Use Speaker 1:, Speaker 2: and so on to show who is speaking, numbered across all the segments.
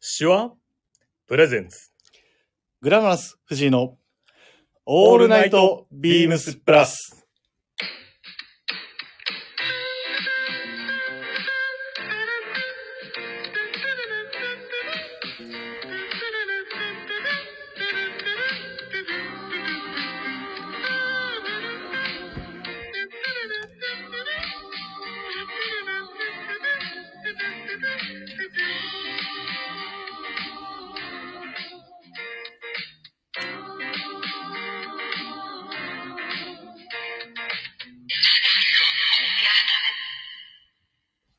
Speaker 1: 手話プレゼンツ
Speaker 2: グラマラス藤井の
Speaker 1: オールナイトビームスプラス。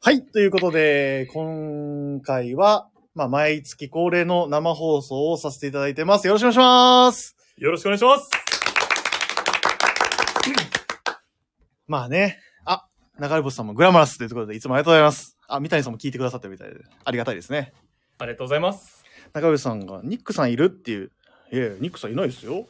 Speaker 2: はい。ということで、今回は、まあ、毎月恒例の生放送をさせていただいてます。よろしくお願いします。
Speaker 1: よろしくお願いします。
Speaker 2: まあね。あ、流れ星さんもグラマラスということで、いつもありがとうございます。あ、三谷さんも聞いてくださってるみたいで、ありがたいですね。
Speaker 1: ありがとうございます。
Speaker 2: 中部さんが、ニックさんいるっていう。いやいや、ニックさんいないですよ。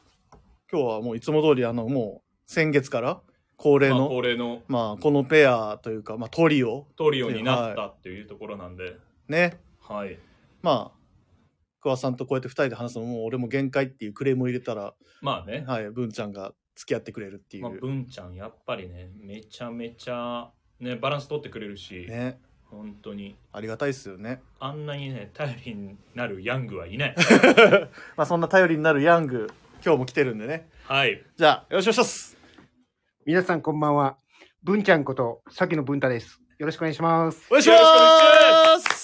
Speaker 2: 今日はもういつも通り、あの、もう、先月から恒例
Speaker 1: まあ
Speaker 2: の、
Speaker 1: 恒例の
Speaker 2: まあ、このペアというか、まあ、トリオ、
Speaker 1: トリオになったっていうところなんで、
Speaker 2: ね。
Speaker 1: はい。
Speaker 2: まあ、桑さんとこうやって二人で話すのも、俺も限界っていうクレームを入れたら、
Speaker 1: まあね、
Speaker 2: はい、文ちゃんが付き合ってくれるっていう。
Speaker 1: まあ、文ちゃん、やっぱりね、めちゃめちゃ、ね、バランス取ってくれるし、
Speaker 2: ね、
Speaker 1: 本当に、
Speaker 2: ありがたいですよね。
Speaker 1: あんなにね、頼りになるヤングはいない。
Speaker 2: まあそんな頼りになるヤング、今日も来てるんでね。
Speaker 1: はい。
Speaker 2: じゃあ、よろしくお願いします。
Speaker 3: 皆さんこんばんは。文ちゃんこと、さきの文太です。よろしくお願いします。
Speaker 2: お願いし
Speaker 1: よろしくお願
Speaker 2: ます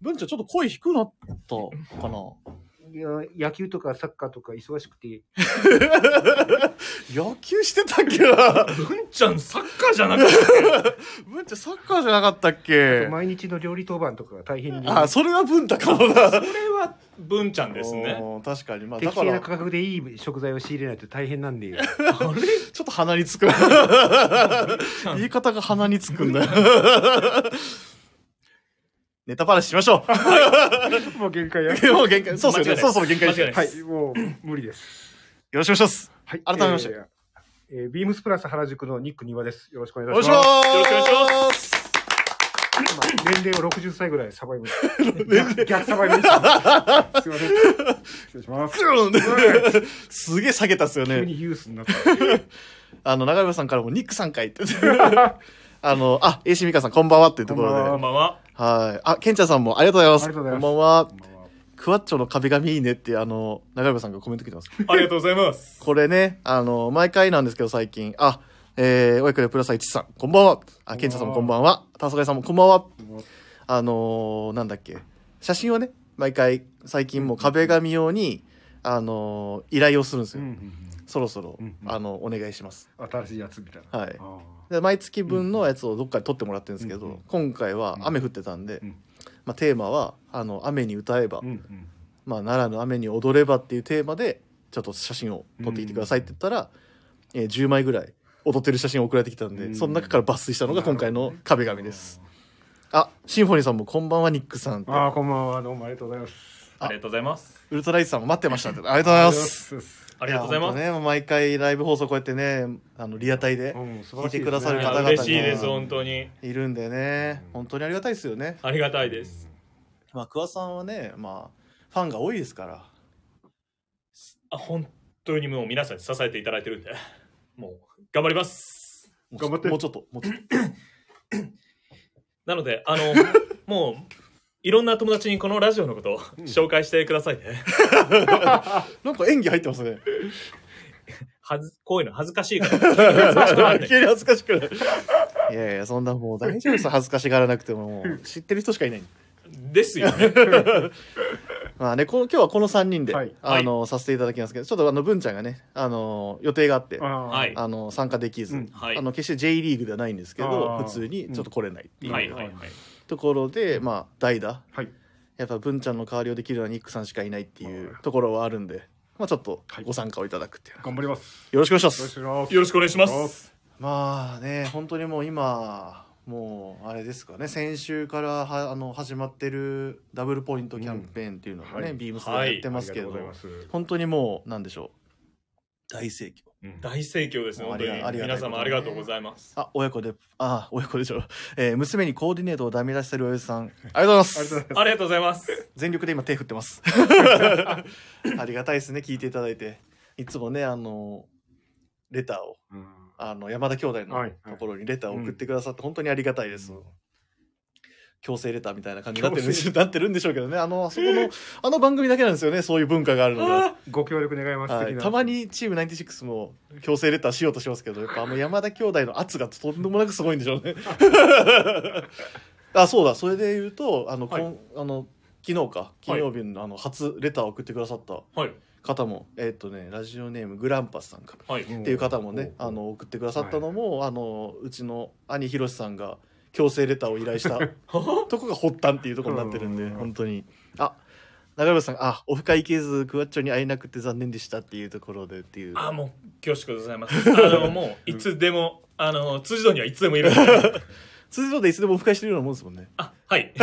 Speaker 2: 文ちゃん、ちょっと声低くなったかな
Speaker 3: いや野球とかサッカーとか忙しくて、
Speaker 2: 野球してたっけな
Speaker 1: 文ちゃん、サッカーじゃなくて、
Speaker 2: 文ちゃん、サッカーじゃなかったっけ
Speaker 3: 毎日の料理当番とかが大変に
Speaker 2: あ、それは文太かもだ。
Speaker 1: これは文ちゃんですね。
Speaker 2: おー。確かに。まあ、だ
Speaker 3: 適
Speaker 2: か
Speaker 3: 正な
Speaker 2: ら、
Speaker 3: 価
Speaker 2: ち
Speaker 3: 格でいい食材を仕入れないと大変なんで、
Speaker 1: あれ
Speaker 2: ょっと鼻につ く。言い方が鼻につくんだよ。 ネタバラシしましょ
Speaker 3: もう限界や。
Speaker 2: う。もう限界、そうです
Speaker 1: 間違いな
Speaker 2: よね。
Speaker 1: い
Speaker 2: そろそろ限界です
Speaker 1: 間違い
Speaker 2: よね
Speaker 1: な
Speaker 3: はいい、もう無理です。
Speaker 2: よろしくお願いします。
Speaker 3: はい、
Speaker 2: 改めまして
Speaker 3: えーえービームスプラス原宿のニック庭です。よろしくお
Speaker 2: お
Speaker 3: 願
Speaker 2: 願
Speaker 3: い
Speaker 2: い
Speaker 3: し
Speaker 2: し
Speaker 3: ます。
Speaker 2: ます。
Speaker 3: まあ年齢を60歳ぐらいサ バイブ。
Speaker 2: 年
Speaker 3: 逆逆サバイブでした。すいま せん。失礼します。
Speaker 2: すげえ下げたっすよ
Speaker 3: 急
Speaker 2: ね。
Speaker 3: にユースになった。
Speaker 2: あの、長山さんからもニックさんかい って。あの、あ、エイシミカさんこんばんはっていうところで。
Speaker 3: こんば
Speaker 1: こんばんは。
Speaker 2: はい。あ、ケンちゃんさんもありがとうございます。
Speaker 3: ありがとうございます
Speaker 2: こんばんは
Speaker 3: こ。んばんは
Speaker 2: クワッチョの壁紙いいねって、あの、長山さんがコメント来てます。
Speaker 1: ありがとうございます。
Speaker 2: これね、あの、毎回なんですけど、最近。あ、えー、おいくれプラス1さん、こんばんは。あ、ケンチャさんもこんばんは。たすがいさんもこんばんは。あのーなんだっけ。写真をね、毎回、最近もう壁紙用に、あのー依頼をするんです
Speaker 3: う
Speaker 2: よ。
Speaker 3: んうん
Speaker 2: そろそろ
Speaker 3: うん、うん
Speaker 2: あの、お願いします。
Speaker 3: うん新しいやつみたいな。
Speaker 2: はい
Speaker 3: あ。ー
Speaker 2: で毎月分のやつをどっかで撮ってもらってるんですけど、
Speaker 3: うんうん
Speaker 2: 今回は雨降ってたんで、
Speaker 3: うん
Speaker 2: まあ、テーマは「あの雨に歌えば、
Speaker 3: うんうん
Speaker 2: まあ、奈良の雨に踊れば」っていうテーマでちょっと写真を撮ってきてくださいって言ったら、えー10枚ぐらい踊ってる写真を送られてきたんで、
Speaker 3: うん
Speaker 2: その中から抜粋したのが今回の壁紙です、。あシンフォニーさんも「こんばんはニックさん」って
Speaker 3: ああ、こんばんは。どうもありがとうございます。
Speaker 1: ありがとうございます。
Speaker 2: ウルトライズさんも待ってましたってありがとうございます
Speaker 3: ありがとうございま
Speaker 1: ありがとうございます。
Speaker 2: や本
Speaker 3: す。
Speaker 2: 当ね、毎回ライブ放送こうやってねあのリアタイで
Speaker 3: うん素晴
Speaker 2: 聞い
Speaker 3: らし
Speaker 2: て
Speaker 3: いですね
Speaker 2: くださる
Speaker 1: い
Speaker 2: 方
Speaker 1: や
Speaker 2: 々が
Speaker 1: 嬉しいです、本当に。
Speaker 2: いるんでね本当にありがたいですよね
Speaker 1: ありがたいです。
Speaker 2: まあ、桑さんはね、まあ、ファンが多いですから。
Speaker 1: あ、本当にもう皆さんに支えていただいてるんで、 もう頑張ります。
Speaker 2: もう
Speaker 3: 頑張って
Speaker 2: もうちょっと、もうちょっと。
Speaker 1: なので、あの、もう、いろんな友達にこのラジオのことを紹介してくださいね。
Speaker 2: なんか演技入ってますね。
Speaker 1: はずこういうの恥ずかしい から。
Speaker 2: 急に恥ずかしくなる。いやいや、そんなもう大丈夫です。恥ずかしがらなくても、もう知ってる人しかいない。
Speaker 1: ですよね。
Speaker 2: まあね、この今日はこの3人で、
Speaker 3: はい
Speaker 2: あの、させていただきますけど、ちょっとあの、文ちゃんがね、あの、予定があって、
Speaker 3: あ
Speaker 2: あ
Speaker 3: ー
Speaker 1: はい
Speaker 2: の、参加できず、
Speaker 3: うん
Speaker 1: はい。
Speaker 2: あ
Speaker 1: は
Speaker 2: の、決して J リーグではないんですけど
Speaker 3: あ、ー
Speaker 2: 普通にちょっと来れないって
Speaker 1: い
Speaker 2: い
Speaker 1: はいは
Speaker 2: う
Speaker 1: い。
Speaker 2: ところで、まあ、代打。
Speaker 3: はい。
Speaker 2: やっぱ文ちゃんの代わりをできるのはニックさんしかいないっていうところはあるんで、まあ、ちょっと
Speaker 3: はい
Speaker 2: ご参加をいただくっていう、
Speaker 3: 頑張ります。
Speaker 2: よろしくお願いします
Speaker 3: よろしくお願いし
Speaker 1: よろしくお願いします。
Speaker 2: まあね本当にもう今もうあれですかね先週からはあの始まってるダブルポイントキャンペーンっていうのがね、
Speaker 3: うんはい
Speaker 2: ビームスでやって
Speaker 3: ま。
Speaker 2: ますす
Speaker 3: あ
Speaker 2: け
Speaker 3: りがと
Speaker 2: ど、
Speaker 3: うございます。
Speaker 2: 本当にもうなんでしょ
Speaker 4: 大盛況。
Speaker 1: うん大盛況ですね、
Speaker 2: もう
Speaker 1: 本当
Speaker 2: あり
Speaker 1: に
Speaker 2: があり。がたい
Speaker 1: 皆様ありがとうございます。
Speaker 2: あ、親子で、あ、親子でしょ。えー娘にコーディネートをダメ出ししてる親父さん。 ありがとうございます。
Speaker 1: ありがとうございます。
Speaker 2: 全力で今手振ってます。ありがたいですね、聞いていただいて。いつもね、あの、レターを、
Speaker 3: うん
Speaker 2: あの、山田兄弟
Speaker 3: は
Speaker 2: の
Speaker 3: いはい
Speaker 2: ところにレターを送ってくださって、本当にありがたいです。強制レターみたいな感じになってるんでしょなってるんでしょうけどね。あの、あそこの、あの番組だけなんですよね、そういう文化があるのが。
Speaker 3: ご協力願います、
Speaker 2: は
Speaker 3: 的
Speaker 2: い、
Speaker 3: な
Speaker 2: たまにチーム96も強制レターしようとしますけどやっぱあの山田兄弟の圧がとんでもなくすごいんでしょうね。あそうだそれで言うとあの、こんあの昨日か金曜日のあの初レターを送ってくださった
Speaker 1: はい。
Speaker 2: 方も、えっとね、ラジオネームグランパスさんか
Speaker 1: はい。
Speaker 2: っていう方もねあの送ってくださったのも、あのうちの兄ひろしさんが強制レターを依頼したとこが発端っていうとこになってるんで
Speaker 3: うん
Speaker 2: 本当にあ中村さんあオフ会行けずクワッチョに会えなくて残念でしたっていうところでっていう
Speaker 1: あーもう恐縮でございます。あのもういつでもあの辻堂にはいつでもいるん で。
Speaker 2: 通常でいつでもオフ会してるようなもんですもんね、
Speaker 1: あはい。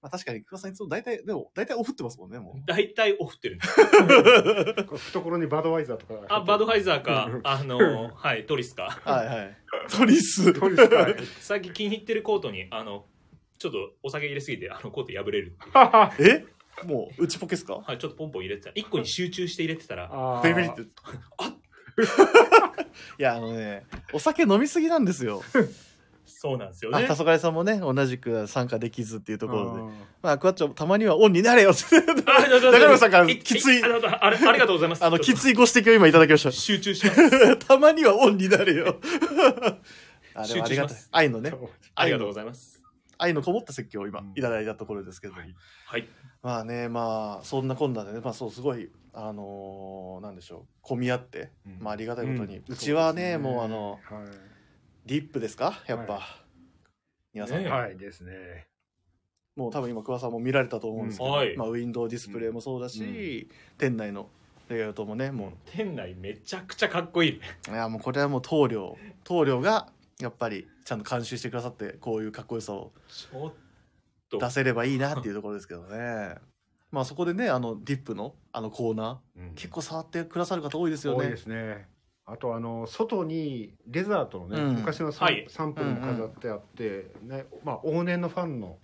Speaker 2: まあ、確かに桑田さんいつも大体でも大体オフってますもんねも
Speaker 1: 大体オフってるんです。
Speaker 3: 懐にバドワイザーとか
Speaker 1: あバドファイザーか
Speaker 3: うん
Speaker 1: あのはいトリスか。
Speaker 2: うはいはいトリス
Speaker 3: そうですか
Speaker 1: 最近気に入ってるコートにあのちょっとお酒入れすぎてあのコート破れるっていう。
Speaker 2: えもう内ポケっすか
Speaker 1: はいちょっとポンポン入れてた。一個に集中して入れてたら。
Speaker 3: あー
Speaker 2: ベビリって いやあのねお酒飲みすぎなんですよ
Speaker 1: そうなんですよ
Speaker 2: あ、
Speaker 1: ね
Speaker 2: 黄。昏さんもね、同じく参加できずっていうところで。
Speaker 3: うん
Speaker 2: まあ、クワッチョ、たまにはオンになれよって。
Speaker 1: あちょっと
Speaker 2: 中村さんから
Speaker 1: い
Speaker 2: きつい
Speaker 1: ああああれありがとうございます。
Speaker 2: あの、
Speaker 1: ち
Speaker 2: き
Speaker 1: ょっと
Speaker 2: ついご指摘を今いただきまし
Speaker 1: 集中します。
Speaker 2: た。 たまにはオンにな れよ。あ、でもあ
Speaker 1: 集中
Speaker 2: り
Speaker 1: し
Speaker 2: が
Speaker 1: ま
Speaker 2: たい
Speaker 1: す。
Speaker 2: 愛のね、
Speaker 1: ありがとうございます。
Speaker 2: 愛のこもった説教を今
Speaker 3: うん、
Speaker 2: いただいたところですけど。
Speaker 1: はい
Speaker 2: まあね、まあ、そんなこんなでね、まあそう、すごい、あのーなんでしょう、混み合って、
Speaker 3: うん
Speaker 2: まあありがたいことに。
Speaker 3: うん
Speaker 2: うちはね、
Speaker 3: そうですね
Speaker 2: もうあの、
Speaker 3: は
Speaker 2: ディップですかやっぱ。
Speaker 3: はい
Speaker 2: 皆さん、
Speaker 1: ね
Speaker 3: いはいですね
Speaker 2: もう多分今、桑さんも見られたと思うんですけど、
Speaker 1: うんはい
Speaker 2: まあ、ウィンドウディスプレイもそうだし、店内のレイアウトもね、も
Speaker 1: 店内めちゃくちゃかっこいい。
Speaker 2: う、いや、もうこれはもう棟梁、棟梁がやっぱりちゃんと監修してくださって、こういうかっこよさを
Speaker 1: ちょっと
Speaker 2: 出せればいいなっていうところですけどね。まあそこでね、あの、ディップのあのコーナー、結構触ってくださる方多いですよ
Speaker 3: 多い
Speaker 2: ね
Speaker 3: で。すねあとあの外にデザートのね、
Speaker 2: うん
Speaker 3: 昔のサ,、
Speaker 1: はい
Speaker 3: サンプルも飾ってあって、ねまあ、往年のファンの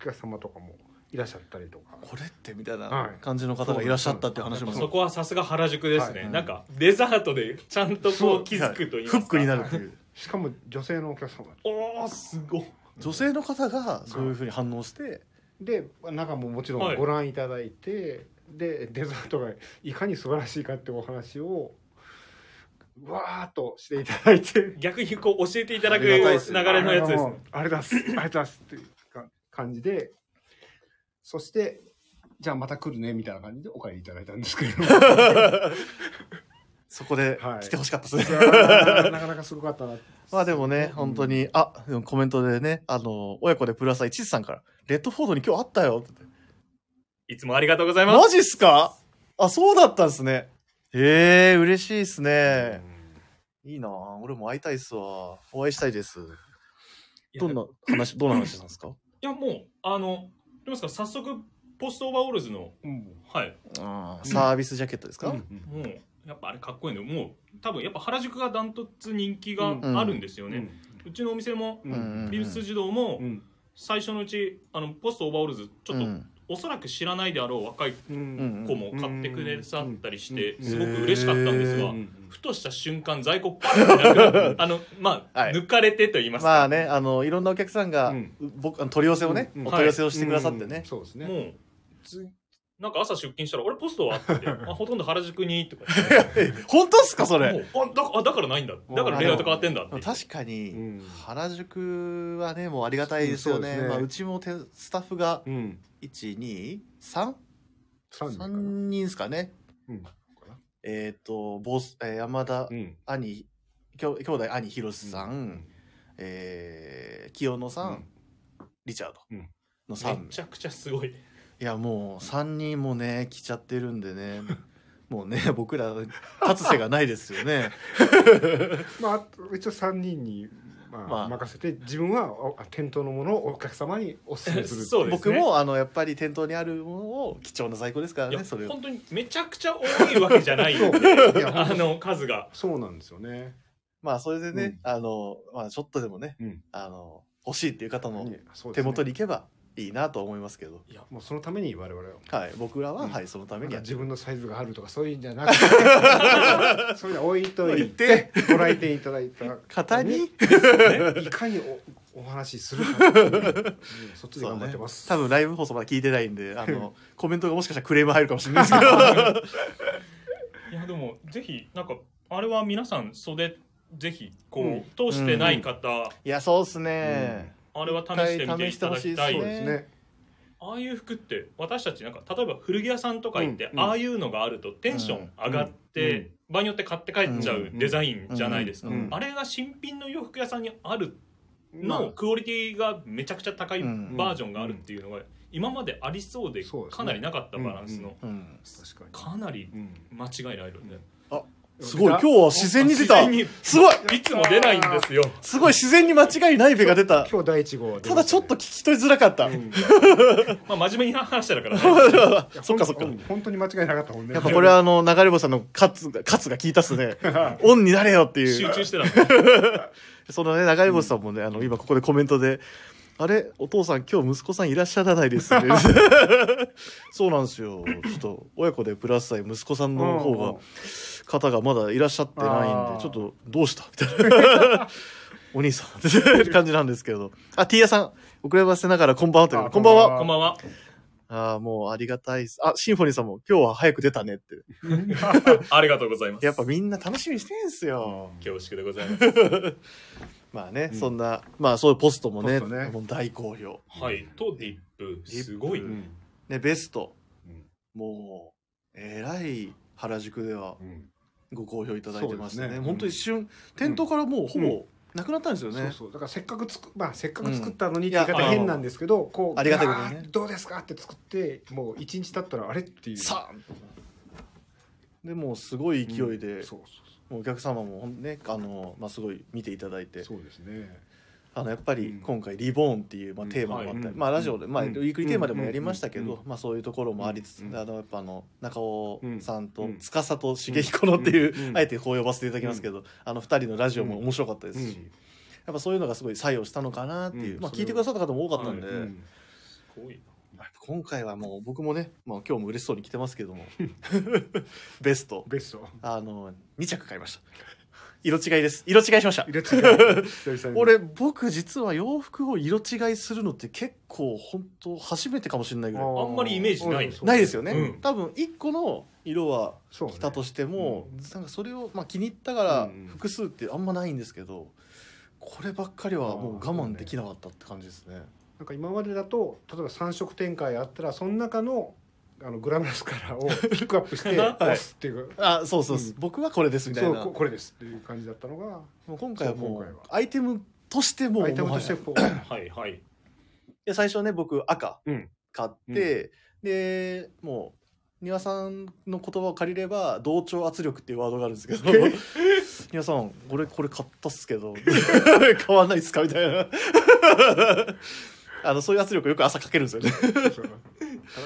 Speaker 3: お客様とかもいらっしゃったりとか
Speaker 2: これってみたい
Speaker 3: は
Speaker 2: ない感じの方がいらっしゃったっていう話
Speaker 1: やっ
Speaker 2: も
Speaker 1: ぱそこはさすが原宿ですね、
Speaker 2: はい
Speaker 1: なんかデザートでちゃんとこ
Speaker 3: そう
Speaker 1: う気づくと言います
Speaker 2: フ
Speaker 1: か
Speaker 2: ックになるっていう。
Speaker 3: しかも女性のお客様
Speaker 1: おおすごい
Speaker 2: 女性の方がそういうふうに反応して、
Speaker 3: で中ももちろ
Speaker 1: は
Speaker 3: ん
Speaker 1: い
Speaker 3: ご覧いただいて、でデザートがいかに素晴らしいかってお話をわーっとしていただいて
Speaker 1: 逆にこう教えていただく流
Speaker 2: あり
Speaker 1: れ
Speaker 2: が
Speaker 1: の
Speaker 2: た
Speaker 1: や
Speaker 2: いで
Speaker 1: つ
Speaker 2: す
Speaker 1: ですね
Speaker 3: あれだっす、あれだっすっていうか感じで、そして、じゃあまた来るねみたいな感じでお帰りいただいたんですけれども。
Speaker 2: そこで
Speaker 3: はい
Speaker 2: 来てほしかったですね。
Speaker 3: なかなかすごかったな。
Speaker 2: まあでもね
Speaker 3: う、ん
Speaker 2: 本当に、あ、でもコメントでね、あの、親子でプラス1さんから、レッドフォードに今日あったよって言って。
Speaker 1: いつもありがとうございます
Speaker 2: マジっすかあ、そうだったんですね。へえ、嬉しいっすね。いいなあ俺も会いたいっすわ。お会いしたいです。
Speaker 1: いや
Speaker 2: どんな話、どんな話なんですか
Speaker 1: いやもうあのどうですか早速ポストオーバーオールズの
Speaker 3: うん。
Speaker 1: はい
Speaker 2: あーサービスジャケットですか、
Speaker 1: もうやっぱあれかっこいいのもう多分やっぱ原宿がダントツ人気があるんですよね、うちのお店も
Speaker 3: うん。う
Speaker 2: うんうん
Speaker 3: ん。
Speaker 2: うん
Speaker 1: 美術児童も
Speaker 3: うん。
Speaker 1: 最初のうちあのポストオーバーオールズちょっと、おそらく知らないであろう若い
Speaker 3: うん。
Speaker 1: 子も買ってくれさったりして
Speaker 3: うん
Speaker 1: すごく嬉しかったんです
Speaker 2: う
Speaker 1: が
Speaker 2: ん
Speaker 1: ふとした瞬間在庫パッてなく なるあのまあ
Speaker 2: はい
Speaker 1: 抜かれてと言います
Speaker 2: まあ
Speaker 1: か
Speaker 2: ね、あの、いろんなお客さんが、
Speaker 3: うん
Speaker 2: 僕、あの取り寄せをね、
Speaker 3: うん
Speaker 2: お取り寄せをしてくださってね。
Speaker 3: そうですね。
Speaker 1: もうつなんか朝出勤したら俺ポストはあ ってあほとんど原宿にとか
Speaker 2: え本当っすかそ
Speaker 1: 言って
Speaker 2: れ。
Speaker 1: もうあだあだからないんだだからレイアウト変わってんだって
Speaker 2: 確かに、
Speaker 3: うん
Speaker 2: 原宿はねもうありがたいですよね,、
Speaker 3: う
Speaker 2: うん
Speaker 3: そうですね
Speaker 2: まあ、うちもてスタッフが
Speaker 3: うん。
Speaker 2: 123
Speaker 3: 三人かな。
Speaker 2: 人ですかね
Speaker 3: うん。
Speaker 2: えっ、とボス、えー山田、
Speaker 3: うん。
Speaker 2: 兄きょ兄弟兄ひろしさん、えー清野さん、リチャード
Speaker 3: うん
Speaker 2: の
Speaker 1: め
Speaker 2: 3名
Speaker 1: ちゃくちゃすごい
Speaker 2: いやもう3人もね来ちゃってるんで ねもうね僕 ら立つ瀬がないですよね
Speaker 3: まあ、あと一応三人にまあ
Speaker 2: まあ
Speaker 3: 任せて自分はお店頭のものをお客様にお勧めする
Speaker 1: そうですね
Speaker 2: 僕もあのやっぱり店頭にあるものを貴重な在庫ですから
Speaker 1: いや
Speaker 2: ねそれを
Speaker 1: 本当にめちゃくちゃ多いわけじゃないよ、ね、
Speaker 3: そういや
Speaker 1: あの数が
Speaker 3: そうなんですよね。
Speaker 2: まあそれでね、あのまあちょっとでもね、
Speaker 3: うん
Speaker 2: あの欲しいっていう方の
Speaker 3: ねそうで
Speaker 2: 手
Speaker 3: すね
Speaker 2: 元に行けばいいなと思いますけど、
Speaker 3: もうそのために我々は
Speaker 2: はい僕らは、
Speaker 3: うん
Speaker 2: はいそのため
Speaker 3: なん
Speaker 2: に
Speaker 3: か
Speaker 2: やって
Speaker 3: 自
Speaker 2: る
Speaker 3: 分のサイズがあるとかそういうんじゃなくて そういうの置いといてご来店いただいた
Speaker 2: 方に
Speaker 3: いかにおお話しするか、 うんそっちで
Speaker 2: そう
Speaker 3: 頑張っ
Speaker 2: ね
Speaker 3: てます。
Speaker 2: 多分ライブ放送まだ聞いてないんであ のコメントがもしかしたらクレーム入るかもしれないですけど
Speaker 1: いやでもぜひなんかあれは皆さん袖ぜひこう、
Speaker 3: うん
Speaker 1: 通してない方、
Speaker 2: いやそうっすね、
Speaker 1: あれは試してみていただきたい
Speaker 2: 一回試してほしいで
Speaker 3: そう
Speaker 2: ね
Speaker 3: ですね。
Speaker 1: ああいう服って私たちなんか例えば古着屋さんとか行って、
Speaker 3: うんうん
Speaker 1: ああいうのがあるとテンション上がって、
Speaker 3: うん
Speaker 1: 場合によって買って帰っちゃうデザインじゃないですか、
Speaker 2: うん
Speaker 3: うん
Speaker 1: あれが新品の洋服屋さんにある
Speaker 3: ま
Speaker 1: の
Speaker 3: あ
Speaker 1: クオリティがめちゃくちゃ高い
Speaker 2: うん
Speaker 1: バージョンがあるっていうのが今までありそうで
Speaker 3: そうですね
Speaker 1: かなりなかったバランス
Speaker 3: う
Speaker 1: の
Speaker 2: うん
Speaker 3: 確か
Speaker 1: かなり
Speaker 3: に。うん
Speaker 1: 間違いないので
Speaker 2: すごい今日は自然に出た
Speaker 1: 自然に
Speaker 2: すごい
Speaker 1: いつも出ないんですよ
Speaker 2: すごい自然に間違いないべが出た
Speaker 3: 今日第一号は出
Speaker 2: た
Speaker 3: ま
Speaker 2: だ
Speaker 3: し
Speaker 2: ちょっと聞き取りづらかった、
Speaker 3: ねうん
Speaker 1: まあ真面目に話してたからね
Speaker 3: いや
Speaker 2: そっかそっか
Speaker 3: ほんうん本当に間違いなかったもんね。
Speaker 2: やっぱこれはあの流れ星さんのカツがカツが効いたっすねオンになれよってい
Speaker 1: 集
Speaker 2: う
Speaker 1: 中してたの
Speaker 2: そのね流れ星さんもね、あの今ここでコメントで「あれお父さん今日息子さんいらっしゃらないです ね」そうなんですよちょっと親子でプラス歳息子さんの方が、方がまだいらっしゃってないん
Speaker 3: あー
Speaker 2: でちょっとどうしたみたいな お兄さんって感じなんですけどあ T 屋さん遅ればせながらこんばんはという
Speaker 3: あ
Speaker 2: こんばんは
Speaker 1: こんばんは
Speaker 2: ああ、もうありがたいです。あ、シンフォニーさんも今日は早く出たねって。
Speaker 1: ありがとうございます
Speaker 2: やっぱみんな楽しみにしてんすよ。
Speaker 1: 恐縮でございます
Speaker 2: まあね、
Speaker 3: うん
Speaker 2: そんな、まあそういうポストもね、
Speaker 3: ポストね
Speaker 2: もう大好評。
Speaker 1: はいとディップすごい
Speaker 2: ディ
Speaker 3: う
Speaker 2: ッ
Speaker 3: ん
Speaker 2: ね、ベスト。
Speaker 3: うん
Speaker 2: もう、えらい原宿では
Speaker 3: うん
Speaker 2: ご好評いただいてまして
Speaker 3: そ
Speaker 2: ね。
Speaker 3: うですね
Speaker 2: 本当一瞬、店頭からもうほ
Speaker 3: う
Speaker 2: ぼなくなったんですよね。
Speaker 3: そうそうだからせっかく作まあせっかく作ったのにって
Speaker 2: うん
Speaker 3: 言い方
Speaker 1: いや
Speaker 3: 変なんですけど、こう
Speaker 2: ありがたいことにね
Speaker 3: ガーッどうですかって作ってもう一日経ったらあれっていう
Speaker 2: さあでもうすごい勢いで、
Speaker 3: うんそう
Speaker 2: もうお客様もほんね、あの、まあすごい見ていただい
Speaker 3: そう
Speaker 2: て。
Speaker 3: そうですね
Speaker 2: あのやっぱ
Speaker 3: う
Speaker 2: り
Speaker 3: ん
Speaker 2: 今回「リボーン」っていうまあ
Speaker 3: うん
Speaker 2: テーマもあったり、
Speaker 3: はい
Speaker 2: まあ、ラジオで、まあ、ウ
Speaker 3: うん
Speaker 2: ィークリーテーマでもやりましたけ
Speaker 3: うん
Speaker 2: ど、まあ、そういうところもありつつ、
Speaker 3: うん
Speaker 2: あのやっぱあの中尾さんと
Speaker 3: うん
Speaker 2: 司と重彦のっていう、
Speaker 3: うん
Speaker 2: あえてこう呼ばせていただきますけど、あの2人のラジオも面白かったですし、
Speaker 3: うん
Speaker 2: やっぱそういうのがすごい作用したのかなっていう、
Speaker 3: うん
Speaker 2: まあ、
Speaker 3: それ
Speaker 2: 聞いてくださった方も多かったんで、
Speaker 1: は
Speaker 3: うん
Speaker 1: すごい
Speaker 2: まあ今回はもう僕もね、まあ、今日も嬉しそうに来てますけども ベスト
Speaker 3: ベスト
Speaker 2: あの2着買いました色違いです色違いしました
Speaker 3: 入れてる久々に
Speaker 2: 俺僕実は洋服を色違いするのって結構本当初めてかもしれないぐらい
Speaker 1: あんまりイメージないです
Speaker 2: ないですよね、
Speaker 1: うん
Speaker 2: 多分一個の色は
Speaker 3: そうね
Speaker 2: 着たとしても、なんかそれを、まあ、気に入ったか
Speaker 3: う
Speaker 2: ら
Speaker 3: んうん
Speaker 2: 複数ってあんまないんですけどこればっかりはもう我慢できなかったって感じですね
Speaker 3: なんか今までだと例えば3色展開あったらその中のあのグラムラスカラーをピックアップして
Speaker 1: はい
Speaker 3: 押すっていうか、
Speaker 2: あそうそうそう、
Speaker 3: う
Speaker 2: 僕はこれですみたい
Speaker 3: そう
Speaker 2: な
Speaker 3: ここれですっていう感じだったのが
Speaker 2: もう今回はも
Speaker 3: そう今回
Speaker 2: う
Speaker 3: は
Speaker 2: アイテムとしても
Speaker 3: アイテムとして
Speaker 2: もはや
Speaker 3: こう
Speaker 1: はいはい
Speaker 2: で最初ね僕赤
Speaker 3: うん
Speaker 2: 買って、でもう丹羽さんの言葉を借りれば同調圧力っていうワードがあるんですけど 丹羽さんこれこれ買ったっすけ ど買わないっすかみたいな あのそういう圧力よく朝かけるんですよね
Speaker 3: そう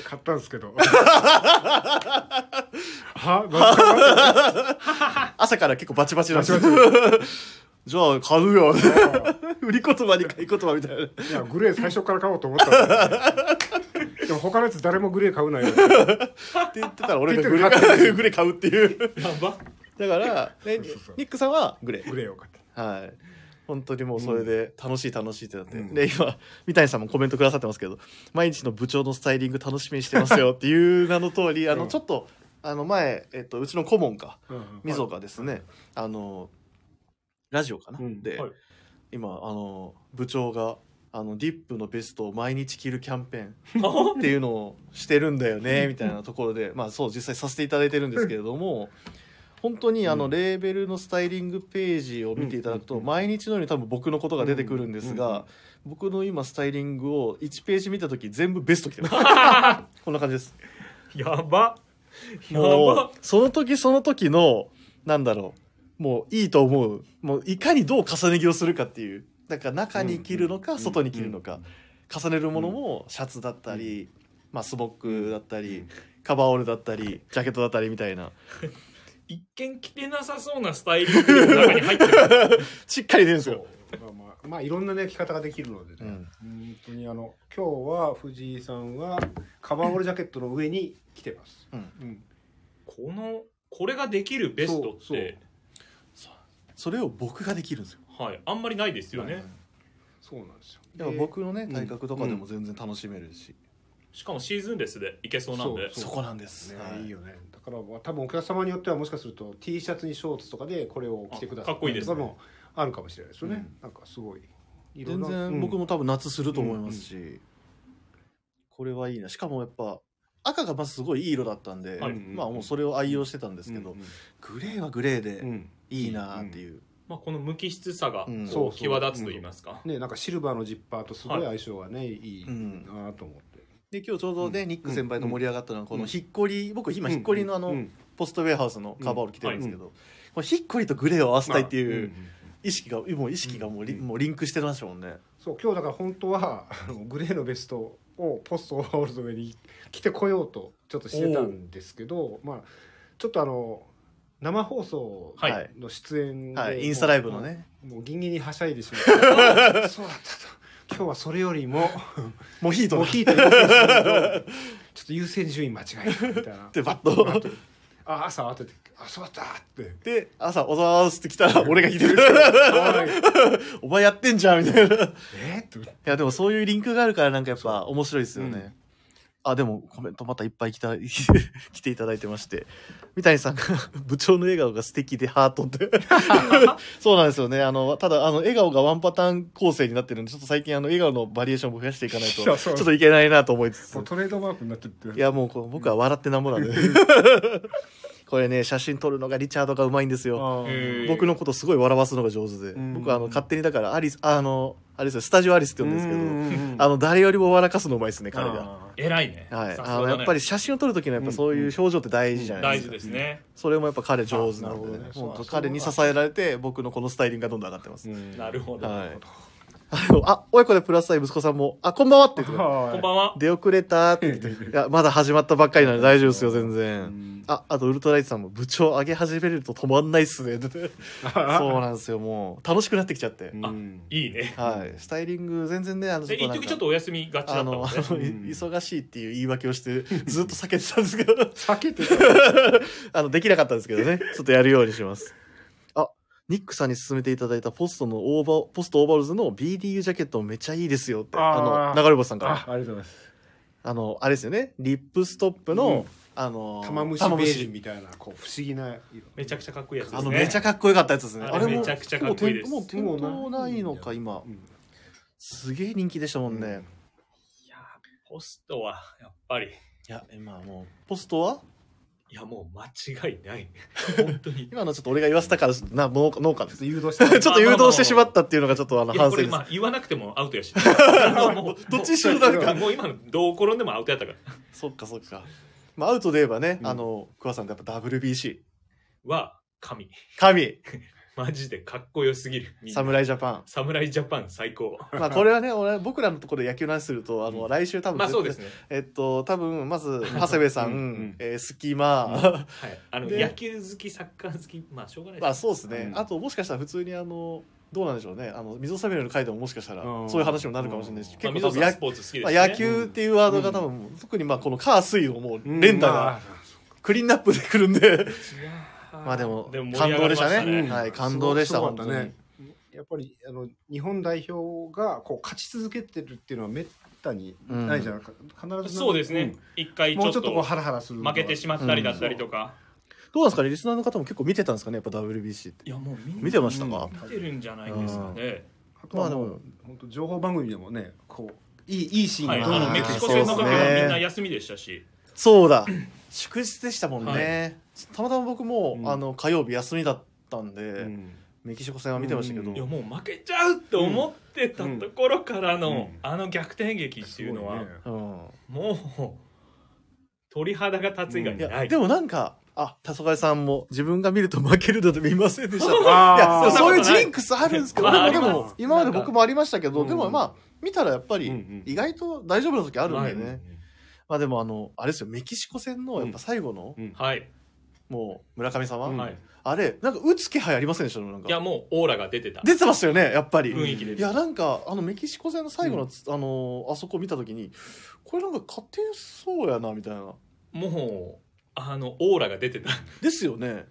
Speaker 3: 買ったんですけど はまた
Speaker 2: 朝から結構バチバチなんですよ
Speaker 3: バチ
Speaker 2: じゃあ買うよ
Speaker 3: 買っ
Speaker 2: 売り言葉に買い言葉みたいな
Speaker 3: たいやグレー最初から買おうと思ったんだけどでも他のやつ誰もグレー買うなよ
Speaker 2: って言ってたら俺が
Speaker 3: 結
Speaker 2: グ
Speaker 3: 局
Speaker 2: レ
Speaker 3: 買 っ
Speaker 2: ーグレー買うっていう
Speaker 1: やば
Speaker 2: だから、ね
Speaker 3: そうそうそう
Speaker 2: ニックさんはグレー
Speaker 3: グレーを買った
Speaker 2: はい。本当にもうそれで楽しい楽しいってなって、
Speaker 3: うん
Speaker 2: で今三谷さんもコメントくださってますけど毎日の部長のスタイリング楽しみにしてますよっていう名の通りあの
Speaker 3: うん
Speaker 2: ちょっとあの前、えっと、うちの顧問か
Speaker 3: うん
Speaker 2: みぞがですね、あのラジオかな、
Speaker 3: うん
Speaker 2: で、
Speaker 1: はい
Speaker 2: 今あの部長があのディップのベストを毎日着るキャンペーンっていうのをしてるんだよねみたいなところでまあそう実際させていただいてるんですけれども本当にあの
Speaker 3: うん
Speaker 2: レーベルのスタイリングページを見ていただく
Speaker 3: うん
Speaker 2: と
Speaker 3: うん
Speaker 2: 毎日のように多分僕のことが出てくるんです
Speaker 3: うんうんうん
Speaker 2: が僕の今スタイリングを1ページ見た時全部ベスト着てます こんな感じです
Speaker 1: やばや
Speaker 2: も
Speaker 1: ば
Speaker 2: うその時その時のなんだろうもういいと思うもういかにどう重ね着をするかっていうだから中に着るのか外に着るのか、重ねるものもシャツだったり、まあ、スボックだったり、カバーオールだったりジャケットだったりみたいな
Speaker 1: 一見着てなさそうなスタイリングの中に入ってる
Speaker 2: しっかり出るんです
Speaker 3: そ
Speaker 2: よ
Speaker 3: う。まあまあ、まあいろんなね、着方ができるのでね。
Speaker 2: うん
Speaker 3: 本当にあの、今日は藤井さんは、カバーオールジャケットの上に着てます。
Speaker 2: うん
Speaker 3: ん。
Speaker 1: このこれができるベストっ
Speaker 3: そうそう
Speaker 1: て
Speaker 2: それを僕ができるんですよ。
Speaker 1: はいあんまりないですよね、
Speaker 3: そうなんですよ。
Speaker 2: でも
Speaker 3: で
Speaker 2: 僕のね
Speaker 3: うん
Speaker 2: 体格とかでも全然楽しめるし、
Speaker 1: しかもシーズンレスでいけそうなんで
Speaker 3: そう
Speaker 2: そこなんです。
Speaker 3: ね
Speaker 2: はい
Speaker 3: いいよね。だからまあ多分お客様によってはもしかすると T シャツにショーツとかでこれを着てくださ
Speaker 1: あかっこいいですね
Speaker 3: とかもあるかもしれないですよね。
Speaker 2: うん
Speaker 3: なんかすごい。いろ
Speaker 2: 全
Speaker 3: んな
Speaker 2: 然僕、も多分夏すると思いますし、これはいいなしかもやっぱ赤がまずすごいいい色だったんで、
Speaker 1: はい
Speaker 2: まあもうそれを愛用してたんで
Speaker 3: です
Speaker 2: けど、
Speaker 3: うん
Speaker 2: グレーはグレー
Speaker 3: うん
Speaker 2: で
Speaker 3: うん
Speaker 2: いいなっていう、
Speaker 1: まあ、この無機質さが
Speaker 2: うん
Speaker 1: こう際立つと言いますか、
Speaker 3: ね、なんかシルバーのジッパーとすごい相性がね、い、い
Speaker 2: うん
Speaker 3: なと思って。
Speaker 2: で今日ちょうどね、
Speaker 3: うん
Speaker 2: ニック先輩と盛り上がったのはこ
Speaker 3: う
Speaker 2: の
Speaker 3: ん
Speaker 2: ひっこり僕今ひっこりのあの、
Speaker 3: うん
Speaker 2: ポストウェアハウスのカバーを着てるんですけど、このひっこりとグレーを合わせたいっていう
Speaker 3: まあん
Speaker 2: 意識がもう意識がもうリ,、
Speaker 3: うん
Speaker 2: もうリンクしてましたもんね。
Speaker 3: そう今日だから本当はあのグレーのベストをポストオーバーオールの上に着てこようとちょっとしてたんですけどまあちょっとあの生放送
Speaker 1: はい
Speaker 3: の出演で、
Speaker 2: はい、インスタライブのね
Speaker 3: もうギンギンにはしゃいでしまってあ そうだったと今日はそれよりも
Speaker 2: モヒート
Speaker 3: モ
Speaker 2: の。
Speaker 3: ヒートに優先したけどちょっと優先順位間違えたみたい な
Speaker 2: でバッと
Speaker 3: あ朝慌てて「あそうだった!」って
Speaker 2: で朝「おざわす」って来たら俺が聞いてる お前やってんじゃんみたいない
Speaker 3: えっと思って
Speaker 2: やでもそういうリンクがあるからなんかやっぱ面白いですよね、
Speaker 3: うん
Speaker 2: あでもコメントまたいっぱい来た 来ていただいてまして三谷さんが 部長の笑顔が素敵でハートって そうなんですよねあのただあの笑顔がワンパターン構成になってるんでちょっと最近あの笑顔のバリエーションも増やしていかないと
Speaker 3: いや
Speaker 2: ち
Speaker 3: そ
Speaker 2: ょ
Speaker 3: う
Speaker 2: っといけないなと思いつつ
Speaker 3: もうトレードマークになってって
Speaker 2: いやもうこう僕は笑ってなんぼ なんでこれね写真撮るのがリチャードがうまいんですよ
Speaker 3: あー
Speaker 1: えー
Speaker 2: 僕のことすごい笑わすのが上手で
Speaker 3: ん
Speaker 2: 僕はあの勝手にだからアリスあのあれですよスタジオアリスって呼んでるんですけどあの誰よりも笑かすのうまいですね彼が。
Speaker 3: あー
Speaker 1: 偉いね、
Speaker 2: はい、
Speaker 1: さす
Speaker 2: あ
Speaker 1: が
Speaker 2: の
Speaker 1: だね
Speaker 2: やっぱり写真を撮る時のやっぱそういう表情って大事じゃない
Speaker 1: 大
Speaker 2: です
Speaker 1: 事
Speaker 2: か、
Speaker 1: ですね、
Speaker 2: それもやっぱ彼上手なん
Speaker 3: あなるほど
Speaker 2: でね
Speaker 3: ね
Speaker 2: 本当
Speaker 3: そう
Speaker 2: 彼に支えられて僕のこのスタイリングがどんどん上がってます、
Speaker 1: なるほど、
Speaker 2: はいあのあ親子でプラスさん息子さんも「あこんばんは」って言ってくれた
Speaker 1: こんばんは
Speaker 2: 出遅れた」って言っていやまだ始まったばっかりなんで大丈夫ですよ全然、
Speaker 3: うん
Speaker 2: ああとウルトライトさんも「部長上げ始めると止まんないっすね」って そうなんですよもう楽しくなってきちゃって、
Speaker 3: うん
Speaker 1: いいね
Speaker 2: はい、スタイリング全然ねあの
Speaker 1: で一
Speaker 2: なん
Speaker 1: 時
Speaker 2: か
Speaker 1: ちょっとお休みがちだ
Speaker 2: あ
Speaker 1: ったもん
Speaker 2: の
Speaker 1: ね
Speaker 2: あの、い
Speaker 3: うん
Speaker 2: 忙しいっていう言い訳をしてずっと避けてたんですけど
Speaker 3: 避けてた
Speaker 2: あのできなかったんですけどねちょっとやるようにしますあニックさんに勧めていただいたポストのオーバーポストオーバールズの BDU ジャケットめちゃいいですよってあ
Speaker 3: あー
Speaker 2: の流れ星さんから
Speaker 3: あありがとうございます
Speaker 2: あのあれですよねリップストップ
Speaker 3: う
Speaker 2: の
Speaker 3: ん、
Speaker 2: あの
Speaker 3: 玉虫ベ
Speaker 2: 玉
Speaker 3: ージ
Speaker 2: 虫
Speaker 3: ュみたいなこう不思議な色
Speaker 1: めちゃくちゃかっこいいやつですね
Speaker 2: あのめちゃかっこよかったやつですね
Speaker 1: あれめちゃくちゃかっこいいです
Speaker 2: もう店もう店頭ないのか今
Speaker 3: うん
Speaker 2: すげえ人気でしたもんね、い
Speaker 1: いやポストはやっぱり
Speaker 2: や今もうポストはい
Speaker 1: やもう間違いない 本当にい
Speaker 2: 今のちょっと俺が言わせたからちょっとな農家農家で
Speaker 3: ちょっ
Speaker 2: す
Speaker 3: と誘導し た
Speaker 2: ちょっと誘導してしまったっていうのがちょっとあの
Speaker 1: や
Speaker 2: 反
Speaker 1: こ
Speaker 2: 省
Speaker 1: れ
Speaker 2: です
Speaker 1: ま。あ言わなくてもアウト やしもう
Speaker 2: どっちにしろなんか
Speaker 1: もう今のどう転んでもアウトやったから
Speaker 2: そっかそっか。まあアウトで言えばね、
Speaker 3: うん
Speaker 2: あの桑さんってやっぱ WBC
Speaker 1: は神
Speaker 2: 神
Speaker 1: マジでかっこよすぎるみんな
Speaker 2: 侍ジャ パ
Speaker 1: 侍ジャパン最高
Speaker 2: ン。まあこれはね、俺僕らのところで野球の話するとあの、
Speaker 3: うん
Speaker 2: 来週多分
Speaker 1: まあそうですね
Speaker 2: えっと多分まず長谷部さん、
Speaker 3: うんうん
Speaker 2: えー、隙間、
Speaker 1: はいあの
Speaker 2: で
Speaker 1: 野球好きサッカー好きまあしょうがない
Speaker 2: まあ
Speaker 1: です
Speaker 2: そうですね。
Speaker 3: うん
Speaker 2: あともしかしたら普通にあのどうなんでしょうね。あの水尾サミュエルの回でももしかしたら
Speaker 3: うん
Speaker 2: そういう話にもなるかもしれないし、
Speaker 1: まあ
Speaker 2: 結
Speaker 1: 水
Speaker 2: 構多
Speaker 1: 野さ
Speaker 2: 分
Speaker 1: ん
Speaker 2: や
Speaker 1: スポーツ好きです
Speaker 2: ま
Speaker 1: ね
Speaker 2: あ、野球っていうワードが多分、特にまあこの火水をもう連打がクリーンナップでくるんで。 まあでも
Speaker 1: 盛
Speaker 2: 感
Speaker 1: り上
Speaker 2: 動
Speaker 1: がり
Speaker 2: で
Speaker 1: ま
Speaker 2: したね
Speaker 3: うん
Speaker 2: はい感動でした
Speaker 3: すごすごかった
Speaker 2: 本
Speaker 3: やっぱりあの日本代表がこう勝ち続けてるっていうのはめったにないじゃないか、必ず
Speaker 1: そうですね一回
Speaker 3: うん
Speaker 1: ちょ
Speaker 3: もう
Speaker 1: っ
Speaker 3: ちょっと
Speaker 1: と
Speaker 3: こうハラハラするのが
Speaker 1: 負けてしまったりだったりとか
Speaker 2: どうなんですかねリスナーの方も結構見てたんですかねやっぱ WBC って
Speaker 1: いやもうみんな
Speaker 2: 見てましたか、
Speaker 1: 見てるんじゃないですかね
Speaker 3: あとはもう
Speaker 2: まあでも
Speaker 3: 本当情報番組でもねこういいいいシーンが
Speaker 1: はいあ
Speaker 2: うん
Speaker 1: のメキシコ戦の時
Speaker 2: そう
Speaker 1: は
Speaker 2: ですね
Speaker 1: みんな休みでしたし
Speaker 2: そう だ祝日でしたもんね、
Speaker 1: は
Speaker 2: たまたま僕も、
Speaker 3: うん
Speaker 2: あの火曜日休みだったんで、
Speaker 3: うん
Speaker 2: メキシコ戦は見てましたけど、
Speaker 3: うん
Speaker 1: いやもう負けちゃうって思ってたところからの、
Speaker 3: うんうん
Speaker 1: あの逆転劇っていうのは、
Speaker 3: すごね
Speaker 2: うん
Speaker 1: もう鳥肌が立つ以外
Speaker 2: い
Speaker 1: に
Speaker 2: や
Speaker 1: ない、
Speaker 2: でもなんかあ、黄昏さんも自分が見ると負けるので見ませんでした。い
Speaker 3: あ
Speaker 2: や、
Speaker 1: ー
Speaker 2: そういうジンクスあるんですけど、
Speaker 1: あ
Speaker 2: で
Speaker 1: ー
Speaker 2: もで
Speaker 3: ありま
Speaker 2: も
Speaker 3: す、
Speaker 2: 今まで僕もありましたけ
Speaker 3: な
Speaker 2: ど、
Speaker 3: んか
Speaker 2: でもまあ、見たらやっぱ
Speaker 3: うんう
Speaker 2: り
Speaker 3: ん
Speaker 2: 意外と大丈夫な時あるんで
Speaker 1: う
Speaker 2: ね。まあでもあの、あれですよ、メキシコ戦のやっぱ最後の、
Speaker 1: はい、
Speaker 2: もう村上様、
Speaker 3: うん
Speaker 1: はい、
Speaker 2: あれ、なんか打つ気配ありませんでしたなん
Speaker 1: いや
Speaker 2: か。
Speaker 1: もうオーラが出てた
Speaker 2: 出てましたよね、やっぱり。
Speaker 1: 雰囲気で
Speaker 2: いやなんかあのメキシコ戦の最後のつ、あのーあそこ見た時にこれなんか勝てそうやなみたいな
Speaker 1: もうあのオーラが出てた
Speaker 2: ですよね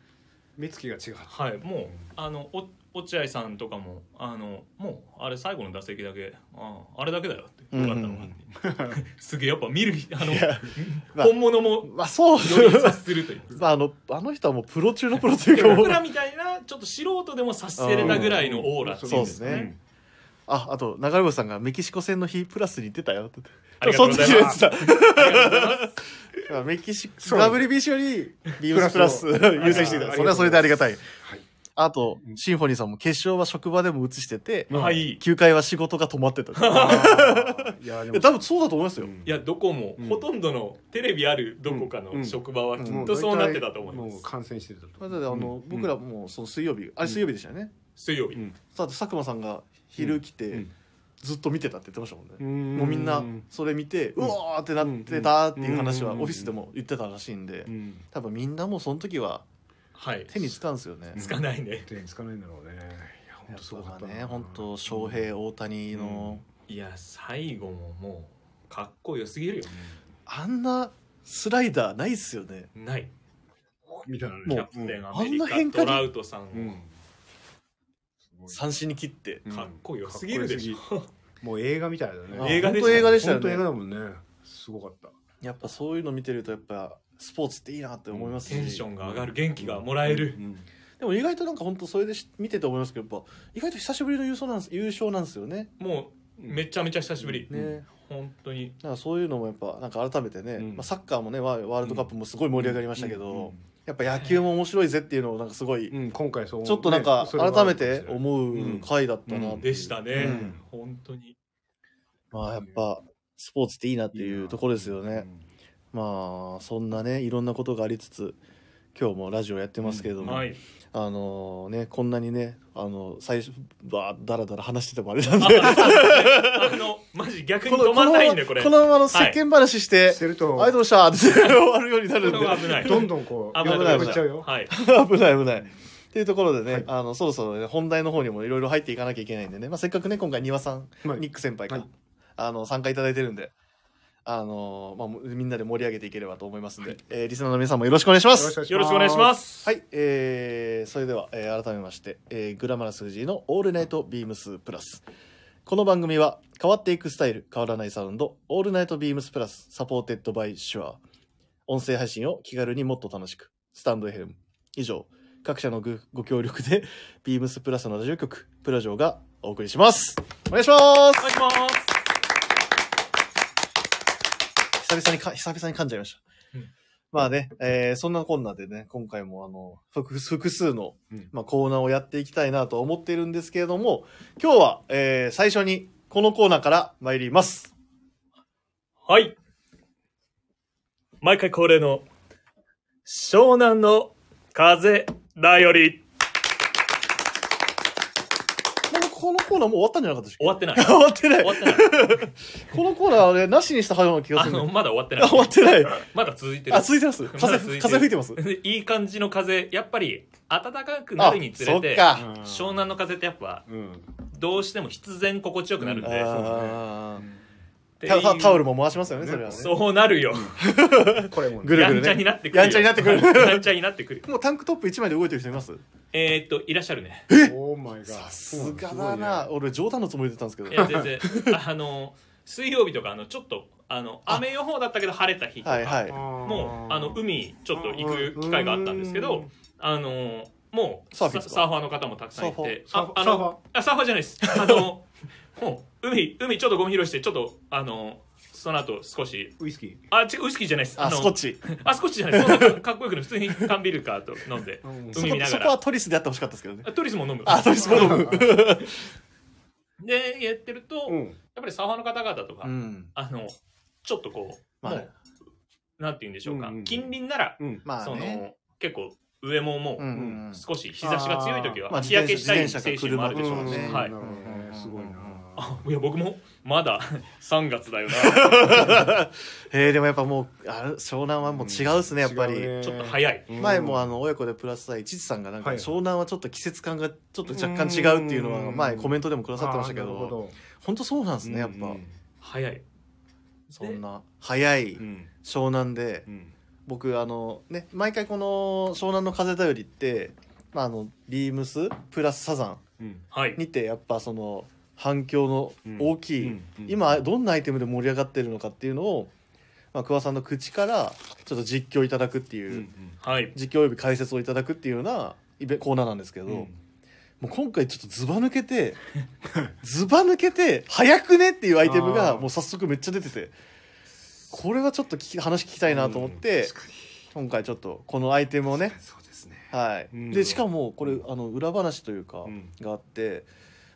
Speaker 3: 目つきが違う
Speaker 1: はいもうあのお落合さんとかもあのもうあれ最後の打席だけあああれだけだよってよかったのがって、 すげえやっぱ見るあの
Speaker 2: いやまあ
Speaker 1: 本物も
Speaker 2: まあそう
Speaker 1: より 察するという
Speaker 2: まああのあの人はもうプロ中のプロというかもう
Speaker 1: 僕 らみたいなちょっと素人でも察せれたぐらいのオーラっていうんですか
Speaker 2: そうです
Speaker 1: ね
Speaker 2: ね。ああと流れさんがメキシコ戦の日プラスに出たよって
Speaker 1: ありがとうございます
Speaker 2: その時のや
Speaker 1: ありがとうございます
Speaker 2: つだメキシコ
Speaker 3: そう
Speaker 2: WBC よりビームスプラス
Speaker 3: プ
Speaker 2: 優先して
Speaker 3: あ
Speaker 2: た
Speaker 3: ー
Speaker 2: それはそれでありがたい
Speaker 3: はい
Speaker 2: あと
Speaker 3: うん
Speaker 2: シンフォニーさんも決勝は職場でも映してて
Speaker 3: うん
Speaker 1: はいい
Speaker 2: 9回は仕事が止まってた い
Speaker 3: あーいやで
Speaker 2: や多分そうだと思いますよ、
Speaker 1: やどこも、
Speaker 3: うん
Speaker 1: ほとんどのテレビあるどこか
Speaker 3: う
Speaker 1: の
Speaker 3: ん
Speaker 1: 職場はき
Speaker 2: も
Speaker 1: っとそうなってたと思います、
Speaker 3: もう感染してたと
Speaker 2: まあだってあの、
Speaker 3: うん
Speaker 2: 僕らもうその水曜日あれ水曜日でしたよね、
Speaker 1: 水曜日、
Speaker 3: うん
Speaker 2: だって佐久間さんが昼来て、
Speaker 3: うん
Speaker 2: ずっと見てたって言ってましたもんね、
Speaker 3: も
Speaker 2: もうみんなそれ見て、う
Speaker 3: うん
Speaker 2: わーってなってたっていう話は
Speaker 3: う
Speaker 2: オ
Speaker 3: ん
Speaker 2: フィスでも言ってたらしいんで、
Speaker 3: うん
Speaker 2: 多分みんなもうその時は
Speaker 1: はい
Speaker 2: 手につかんですよね、
Speaker 1: つかないね
Speaker 3: 手につかないんだろうねいや本
Speaker 2: や
Speaker 3: 当すご
Speaker 2: っ
Speaker 3: か
Speaker 2: ぱ
Speaker 3: ったな
Speaker 2: ね本当翔平大谷の、
Speaker 1: いや最後ももうかっこよすぎるよ
Speaker 2: あんなスライダーないっすよね
Speaker 1: ない
Speaker 3: みたいなね
Speaker 1: キ
Speaker 2: もう
Speaker 1: ャプテンアメリカ
Speaker 2: あんな変化
Speaker 1: ト
Speaker 2: に
Speaker 1: ラウトさん、
Speaker 3: うんすごい
Speaker 2: 三振に切って、
Speaker 3: うん
Speaker 1: かっこよすぎるでし
Speaker 3: かっ
Speaker 1: ょ
Speaker 3: もう映画みたいだ
Speaker 2: あ
Speaker 3: ね
Speaker 1: 映画でした
Speaker 2: 本当映画でしたよ
Speaker 3: 本当映画
Speaker 2: ね
Speaker 3: だもんねすごかった
Speaker 2: やっぱそういうの見てるとやっぱスポーツっていいなって思いますし、
Speaker 1: テンションが上がる元気がもらえる、
Speaker 3: うん
Speaker 2: でも意外となんか本当それでし見てて思いますけどやっぱ意外と久しぶりの優勝なんです優勝なんですよね。
Speaker 1: もうめちゃめちゃ久しぶり、
Speaker 2: ね、
Speaker 3: うん
Speaker 1: 本当に
Speaker 2: なんかそういうのもやっぱなんか改めてね、
Speaker 3: うん
Speaker 2: まあ、サッカーもねワワールドカップもすごい盛り上がりましたけど、
Speaker 3: うん
Speaker 2: やっぱ野球も面白いぜっていうのをなんかすごい、
Speaker 3: うん今回そう
Speaker 2: ちょっとなんか
Speaker 3: ねそれは
Speaker 2: 改めて思う回だったな、
Speaker 3: うん
Speaker 1: でしたね、
Speaker 2: うん
Speaker 1: 本当に
Speaker 2: まあやっぱスポーツっていいなっていうところですよね。まあそんなねいろんなことがありつつ今日もラジオやってますけれども、
Speaker 1: はい
Speaker 2: あのねこんなにねあの最初ばーだらだら話しててもあれなんで。
Speaker 1: あのマジ逆に止まんないんだよこれ
Speaker 2: このままの世間話して、
Speaker 3: してる
Speaker 2: ありが
Speaker 3: と
Speaker 2: とうございましたって終わるようになるんで
Speaker 1: これは危ない
Speaker 3: どんどんこう
Speaker 1: 危ない
Speaker 2: 危ない
Speaker 3: やっちゃうよ
Speaker 1: はい、
Speaker 2: 危ない危ないっていうところでね、
Speaker 3: はい
Speaker 2: あのそろそろ、ね、本題の方にもいろいろ入っていかなきゃいけないんでね、まあ、せっかくね今回丹羽さん、
Speaker 3: はい
Speaker 2: ニック先輩から、
Speaker 3: はい
Speaker 2: あの参加いただいてるんで。あのまあ、みんなで盛り上げていければと思いますんで、えーリスナーの皆さんもよろしくお願いします。
Speaker 1: よろしくお願いしますす
Speaker 2: はい、えーそれでは、えー改めまして、えーグラマラス藤井の「オールナイトビームスプラス」この番組は変わっていくスタイル変わらないサウンド「オールナイトビームスプラス」サポーテッドバイシュア音声配信を気軽にもっと楽しくスタンド FM 以上各社のごご協力でビームスプラスのラジオ局プラジオがお送りしますお願いしま
Speaker 1: お願いします
Speaker 2: す久々にか久々に噛んじゃいました、
Speaker 1: うん
Speaker 2: まあね、えーそんなこんなでね今回もあの複複数の
Speaker 3: うん
Speaker 2: まあ、コーナーをやっていきたいなと思っているんですけれども、今日は、えー最初にこのコーナーから参ります。
Speaker 1: はい。毎回恒例の湘南の風だより
Speaker 2: なんかこのコーナーもう終わったんじゃなかったでし
Speaker 1: 終
Speaker 2: ょ
Speaker 1: わってない。
Speaker 2: 終
Speaker 1: 終
Speaker 2: わってない
Speaker 1: わ。ってない。
Speaker 2: このコーナーあれ、なしにしたはずな気が
Speaker 1: あ
Speaker 2: する、
Speaker 1: の、
Speaker 2: ね。
Speaker 1: まだ終わってな
Speaker 2: あ、終わっ
Speaker 1: い。
Speaker 2: てない。
Speaker 1: まだ続いてる
Speaker 2: あ、。続い てます。
Speaker 1: まだ
Speaker 2: 風、
Speaker 1: 続いてる
Speaker 2: 風吹いて ます。
Speaker 1: いい感じの風、やっぱり暖かくな
Speaker 2: あ
Speaker 1: るに、つ
Speaker 2: そ
Speaker 1: れ、
Speaker 2: ってか。
Speaker 3: うん
Speaker 1: 湘南の風ってやっぱ
Speaker 3: うん
Speaker 1: どうしても必然心地よくなるんで。っ
Speaker 2: あ
Speaker 1: て
Speaker 2: ー
Speaker 1: い
Speaker 2: タ
Speaker 1: う
Speaker 2: タタオルも回しますよね、それはね。
Speaker 1: そうなるよ。
Speaker 3: これもね
Speaker 2: ぐるぐ
Speaker 1: や
Speaker 2: るね
Speaker 1: んちゃになってくるよ。
Speaker 2: やんちゃになってくる
Speaker 1: やんちゃになってくる。
Speaker 2: もうタンクトップ1枚で動いてる人います
Speaker 1: えーっと、いらっしゃるね。
Speaker 3: オーマイガー
Speaker 2: さすがだな、
Speaker 3: うん
Speaker 2: 俺冗談のつもりで言ってたん
Speaker 1: いや
Speaker 2: ですけど。
Speaker 1: 全然あの水曜日とかあのちょっとあの
Speaker 2: あ
Speaker 1: 雨予報だったけど晴れた日とか、
Speaker 2: はいはい。
Speaker 1: もうあの
Speaker 3: 海
Speaker 1: 海ちょっと行く機会があったんですけどあのもう
Speaker 2: サーフィン
Speaker 1: サ
Speaker 2: ですか
Speaker 1: サーファーの方もたくさんいて
Speaker 3: サーフ
Speaker 1: あ
Speaker 3: ァー
Speaker 1: あ
Speaker 3: サーファー
Speaker 1: のあサーファーじゃないですあのもう海海ちょっとゴミ拾いしてちょっとあのその後少し
Speaker 3: ウイスキ
Speaker 1: あ違うウイスキーじゃないです
Speaker 2: あ、
Speaker 1: の
Speaker 2: スコッチ。
Speaker 1: あスコッチじゃないですそんなかっこよくない普通に缶ビールかと飲んで
Speaker 3: ーうん
Speaker 2: そこ
Speaker 1: 海見ながら
Speaker 2: そこはトリスでやってほしかったですけどね。
Speaker 1: あトリスも飲む
Speaker 2: あ、トリスボーム。
Speaker 1: でやってると、
Speaker 3: う
Speaker 1: やっ
Speaker 3: ん
Speaker 1: ぱりサーファーの方々とか、
Speaker 2: うん。
Speaker 1: あのちょっとこう、
Speaker 2: まあ
Speaker 1: もうなんて言うんでしょうか、
Speaker 3: うんうん
Speaker 1: 近隣なら、
Speaker 3: うん
Speaker 2: まあ
Speaker 1: そ
Speaker 2: ね。
Speaker 1: の結構上もも
Speaker 2: うんうんうん
Speaker 1: う少し日差しが強い時
Speaker 2: あーまあ
Speaker 1: は日焼けしたい
Speaker 2: 自転車
Speaker 1: 精神もあるでしょうし、
Speaker 2: 自転車か
Speaker 1: は
Speaker 2: 車と
Speaker 1: い
Speaker 3: なる、ほどね
Speaker 2: うん
Speaker 3: すごいな。
Speaker 1: あいや僕もまだ 3月だよな
Speaker 2: えー、でもやっぱもうあれ湘南はもう違うっすね、やっぱり、
Speaker 3: 違うね
Speaker 1: ちょっと早い
Speaker 2: 前もあの親子でプラスさ一地さんがなんか
Speaker 3: はい
Speaker 2: 湘南はちょっと季節感がちょっと若干違うっていうの
Speaker 3: う
Speaker 2: は
Speaker 3: ん
Speaker 2: 前コメントでもくださってましたけ
Speaker 3: あーなるほ
Speaker 2: ど本当そうなんですねやっぱ
Speaker 3: うん
Speaker 1: 早い
Speaker 2: そんな早い
Speaker 3: うん
Speaker 2: 湘南で
Speaker 3: うん
Speaker 2: 僕あのね毎回この湘南の風だよりってまああのビームスプラスサザン
Speaker 3: うん
Speaker 1: はい
Speaker 2: にてやっぱその反響の大きい、
Speaker 3: うんうん
Speaker 2: 今どんなアイテムで盛り上がってるのかっていうのを、まあ、桑さんの口からちょっと実況いただくっていうう、
Speaker 3: ん
Speaker 1: はい
Speaker 2: 実況および解説をいただくっていうようなイベコーナーなんですけど、
Speaker 3: うん
Speaker 2: もう今回ちょっとズバ抜けて ズバ抜けて早くねっていうアイテム
Speaker 3: あ
Speaker 2: が
Speaker 3: ー
Speaker 2: もう早速めっちゃ出ててこれはちょっと聞き話聞きたいなと思って、
Speaker 3: 確かに
Speaker 2: 今回ちょっとこのアイテムを ね
Speaker 3: そうですね。
Speaker 2: はい、
Speaker 3: うん
Speaker 2: でしかもこれあの裏話というか、
Speaker 3: うん
Speaker 2: があって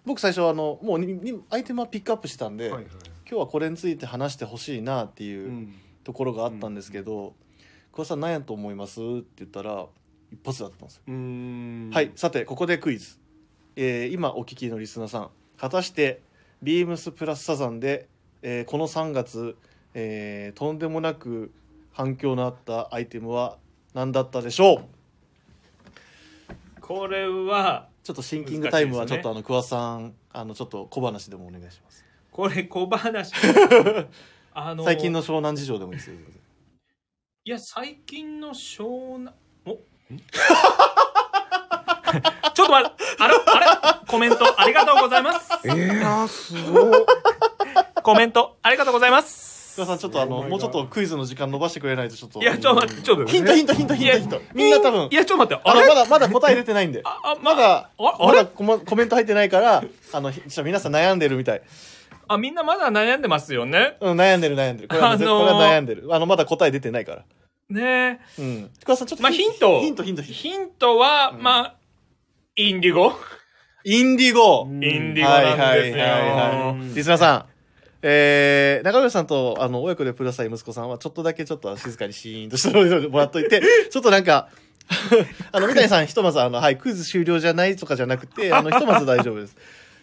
Speaker 2: 僕最初あのもうににアイテムはピックアップしてたんで、
Speaker 3: はいはい
Speaker 2: 今日はこれについて話してほしいなっていううんところがあったんですけど「桑、さん何やと思います?」って言ったら一発だったんですよ。
Speaker 3: うん
Speaker 2: はいさてここでクイズ、えー今お聞きのリスナーさん果たしてビームスプラスサザンで、えーこの3月、えーとんでもなく反響のあったアイテムは何だったでしょう
Speaker 1: これは
Speaker 2: ちょっとシンキングタイムは
Speaker 1: 難し
Speaker 2: ち
Speaker 1: いで
Speaker 2: ょ
Speaker 1: すね
Speaker 2: っとあの桑さんあのちょっと小話でもお願いします。
Speaker 1: これ小 話あの
Speaker 2: 最近の湘南事情でもいいですよ。
Speaker 1: いや最近の湘南 おちょっと待ってあれあれコメントありがとうございます
Speaker 3: えーあーすごい。
Speaker 1: コメントありがとうございます
Speaker 2: 桑さんちょっとあ
Speaker 3: お
Speaker 2: の
Speaker 3: 前が
Speaker 2: もうちょっとクイズの時間伸ばしてくれないとちょっと。
Speaker 1: いやちょっと待ってちょっと待
Speaker 2: ヒ
Speaker 1: っ
Speaker 2: ン
Speaker 1: て
Speaker 2: トヒントヒントヒントヒント。みんな多分
Speaker 1: い。やちょっと待って
Speaker 2: あ
Speaker 1: あ
Speaker 2: の
Speaker 1: れ
Speaker 2: まだまだ答え出てないんで。
Speaker 1: ああま
Speaker 2: ま
Speaker 1: だ
Speaker 2: だ
Speaker 1: ああ
Speaker 2: ま
Speaker 1: れ
Speaker 2: だコマコメント入ってないからあのひちょっと皆さん悩んでるみたい。
Speaker 1: あみんなまだ悩んでますよね
Speaker 2: うん悩んでる悩んでる。これは,、
Speaker 1: あのー
Speaker 2: これは悩んでる。あのまだ答え出てないから。
Speaker 1: ね
Speaker 2: うん。桑さんちょ
Speaker 1: え
Speaker 2: っと。
Speaker 1: まあヒント
Speaker 2: ヒントヒントヒント。
Speaker 1: ヒントは、
Speaker 2: うん
Speaker 1: まあインディゴ
Speaker 2: インディゴ。
Speaker 3: うん
Speaker 1: インディゴ
Speaker 2: はい
Speaker 1: な
Speaker 2: は
Speaker 1: んで
Speaker 2: い
Speaker 1: す
Speaker 2: はい
Speaker 1: よ、
Speaker 2: はいリスナーさん、えー、中村さんと、あの、親子でプラスイ息子さんは、ちょっとだけちょっと静かにシーンとしてもらっといて、 ちょっとなんか、あの、三谷さん、ひとまず、あの、はい、クイズ終了じゃないとかじゃなくて、あの、ひとまず大丈夫 です。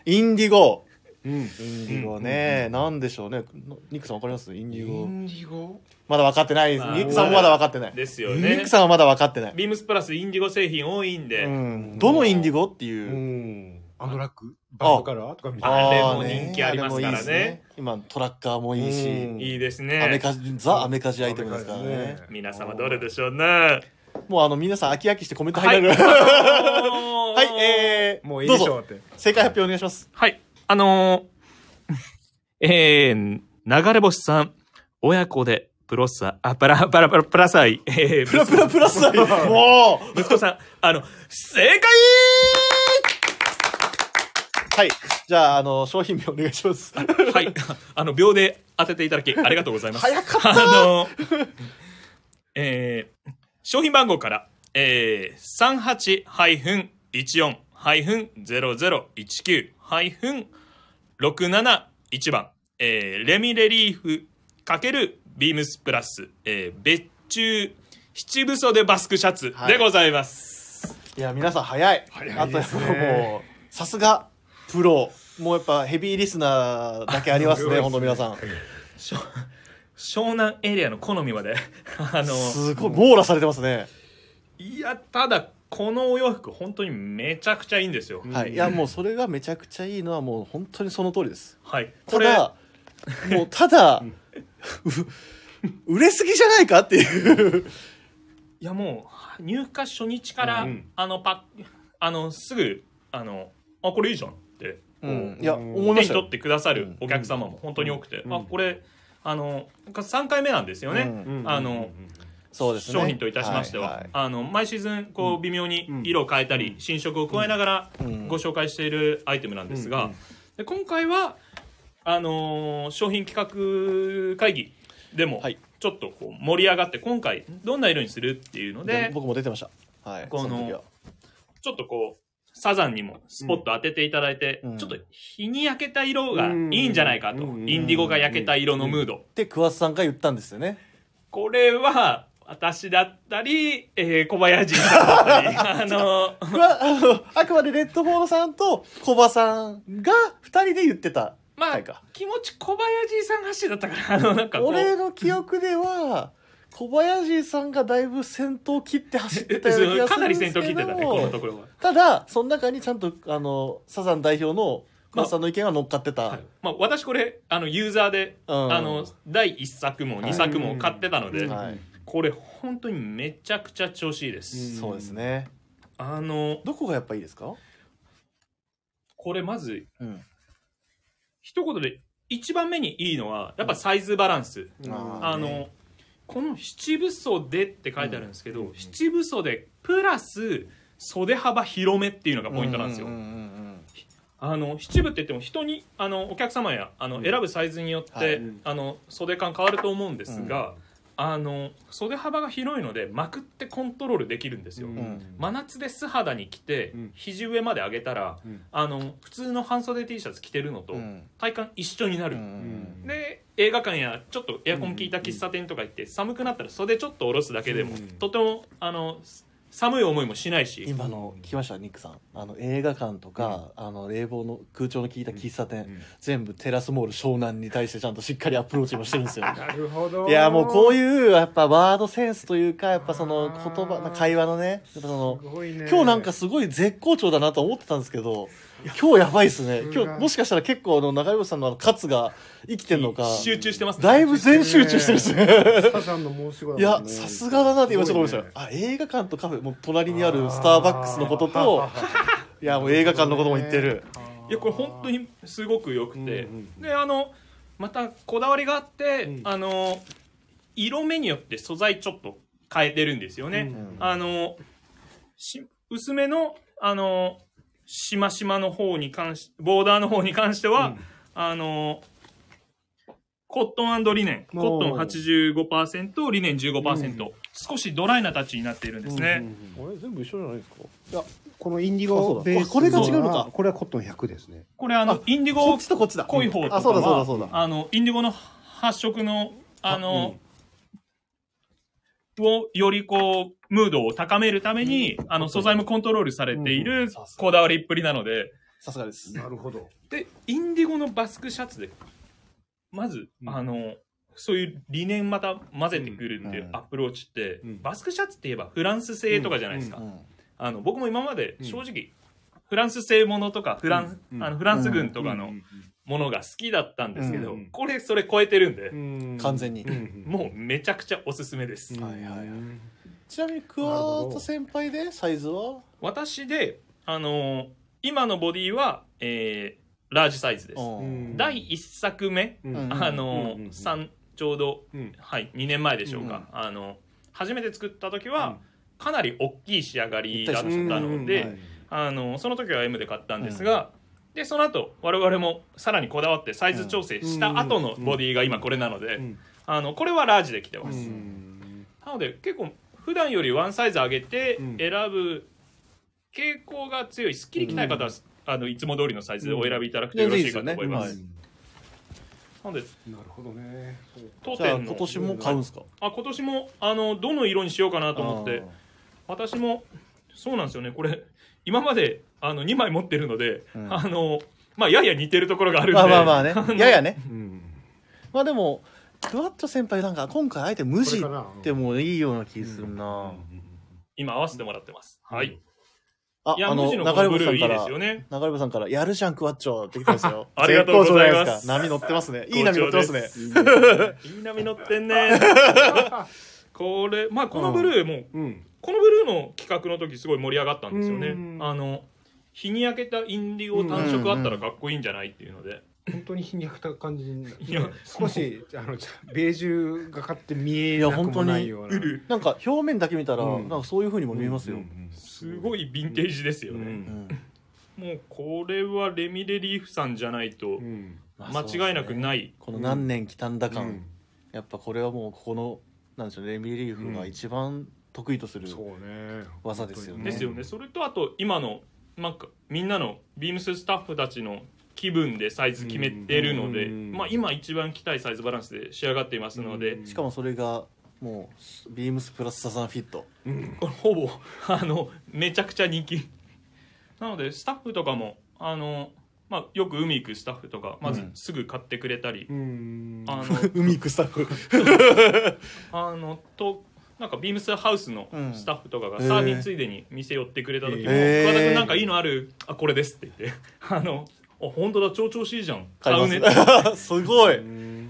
Speaker 2: インディゴ。
Speaker 3: うん。
Speaker 2: インディゴね、なんでしょうね。ニックさんわかりますインデ
Speaker 3: イ
Speaker 2: ィゴ。
Speaker 3: ンディゴ。
Speaker 2: まだ分かってないです。
Speaker 1: まあ
Speaker 2: ニックさんもまだ分かってない。ニ
Speaker 1: ですよ
Speaker 2: ッ
Speaker 1: ね
Speaker 2: クさんはまだ分かってない。
Speaker 1: ビームスプラスインディゴ製品多いんで、
Speaker 2: うん。どのインディゴって
Speaker 3: う。
Speaker 2: いうん
Speaker 3: あのラックバンドカラーとかみたい
Speaker 1: あ
Speaker 3: な。
Speaker 1: れ
Speaker 2: ー
Speaker 1: も人気ありますからね
Speaker 2: あれもいいっ今トラッカーもいいし、
Speaker 3: うん
Speaker 1: いいです
Speaker 2: アメ
Speaker 1: ね
Speaker 2: カジザアメカジアイテムですからね
Speaker 1: 皆様どれでしょうね
Speaker 2: もうあの皆さん飽き飽きしてコメント入られるは、
Speaker 1: はいい、
Speaker 2: えー、
Speaker 3: もういいでし
Speaker 2: ど
Speaker 3: ょ
Speaker 2: うぞ
Speaker 3: うって。
Speaker 2: 正解発表お願いします
Speaker 1: はい。あのー、 えー、流れ星さん、親子で、プロサ、あ、パラ、パラ、パラ、プラサイ、えー、
Speaker 2: プラプラプラスアイもう
Speaker 1: 息子息子さん、あの、正解
Speaker 2: はいじゃああの商品名お願いします
Speaker 1: はい。 あの、秒で当てていただき、ありがとうございます。
Speaker 2: 早かった
Speaker 1: あのー、えー、商品番号から、えー、38-14-0019-671番、えー、レミレリーフ×ビームスプラス、えー、別注七分袖バスクシャツでございます。
Speaker 2: いや皆さん早い
Speaker 3: 早い
Speaker 2: あと
Speaker 3: で
Speaker 2: やっ
Speaker 3: す
Speaker 2: ぱ
Speaker 3: ね
Speaker 2: もうさすがプロもうやっぱヘビーリスナーだけありますね本当皆さん
Speaker 1: しょ湘南エリアの好みまで、 あのー
Speaker 2: すごい網羅されてますね、
Speaker 1: いやただこのお洋服本当にめちゃくちゃいいんですよ、
Speaker 2: はいいやもうそれがめちゃくちゃいいのはもう本当にその通りです
Speaker 1: はい
Speaker 2: た
Speaker 1: これ
Speaker 2: だもうただう売れすぎじゃないかっていう
Speaker 1: いやもう入荷初日から、
Speaker 3: うん
Speaker 1: あのパッあのすぐあのあこれいいじゃんって
Speaker 2: うんいや
Speaker 3: うん
Speaker 2: 思い
Speaker 1: 手
Speaker 2: ま
Speaker 1: に
Speaker 2: した
Speaker 1: 取っ
Speaker 2: よ
Speaker 1: てくださるお客様も本当に多くて、
Speaker 3: うん
Speaker 1: あこれあの3回目なんですよね、
Speaker 2: うん
Speaker 3: うん
Speaker 1: あの、
Speaker 2: そうですね
Speaker 1: 商品といたしましては、
Speaker 2: いい
Speaker 1: あの毎シーズンこ
Speaker 3: う
Speaker 1: うん微妙に
Speaker 3: うん
Speaker 1: 色を変えたり、新色を加えながら
Speaker 2: うん
Speaker 1: ご紹介しているアイテムなんですが、
Speaker 3: うんうん
Speaker 1: で今回はあのー商品企画会議でも
Speaker 2: はい
Speaker 1: ちょっとこう盛り上がって今回どんな色にするっていうの
Speaker 2: で
Speaker 1: で
Speaker 2: 僕も出てましたはい
Speaker 1: この
Speaker 2: そ時は
Speaker 1: ちょっとこうサザンにもスポット当てていただいて、
Speaker 2: うん
Speaker 1: ちょっと日に焼けた色がいいんじゃないかと、
Speaker 3: うん
Speaker 1: インディゴが焼けた色のムード、
Speaker 2: で桑田さんが言ったんですよね
Speaker 1: これは私だったり、えー、小林さん だったりあの
Speaker 2: これはあのあくまでレッドフォードさんとコバさんが二人で言ってた
Speaker 1: まあ
Speaker 2: 回か
Speaker 1: 気持ち小林さん発信だったからあのなんかこう
Speaker 2: 俺の記憶では小林さんがだいぶ先頭を切って 走ってたような気がす
Speaker 1: かな
Speaker 2: る
Speaker 1: り
Speaker 2: んです
Speaker 1: 先
Speaker 2: け
Speaker 1: 頭
Speaker 2: ど
Speaker 1: 切ってたねこのところは。
Speaker 2: ただその中にちゃんとあのサザン代表の小林さんの意見が乗っかってた、
Speaker 1: はいまあ、私これあのユーザーで、
Speaker 2: うん
Speaker 1: あの第1作も
Speaker 2: はい
Speaker 1: 2作も買ってたので、
Speaker 2: はい
Speaker 1: これ本当にめちゃくちゃ調子いいです、
Speaker 3: うん
Speaker 2: そうですね
Speaker 1: あの
Speaker 2: どこがやっぱいいですか、
Speaker 1: これまず
Speaker 2: うん、
Speaker 1: 一言で一番目にいいのはやっぱサイズバランス、
Speaker 2: うん
Speaker 1: あのこの七分袖って書いてあるんですけど、七分袖プラス袖幅広めっていうのがポイントなんですよ、
Speaker 2: ううん
Speaker 1: あの七分って言っても人にあのお客様やあの選ぶサイズによって、
Speaker 2: はい
Speaker 3: うん
Speaker 1: あの袖感変わると思うんですが、あの袖幅が広いのでまくってコントロールできるんですよ、
Speaker 2: ん
Speaker 1: 真夏で素肌に着て
Speaker 3: うん
Speaker 1: 肘上まで上げたら、
Speaker 3: うん
Speaker 1: あの普通の半袖 T シャツ着てるのと
Speaker 2: うんうん
Speaker 1: 体感一緒にな
Speaker 2: う
Speaker 1: る、
Speaker 2: ん
Speaker 1: で映画館やちょっとエアコン効いた喫茶店とか行って寒くなったら袖ちょっと下ろすだけでも、
Speaker 3: うん
Speaker 1: とてもあの寒い思いもしないし、
Speaker 2: 今の来ましたニックさんあの映画館とか、あの冷房の空調の効いた喫茶店、全部テラスモール湘南に対してちゃんとしっかりアプローチもしてるんですよ
Speaker 3: なるほど
Speaker 2: いやもうこう
Speaker 3: う
Speaker 2: いうやっぱワードセンスというかやっぱその
Speaker 3: あー
Speaker 2: 言葉まあ会話のねやっぱその
Speaker 3: すごいね
Speaker 2: 今日なんかすごい絶好調だなと思ってたんですけど今日やばいですね
Speaker 3: さすが
Speaker 2: 今日もしかしたら結構あの中山さんのあの勝が生きてんのか
Speaker 1: 集中してますね
Speaker 2: だいぶ全集中してるっすね
Speaker 3: サザンの申し子だもん
Speaker 2: い
Speaker 3: ね
Speaker 2: やさすがだなって今ちょっと思いましたよ、
Speaker 3: すごいね
Speaker 2: あ映画館とカフェもう隣にあるスターバックスのことといやもう映画館のことも言ってる、
Speaker 1: いやこれ本当にすごく良くて、
Speaker 3: うんうん
Speaker 1: であのまたこだわりがあって、
Speaker 3: うん
Speaker 1: あの色目によって素材ちょっと変えてるんですよね、
Speaker 3: うん
Speaker 1: あのし薄めのあのしましまの方に関しボーダーの方に関しては、
Speaker 3: うん
Speaker 1: あのコットンリネンコットン85%リネン15%、
Speaker 3: う
Speaker 1: 少しドライなタッチになっているんですね、
Speaker 3: うんうんうん
Speaker 2: れ全部一緒じゃないですか
Speaker 3: このインディゴベース
Speaker 2: あこれが
Speaker 1: 違う
Speaker 2: のか
Speaker 3: これはコットン100ですね
Speaker 1: これあの
Speaker 2: あ
Speaker 1: インディ
Speaker 2: こ
Speaker 1: ゴ
Speaker 2: っちとこっちだ
Speaker 1: 濃い方とかは
Speaker 2: あそうだそうだそうだ
Speaker 1: あのインディゴの発色のあの、をよりこうムードを高めるために、あの素材もコントロールされている
Speaker 2: さすが
Speaker 1: こだわりっぷりなので
Speaker 2: さすがです
Speaker 3: なるほど
Speaker 1: でインディゴのバスクシャツでまず、
Speaker 3: うん
Speaker 1: あのそういう理念また混ぜてくるっていう
Speaker 2: うん
Speaker 1: アプローチって、
Speaker 3: うん
Speaker 1: バスクシャツって言えばフランス製とかじゃないですか、
Speaker 2: うん
Speaker 1: あの僕も今まで正直、フランス製ものとかフラン、
Speaker 3: うん
Speaker 1: あのフランス軍とかの、
Speaker 3: うん
Speaker 1: ものが好きだったんですけど、
Speaker 3: うん
Speaker 1: これそれ超えてるんで、
Speaker 3: うん
Speaker 2: 完全に
Speaker 3: うん
Speaker 1: もうめちゃくちゃおすすめです、
Speaker 3: うん
Speaker 2: はいはいはい
Speaker 3: うん
Speaker 2: ちなみにクワート先輩でサイズは
Speaker 1: 私で、あのー今のボディは、えーラージサイズです、
Speaker 2: うん
Speaker 1: 第1作目、
Speaker 3: うん
Speaker 2: うん
Speaker 1: あのー
Speaker 3: うんうん
Speaker 1: 三ちょうど、
Speaker 3: うん
Speaker 1: はい、2年前でしょうか、あの初めて作った時は、かなり大きい仕上がりだったので、
Speaker 2: うんうん
Speaker 1: あのその時は M で買ったんですが、でその後我々もさらにこだわってサイズ調整した後のボディが今これなので、
Speaker 3: うん
Speaker 1: あのこれはラージで着て
Speaker 3: う
Speaker 1: ます、
Speaker 3: ん
Speaker 1: なので結構普段よりワンサイズ上げて
Speaker 3: う
Speaker 1: 選
Speaker 3: ん
Speaker 1: ぶ傾向が強いすっきり着たい方は、あのいつも通りのサイズをお選びいただくと
Speaker 2: うん
Speaker 1: よろしいかと思います、
Speaker 2: 全然いいですよねはい
Speaker 1: なので
Speaker 3: なるほどねそう
Speaker 1: 当
Speaker 2: じゃあ
Speaker 1: 店の
Speaker 2: 今年も買うんすか
Speaker 1: あ今年もあのどの色にしようかなと思って私もそうなんですよねこれ今まであの2枚持ってるので、
Speaker 2: うん
Speaker 1: あのまあやや似てるところがあるんで
Speaker 2: まあまあまあ ねややね
Speaker 3: うん
Speaker 2: まあでもクワッチョ先輩なんか今回あえて無地
Speaker 3: これかな
Speaker 2: でもいいような気する
Speaker 3: うん
Speaker 2: な、
Speaker 1: 今合わせてもらってます、はい
Speaker 2: あ
Speaker 1: いや
Speaker 2: あ
Speaker 1: 無
Speaker 2: の
Speaker 1: 地の
Speaker 2: 流れ
Speaker 1: このブ
Speaker 2: 星
Speaker 1: ルーい
Speaker 2: さんか
Speaker 1: いで
Speaker 2: ら
Speaker 1: すよね
Speaker 2: 流れ星さんから「やるじゃんクワッチョ」って来てますよ
Speaker 1: ありがとうございます
Speaker 2: 絶好調じゃなですか波乗っ てますねいい波乗ってますね
Speaker 3: いい
Speaker 1: い
Speaker 3: ね
Speaker 1: い波乗ってんねこれまあこのブルーも
Speaker 3: うん
Speaker 1: このブルーの企画の時すごい盛り上がったんですよね
Speaker 3: うん
Speaker 1: あの日に焼けたインディゴ単色あったらかっこいいんじゃないっていうので
Speaker 3: 本当に皮肉った感じになる
Speaker 1: いや
Speaker 3: 少しあのベージュがかって見えなくもないような
Speaker 1: うる
Speaker 2: なんか表面だけ見たら、
Speaker 3: うん
Speaker 2: なんかそういう風にも見えますよ、
Speaker 3: うんうんうん
Speaker 1: すごいヴィンテージですよ
Speaker 3: う
Speaker 1: ね
Speaker 3: ん
Speaker 1: もうこれはレミレリーフさんじゃないと
Speaker 3: うん
Speaker 1: 間違いなく
Speaker 2: い
Speaker 1: ない
Speaker 2: この何年来たんだ
Speaker 3: う
Speaker 2: 感、
Speaker 3: ん
Speaker 2: やっぱこれはもうここのなんでしょうねレミリーフが一番得意とする、
Speaker 3: そうね
Speaker 2: 技ですよね
Speaker 1: ですよね、それとあと今のなんかみんなのビームススタッフたちの気分でサイズ決めてるので、
Speaker 3: うん
Speaker 1: まあ、今一番着たいサイズバランスで仕上がっていますので、
Speaker 3: うん
Speaker 2: しかもそれがもうビームスプラスサザンフィット
Speaker 1: これほぼあのめちゃくちゃ人気なのでスタッフとかもあの、まあ、よく海行くスタッフとかまず
Speaker 2: うん
Speaker 1: すぐ買ってくれたり、
Speaker 3: うん
Speaker 1: あの
Speaker 2: 海行くスタッフ
Speaker 1: あのとなんかビームスハウスの
Speaker 2: うん
Speaker 1: スタッフとかが
Speaker 2: へー
Speaker 1: サービスついでに店寄ってくれた時も「
Speaker 2: へー
Speaker 1: 桑田君なんかいいのあるあこれです」って言って「あのあ本当だ超調子いいじゃん買
Speaker 2: 買
Speaker 1: う
Speaker 2: い
Speaker 1: ね」って
Speaker 2: ます すごい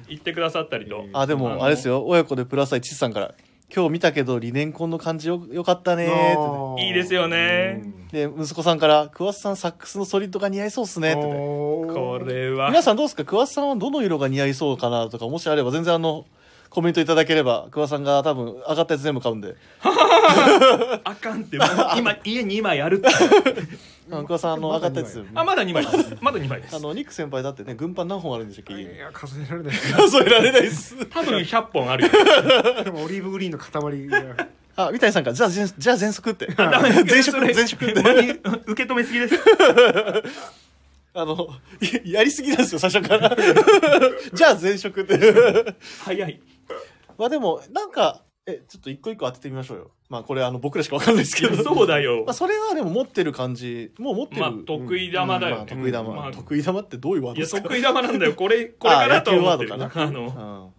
Speaker 1: 言ってくださったりと
Speaker 2: あでもあれですよ親子でプラス愛チスさんから「今日見たけどリネンコンの感じよよかったね」っ
Speaker 1: いいですよね
Speaker 2: て、ね、で息子さんから「桑田さんサックスのソリッドが似合いそうっすね」ってね
Speaker 1: こ
Speaker 3: こ
Speaker 1: れは
Speaker 2: 皆さんどうですか桑田さんはどの色が似合いそうかなとかもしあれば全然あのコメントいただければ桑田さんが多分上がったやつ全部買うんで
Speaker 1: あかんってもう今家に今やるって
Speaker 2: あの桑田さんあの上がったやつ全部
Speaker 1: あまだ2枚ですまだ2枚です
Speaker 2: あのニック先輩だってね軍パン何本あるんでしたっけ家に
Speaker 3: いや数えら れない
Speaker 2: 数えられないっす
Speaker 1: 多分100本あるよ
Speaker 3: でもオリーブグリーンの塊が
Speaker 2: あ三谷さんからじゃあ全じゃあ全速って
Speaker 1: ダメ
Speaker 2: 全速
Speaker 1: それ
Speaker 2: 全 速って
Speaker 1: 間に受け止めすぎです
Speaker 2: あの いやりすぎなんですよ最初から じゃあ全職って
Speaker 1: 早い
Speaker 2: まあでもなんかえちょっと一個一個当ててみましょうよまあこれあの僕らしかわかんないですけど
Speaker 1: そうだよ
Speaker 2: まあ、それはでも持ってる感じもう持ってる、
Speaker 1: まあ得意玉だよね
Speaker 2: うんまあ得意玉、
Speaker 1: まあ
Speaker 2: 得意玉ってどういうワード
Speaker 1: い
Speaker 2: で
Speaker 1: や
Speaker 2: すか
Speaker 1: 得意玉なんだよこれこれかなとは思って
Speaker 2: あ野球ワード
Speaker 1: る
Speaker 2: か
Speaker 1: あの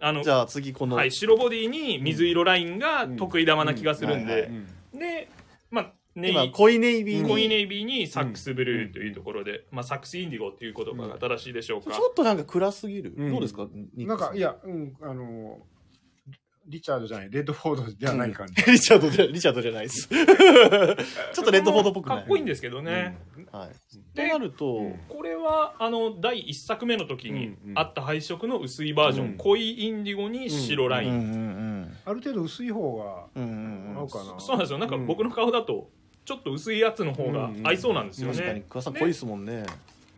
Speaker 1: あ
Speaker 2: う
Speaker 1: の
Speaker 2: ん、じゃあ次この、
Speaker 1: はい、白ボディに水色ラインが得意玉な気がするんで、でまあネイビ
Speaker 2: 今
Speaker 1: ー
Speaker 2: 濃いネイビーに
Speaker 1: コインネイビーにサックスブルーというところで、まあ、サックスインディゴっていう言葉が正しいでしょう
Speaker 2: ちょ
Speaker 1: か、
Speaker 2: っとなんか暗すぎる、
Speaker 3: うん
Speaker 2: どうですかニッ
Speaker 3: なん
Speaker 2: クさ
Speaker 3: かいやうんあのリチャードじゃないレッドフォードではない感じ
Speaker 2: リチャードじゃリチャードじゃない です。ちょっとレッドフォードっぽく
Speaker 1: か
Speaker 2: ない。
Speaker 1: っこいいんですけどね、
Speaker 2: はい。と
Speaker 1: で
Speaker 2: なると、
Speaker 3: うん
Speaker 1: これはあの第1作目の時に
Speaker 3: うんうん
Speaker 1: あった配色の薄いバージョン、
Speaker 3: うん
Speaker 1: 濃いインディゴに白ライン、
Speaker 2: うんうん
Speaker 3: ある程度薄い方が
Speaker 2: うんうんうん
Speaker 3: 合
Speaker 2: うん
Speaker 3: う。かな
Speaker 1: そうなんですよなんか僕の顔だとちょっと薄いやつの方が合いそうなんですよね、
Speaker 2: 確かに桑田さん濃いですもんね。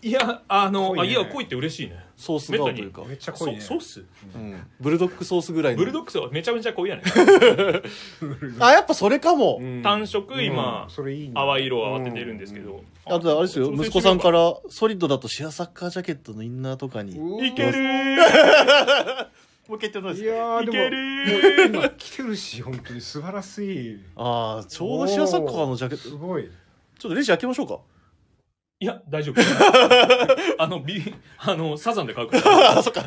Speaker 1: いやあの
Speaker 3: 濃いね
Speaker 1: あいや濃いって嬉しいね
Speaker 2: ソース顔というか、
Speaker 3: めっちゃ濃いね
Speaker 1: そソース
Speaker 2: うんブルドックソースぐらいの。
Speaker 1: ブルドックスはめちゃめちゃ濃いやね、
Speaker 2: あやっぱそれかも。
Speaker 3: うん
Speaker 1: 単色今
Speaker 3: うん、それいいね
Speaker 1: 淡い色を合わせてるんですけど、
Speaker 2: あとあれですよ息子さんからソリッドだとシアサッカージャケットのインナーとかに。も
Speaker 3: う
Speaker 1: ら
Speaker 3: ん
Speaker 1: いける
Speaker 2: う一回言ってもら
Speaker 3: い
Speaker 2: いですか。
Speaker 3: やー
Speaker 1: い
Speaker 3: で
Speaker 1: け
Speaker 3: も
Speaker 1: る
Speaker 3: もう今来てるし本当に素晴らしい
Speaker 2: ああちょうどシアサッカーのジャケット。
Speaker 3: す
Speaker 2: ちょっ
Speaker 3: ごい
Speaker 2: とレジ開けましょうか。
Speaker 1: いや大 丈夫あのビあのサザンで買うから
Speaker 2: あそっか。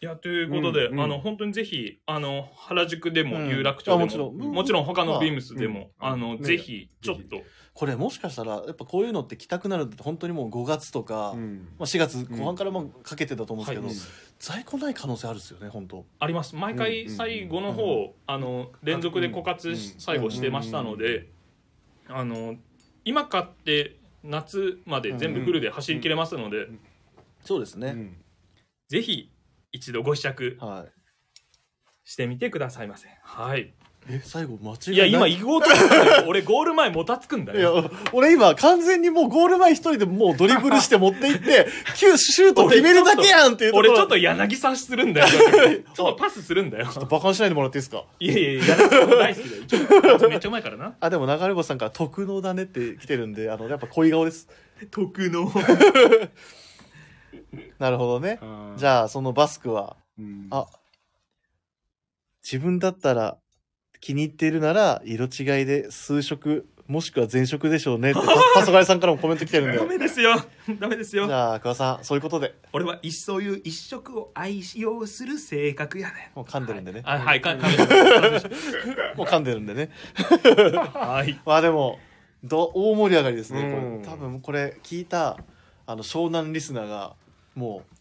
Speaker 1: いやということで、
Speaker 3: うんうん
Speaker 1: あの本当にぜひあの原宿でも
Speaker 2: うん
Speaker 1: 有楽町でも、
Speaker 2: あもちろんうん
Speaker 1: もちろん他のビームスでも、
Speaker 3: まあ
Speaker 1: あ
Speaker 3: うん
Speaker 1: の、
Speaker 3: ね
Speaker 1: ぜひちょっと
Speaker 2: これもしかしたらやっぱこういうのって着たくなるのって本当にもう5月とか。
Speaker 3: うん
Speaker 2: まあ、4月後半からまあかけてだと思うんですけど、
Speaker 1: はい
Speaker 2: 在庫ない可能性あるですよね本当
Speaker 1: あります毎回最後の方、
Speaker 2: うん
Speaker 1: あの連続で枯渇し、
Speaker 3: うん
Speaker 1: 最後してましたので、あの今買って夏まで全部フルで走り切れますので、
Speaker 3: ん
Speaker 2: そうですね、
Speaker 3: うん
Speaker 1: ぜひ一度ご試着
Speaker 2: はい
Speaker 1: してみてくださいませはい
Speaker 2: え最後間違い
Speaker 1: いや今
Speaker 2: ない
Speaker 1: 行こうと思ったよ俺ゴール前もたつくんだ
Speaker 2: いや
Speaker 1: よ
Speaker 2: 俺今完全にもうゴール前一人でもうドリブルして持っていって キューシュートを決めるだけやんっていうとこ
Speaker 1: 俺
Speaker 2: ろ
Speaker 1: ちょっと柳さするん だよちょっとパスするんだよ
Speaker 2: バカにしないでもらっていいですか
Speaker 1: いやいや柳さ大好きだ よ一応めっちゃうまいからな
Speaker 2: あでも流れ星さんから「特能だね」って来てるんであのやっぱ恋顔です
Speaker 1: 特の
Speaker 2: なるほどね
Speaker 3: あー
Speaker 2: じゃあそのバスクは
Speaker 3: うん
Speaker 2: あ自分だったら気に入っているなら色違いで数色もしくは全色でしょうね ってパパソガイさんからもコメント来てるんで
Speaker 1: ダメですよダメですよ
Speaker 2: じゃあ、桑さん、そういうことで、
Speaker 1: 俺は一そういう一食を愛用する性格やね
Speaker 2: もう噛んでるんでね。
Speaker 1: あはいかかめ
Speaker 2: もう噛んでるんでね。
Speaker 1: はい
Speaker 2: まあでも、ど大盛り上がりですね。
Speaker 3: うん
Speaker 2: これ多分これ、聞いた、あの、湘南リスナーが、もう、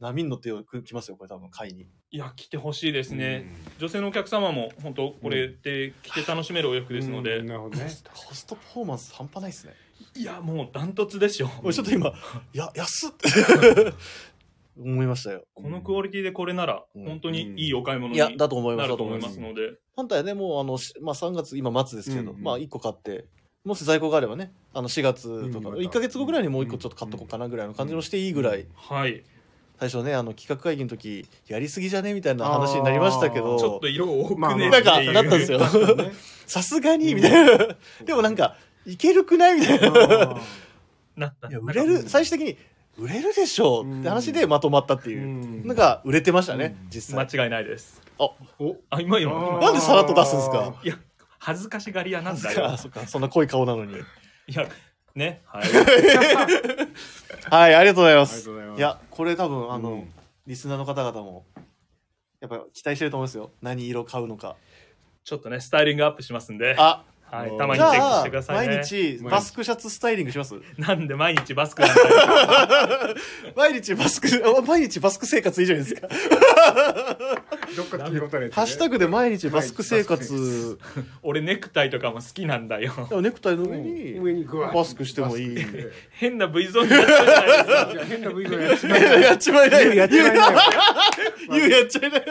Speaker 2: 波に乗ってきますよ、これ多分、会に。
Speaker 1: いや来てほしいですね、女性のお客様も本当これで着て楽しめるお洋服
Speaker 3: うん
Speaker 1: ですので、
Speaker 3: うんなるほどね
Speaker 2: コストパフォーマンス半端ないですね。
Speaker 1: いやもうダントツでしょ
Speaker 2: 俺ちょっと今、いや、安っって思いましたよ。
Speaker 1: このクオリティでこれなら
Speaker 2: うん
Speaker 1: 本当にいいお買い物
Speaker 2: い
Speaker 1: に
Speaker 2: や
Speaker 1: な、る
Speaker 2: だと思います、
Speaker 1: と
Speaker 2: だと思
Speaker 1: 思
Speaker 2: い
Speaker 1: い
Speaker 2: ま。
Speaker 1: ますすので
Speaker 2: 反対はね、もう、あの、しまあ3月、今末ですけど、
Speaker 3: うんうん
Speaker 2: まあ1個買って、もし在庫があればね、あの4月と
Speaker 3: うんま
Speaker 2: か、
Speaker 3: た
Speaker 2: 1ヶ月後ぐらいにもう1個ちょっと買っとこうかなぐらいの感じもしていいぐらい、
Speaker 1: はい
Speaker 2: 最初ねあの企画会議の時やりすぎじゃねみたいな話になりましたけ
Speaker 3: あー
Speaker 1: ちょっ
Speaker 2: ど
Speaker 1: と色を多
Speaker 3: まあ
Speaker 1: く
Speaker 3: ま
Speaker 1: ね
Speaker 3: あ
Speaker 1: っていう
Speaker 2: なんかなったんですよ
Speaker 3: 確かにね
Speaker 2: さすがにみたいな、 でもなんかいけるくないみたいな
Speaker 3: あー
Speaker 1: なった
Speaker 2: いや売れる最終的に売れるでしょうって話でまとまったっていうのが売れてましたね、
Speaker 3: うん
Speaker 2: 実際。
Speaker 1: 間違いないです
Speaker 2: あ
Speaker 3: お
Speaker 1: あ今今
Speaker 2: なんでさらっと出すんですか
Speaker 3: あ
Speaker 1: いや恥ずかしがり屋なんだよ
Speaker 2: あ そっかそんな濃い顔なのに。
Speaker 1: いやね はい
Speaker 2: はい、ありがとうございま
Speaker 3: ありが
Speaker 2: す
Speaker 3: とう。ございます
Speaker 2: いや、これ多分、あの、
Speaker 3: うん
Speaker 2: リスナーの方々も、やっぱ期待してると思いますよ。何色買うのか。
Speaker 1: ちょっとねスタイリングアップしますんで、
Speaker 2: あ、
Speaker 1: はい、
Speaker 3: お
Speaker 1: たま
Speaker 2: じ
Speaker 1: にチェックし
Speaker 2: ゃあ
Speaker 1: てくだ、さいね
Speaker 2: 毎日バスクシャツスタイリングします
Speaker 1: なんで毎日バスクなんだよ
Speaker 2: 毎日バスク、あ毎日バスク生活以上ですか
Speaker 3: どっか聞いたことあるやつね
Speaker 2: ハッシュタグで毎日バスク生活、
Speaker 1: 俺ネクタイとかも好きなんだよ
Speaker 2: でもネクタイの
Speaker 3: う
Speaker 2: 上に、
Speaker 3: ん上にグワッ
Speaker 2: バスクしてもいい
Speaker 3: バスクして
Speaker 1: 変な V ゾーンになっちゃうじゃないです か
Speaker 3: じゃあ変な V ゾーンやっちま
Speaker 2: やっちま
Speaker 3: え
Speaker 2: いな
Speaker 3: ユウ
Speaker 2: い
Speaker 3: やっちまいなよ
Speaker 2: ユウやっちゃいなよ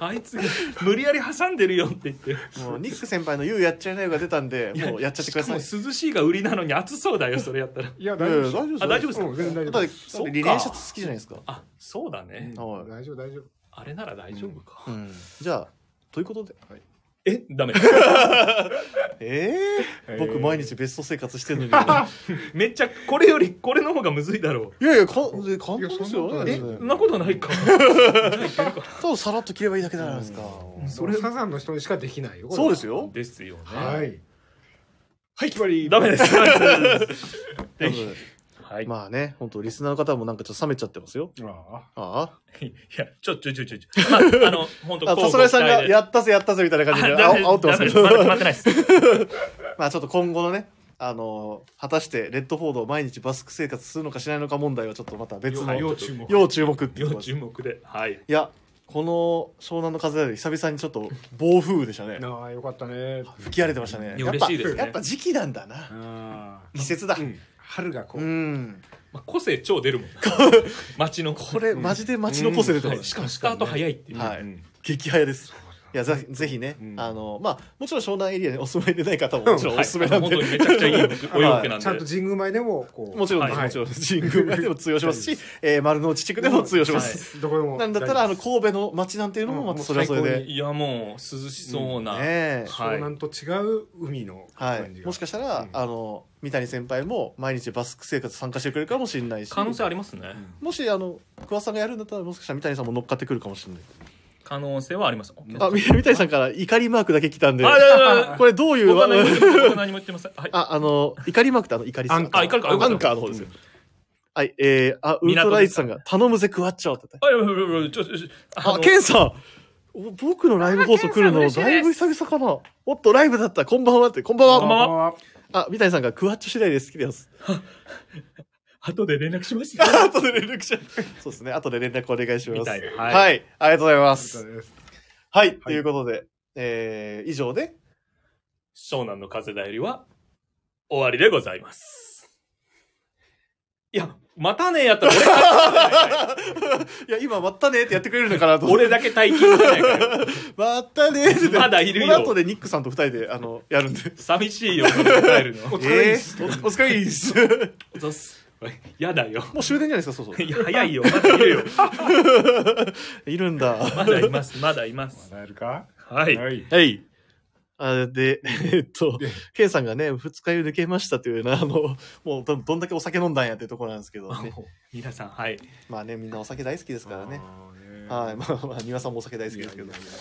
Speaker 1: あいつ無理やり挟んでるよって言って
Speaker 2: もうニック先輩の「ユウやっちゃいなよ」が出たんでもうやっちゃってください
Speaker 1: しかも涼しいが売りなのに暑そうだよそれやったら
Speaker 3: い
Speaker 2: いや
Speaker 3: や大
Speaker 2: い
Speaker 3: 丈
Speaker 2: や
Speaker 3: 夫ですよ
Speaker 1: あ大丈夫ですか
Speaker 3: うん全然大丈
Speaker 2: だ
Speaker 3: 夫
Speaker 2: っ
Speaker 3: で
Speaker 2: て
Speaker 3: す
Speaker 1: そっか
Speaker 2: リレーシャツ好きじゃないですか
Speaker 1: あそうだね、
Speaker 2: はい
Speaker 3: 大丈夫大丈夫
Speaker 1: あれなら大丈夫か、
Speaker 2: うんじゃあということで
Speaker 1: えダメ
Speaker 2: え
Speaker 3: え
Speaker 2: え
Speaker 3: ー
Speaker 2: 僕毎日ベスト生活してるのにい
Speaker 1: めっちゃこれよりこれの方がむずいだろ
Speaker 2: やいやかで簡単です
Speaker 3: いやそんなこと
Speaker 2: よ
Speaker 3: ない
Speaker 1: え
Speaker 2: ね
Speaker 1: そんなことないか
Speaker 2: たださらっと着ればいいだけじゃないですか
Speaker 3: それサザンの人にしかできないよこれ
Speaker 2: そうですよ
Speaker 1: ですよね
Speaker 3: はいはい決まり
Speaker 1: ダメです
Speaker 2: 多分
Speaker 1: はい、
Speaker 2: まあね本当リスナーの方もなんかちょっと冷めちゃってますよ
Speaker 3: あ
Speaker 2: あ
Speaker 1: いやちょちょちょちょちょ、まあ、あ の本
Speaker 2: あ
Speaker 1: 当
Speaker 2: あさそらさんが「やったぜやったぜ」みたいな感じ であお煽ってますけど
Speaker 1: まだ決まってないです
Speaker 2: まあちょっと今後のね、あのー果たしてレッドフォードを毎日バスク生活するのかしないのか問題はちょっとまた別の
Speaker 1: 要
Speaker 3: 要注目
Speaker 2: 要注目っていう
Speaker 1: 要
Speaker 2: ことです
Speaker 1: 注目ではい
Speaker 2: いやこの湘南の風で久々にちょっと暴風雨でしたね
Speaker 3: ああよかったね
Speaker 2: 吹き荒れてましたね
Speaker 1: いや
Speaker 2: やっ
Speaker 1: 嬉
Speaker 2: ぱ
Speaker 1: しいですね
Speaker 2: やっぱ時期なんだな
Speaker 3: あ
Speaker 2: 季節だ
Speaker 3: あうん春がこ
Speaker 2: う
Speaker 3: うん
Speaker 1: まあ、個性超出る もんな街の
Speaker 2: これマジで街の個性出てま
Speaker 1: は
Speaker 2: す
Speaker 1: い、しかもスタート早いっていう、
Speaker 2: はい
Speaker 3: うん
Speaker 2: 激早ですいやぜぜひね、
Speaker 3: うん
Speaker 2: あのまあもちろん湘南エリアにお住まいでない方ももちろんおすすめなんで、
Speaker 1: はいあの本当にめちゃくちゃいいお洋服なんで、
Speaker 3: ちゃんと神宮前でもこう
Speaker 2: もちろんです、
Speaker 3: はい
Speaker 2: もちろんです神宮でも通用しますし、えー丸の内地区でも通用します、
Speaker 3: どこでも
Speaker 2: なんだったらあの神戸の街なんていうのもまたそれはそれ
Speaker 3: うんもう
Speaker 2: で、
Speaker 3: 最
Speaker 1: いやもう涼しそうな、
Speaker 2: ねえ
Speaker 1: はい
Speaker 3: 湘南と違う海の
Speaker 2: は
Speaker 3: 感じ
Speaker 2: い、
Speaker 3: が
Speaker 2: もしかしたら、
Speaker 3: うん
Speaker 2: あの三谷先輩も毎日バスク生活参加してくれるかもしれないし
Speaker 1: 可能性ありますね、
Speaker 3: ん
Speaker 2: もしあの桑さんがやるんだったらもしかしたら三谷さんも乗っかってくるかもしれない
Speaker 1: 可能性はあります
Speaker 2: あみ三谷さんから怒りマークだけ来たんで
Speaker 1: あいやいやいや
Speaker 2: これどういう
Speaker 1: 僕は何も
Speaker 2: あ
Speaker 1: 言って僕は何も言ってません、はい、
Speaker 2: あの怒りマークってあの怒りさん
Speaker 3: アンカー
Speaker 1: あ怒りか
Speaker 2: アンカーの方ですよ、
Speaker 3: うん
Speaker 2: はいえー、あウルトライズさんが「頼むぜクワッチョ」って言って
Speaker 1: あいやいやいやいやちょちょちょ
Speaker 2: あ
Speaker 1: の
Speaker 2: ケンさんお僕のライブ放送来るの
Speaker 4: あケンさん
Speaker 2: だいぶ久々かなおっとライブだったこんばんはってこんばんは
Speaker 1: こんばんは
Speaker 2: あ、三谷さんがクワッチョ次第で好きです。
Speaker 1: 後で連絡します
Speaker 2: 後で連絡しちゃう。 そうですね。後で連絡お願いします。
Speaker 1: みたいな
Speaker 2: は、
Speaker 1: はいい
Speaker 2: ありがとうございま
Speaker 3: ありがと
Speaker 2: す。
Speaker 3: うございます
Speaker 2: はい。ということで、えー、以上で、
Speaker 1: 湘南の風だよりは終わりでございますいやまたねやったら 俺か
Speaker 2: いや、今、まったねってやってくれるのかなと。
Speaker 1: 俺、 だけ待機じゃないかよ
Speaker 2: まったねって。
Speaker 1: まだいるよ
Speaker 2: この後でニックさんと二人で、あの、やるん で。
Speaker 1: 寂しいよそんなことえる
Speaker 3: お
Speaker 1: の
Speaker 3: 疲れ
Speaker 2: え
Speaker 3: で
Speaker 2: ー
Speaker 3: す
Speaker 2: おお疲れいいです。
Speaker 1: ざっすやだよ
Speaker 2: もう終電じゃないですか、そうそう。
Speaker 1: いや早いよまだいる よ
Speaker 2: いるんだ。
Speaker 1: まだいますまだいます
Speaker 3: 笑えるか
Speaker 1: はい
Speaker 3: はい
Speaker 2: はい。あで、えっと、ケンさんがね、二日酔い抜けましたというね、あの、もうどどんだけお酒飲んだんやっていうところなんですけどね。
Speaker 1: 皆さんはい
Speaker 2: まあね、みんなお酒大好きですからね。
Speaker 3: あ
Speaker 2: はい、まあまあ、庭さんもお酒大好
Speaker 3: ー
Speaker 2: き
Speaker 3: ね
Speaker 2: ですけど、
Speaker 3: いやいやいや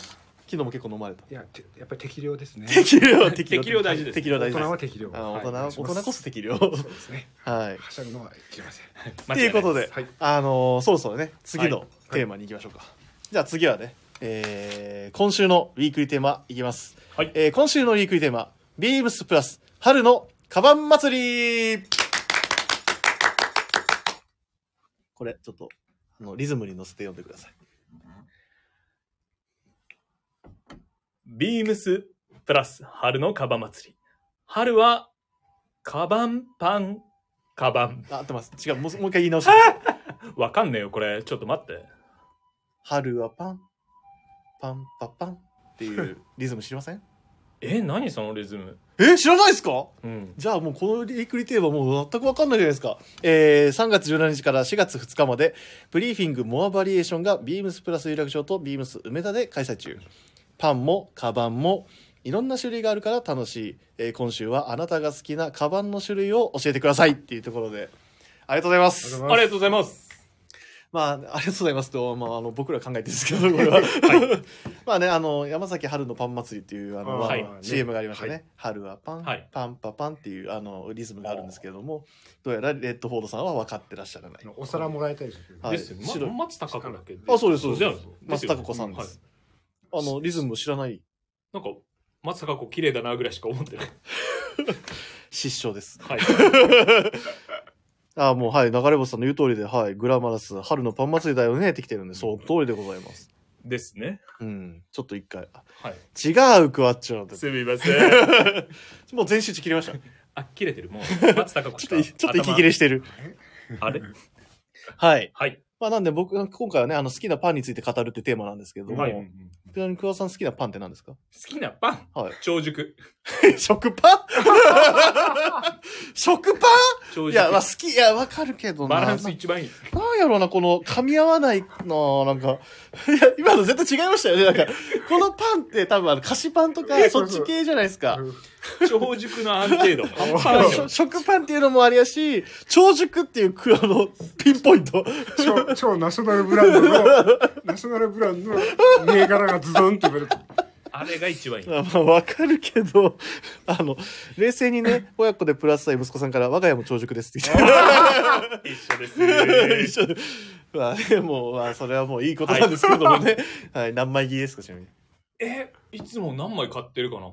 Speaker 2: 昨日も結構飲まれた。
Speaker 3: いや、てやっぱり適量ですね。
Speaker 2: 適量、
Speaker 1: 適量大事です
Speaker 2: 適量大
Speaker 3: 大
Speaker 2: 事
Speaker 3: 人
Speaker 2: です。
Speaker 3: は適量。
Speaker 2: あ大人は、
Speaker 3: はいお願
Speaker 2: 大
Speaker 3: いし
Speaker 2: 人
Speaker 3: ます
Speaker 2: こそ適量。
Speaker 3: そうですね。
Speaker 2: はい。
Speaker 3: はしゃぐのはいけません。
Speaker 1: 間
Speaker 2: と
Speaker 1: 違
Speaker 2: い
Speaker 1: な
Speaker 2: うことで、
Speaker 3: はい。
Speaker 2: あのーそろそろね、次の
Speaker 1: はい
Speaker 2: テーマに行きましょうか。じゃあ次はね、えー、今週のウィークリーテーマいきます。
Speaker 1: はい
Speaker 2: えー、今週のウィークリーテーマ、ビームスプラス、春のカバン祭りこれ、ちょっと、あの、リズムに乗せて読んでください。
Speaker 1: ビームスプラス春のカバン祭り。春は、カバンパン、カバン。
Speaker 2: あ、合ってます。違う、もうもう一回言い直して。
Speaker 1: わかんねえよ、これ。ちょっと待って。
Speaker 2: 春はパンパンパパンっていうリズム知りません
Speaker 1: え、何そのリズム。
Speaker 2: え知らないですか
Speaker 1: うん。
Speaker 2: じゃあもうこのリークリテーマもう全く分かんないじゃないですか、えー、3月17日から4月2日までブリーフィングモアバリエーションがビームスプラス有楽町とビームス梅田で開催中パンもカバンもいろんな種類があるから楽しい、えー今週はあなたが好きなカバンの種類を教えてくださいっていうところでありがとうございます。
Speaker 1: ありがとうございます。
Speaker 2: まあ、ありがとうございますと、まあ、あの僕ら考えてるんですけど、これは。 まあね、あの、山崎春のパン祭りっていう、あの、
Speaker 3: あー
Speaker 2: まあ
Speaker 1: はい
Speaker 2: CM がありましたね。
Speaker 3: は
Speaker 2: 春はパン、
Speaker 1: はい
Speaker 2: パンパパンっていう、あの、リズムがあるんですけれども、どうやらレッドフォードさんは分かってらっしゃらない。
Speaker 3: お皿もらえたりする。
Speaker 2: は
Speaker 1: で
Speaker 2: い
Speaker 1: すよね。
Speaker 2: 白い
Speaker 1: ま松たか子だっけ
Speaker 2: あそうですそうです
Speaker 1: だよね
Speaker 2: 松
Speaker 1: よ
Speaker 2: た
Speaker 1: ね
Speaker 2: か子さんで
Speaker 1: はい
Speaker 2: す。あの、リズムを知らない
Speaker 1: なんか、松たか子綺麗だなぐらいしか思って ない。
Speaker 2: 失笑です。
Speaker 1: はい。
Speaker 2: ああ、もう、はい、流れ星さんの言う通りで、はい、グラマラス、春のパン祭りだよねって来てるんで、その通りでございます。
Speaker 1: ですね。
Speaker 2: うん、ちょっと一回、あ
Speaker 1: はい。
Speaker 2: 違う、クワッチ ョって
Speaker 1: すみません。
Speaker 2: もう全集中切りました。
Speaker 1: あ、切れてる。もう、松たか子し
Speaker 2: ちょ
Speaker 1: か
Speaker 2: っと、ちょっと息切れしてる。
Speaker 1: 頭あれ
Speaker 2: はい。
Speaker 1: はい。
Speaker 2: まあなんで僕、今回はね、あの好きなパンについて語るってテーマなんですけども、
Speaker 1: はい。好
Speaker 2: ちなみに桑田さん好きなパンって何ですか
Speaker 1: きなパン。
Speaker 2: はい
Speaker 1: 長熟。
Speaker 2: 食 パン食パ
Speaker 1: 長
Speaker 2: ンい
Speaker 1: 熟。
Speaker 2: や、まあ、好き、いや、わかるけどな。
Speaker 1: バランス一番いい。
Speaker 2: ななんやろうな、この噛み合わないの、なんか。いや、今の絶対違いましたよね。なんか、このパンって多分あの菓子パンとか、そっち系じゃないですか。
Speaker 1: 長熟の安定 度。半端ない
Speaker 2: 食
Speaker 1: よ。
Speaker 2: 食パンっていうのもありやし、長熟っていう黒のピンポイント。
Speaker 3: 超超ナショナルブランドのナショナルブランドの銘柄がズドンって言われて
Speaker 1: あれが一番いい。
Speaker 2: まあまあ、わかるけど、あの、冷静に ね、親子でプラスさ息子さんから、我が家も長熟ですって
Speaker 1: 一緒です。
Speaker 2: 言って、 一緒にまあ、ね、もう、まあ、それはもういいことなんですけどもね。はい、何枚切りですか、ちなみに。
Speaker 1: え、いつも何枚買ってるかな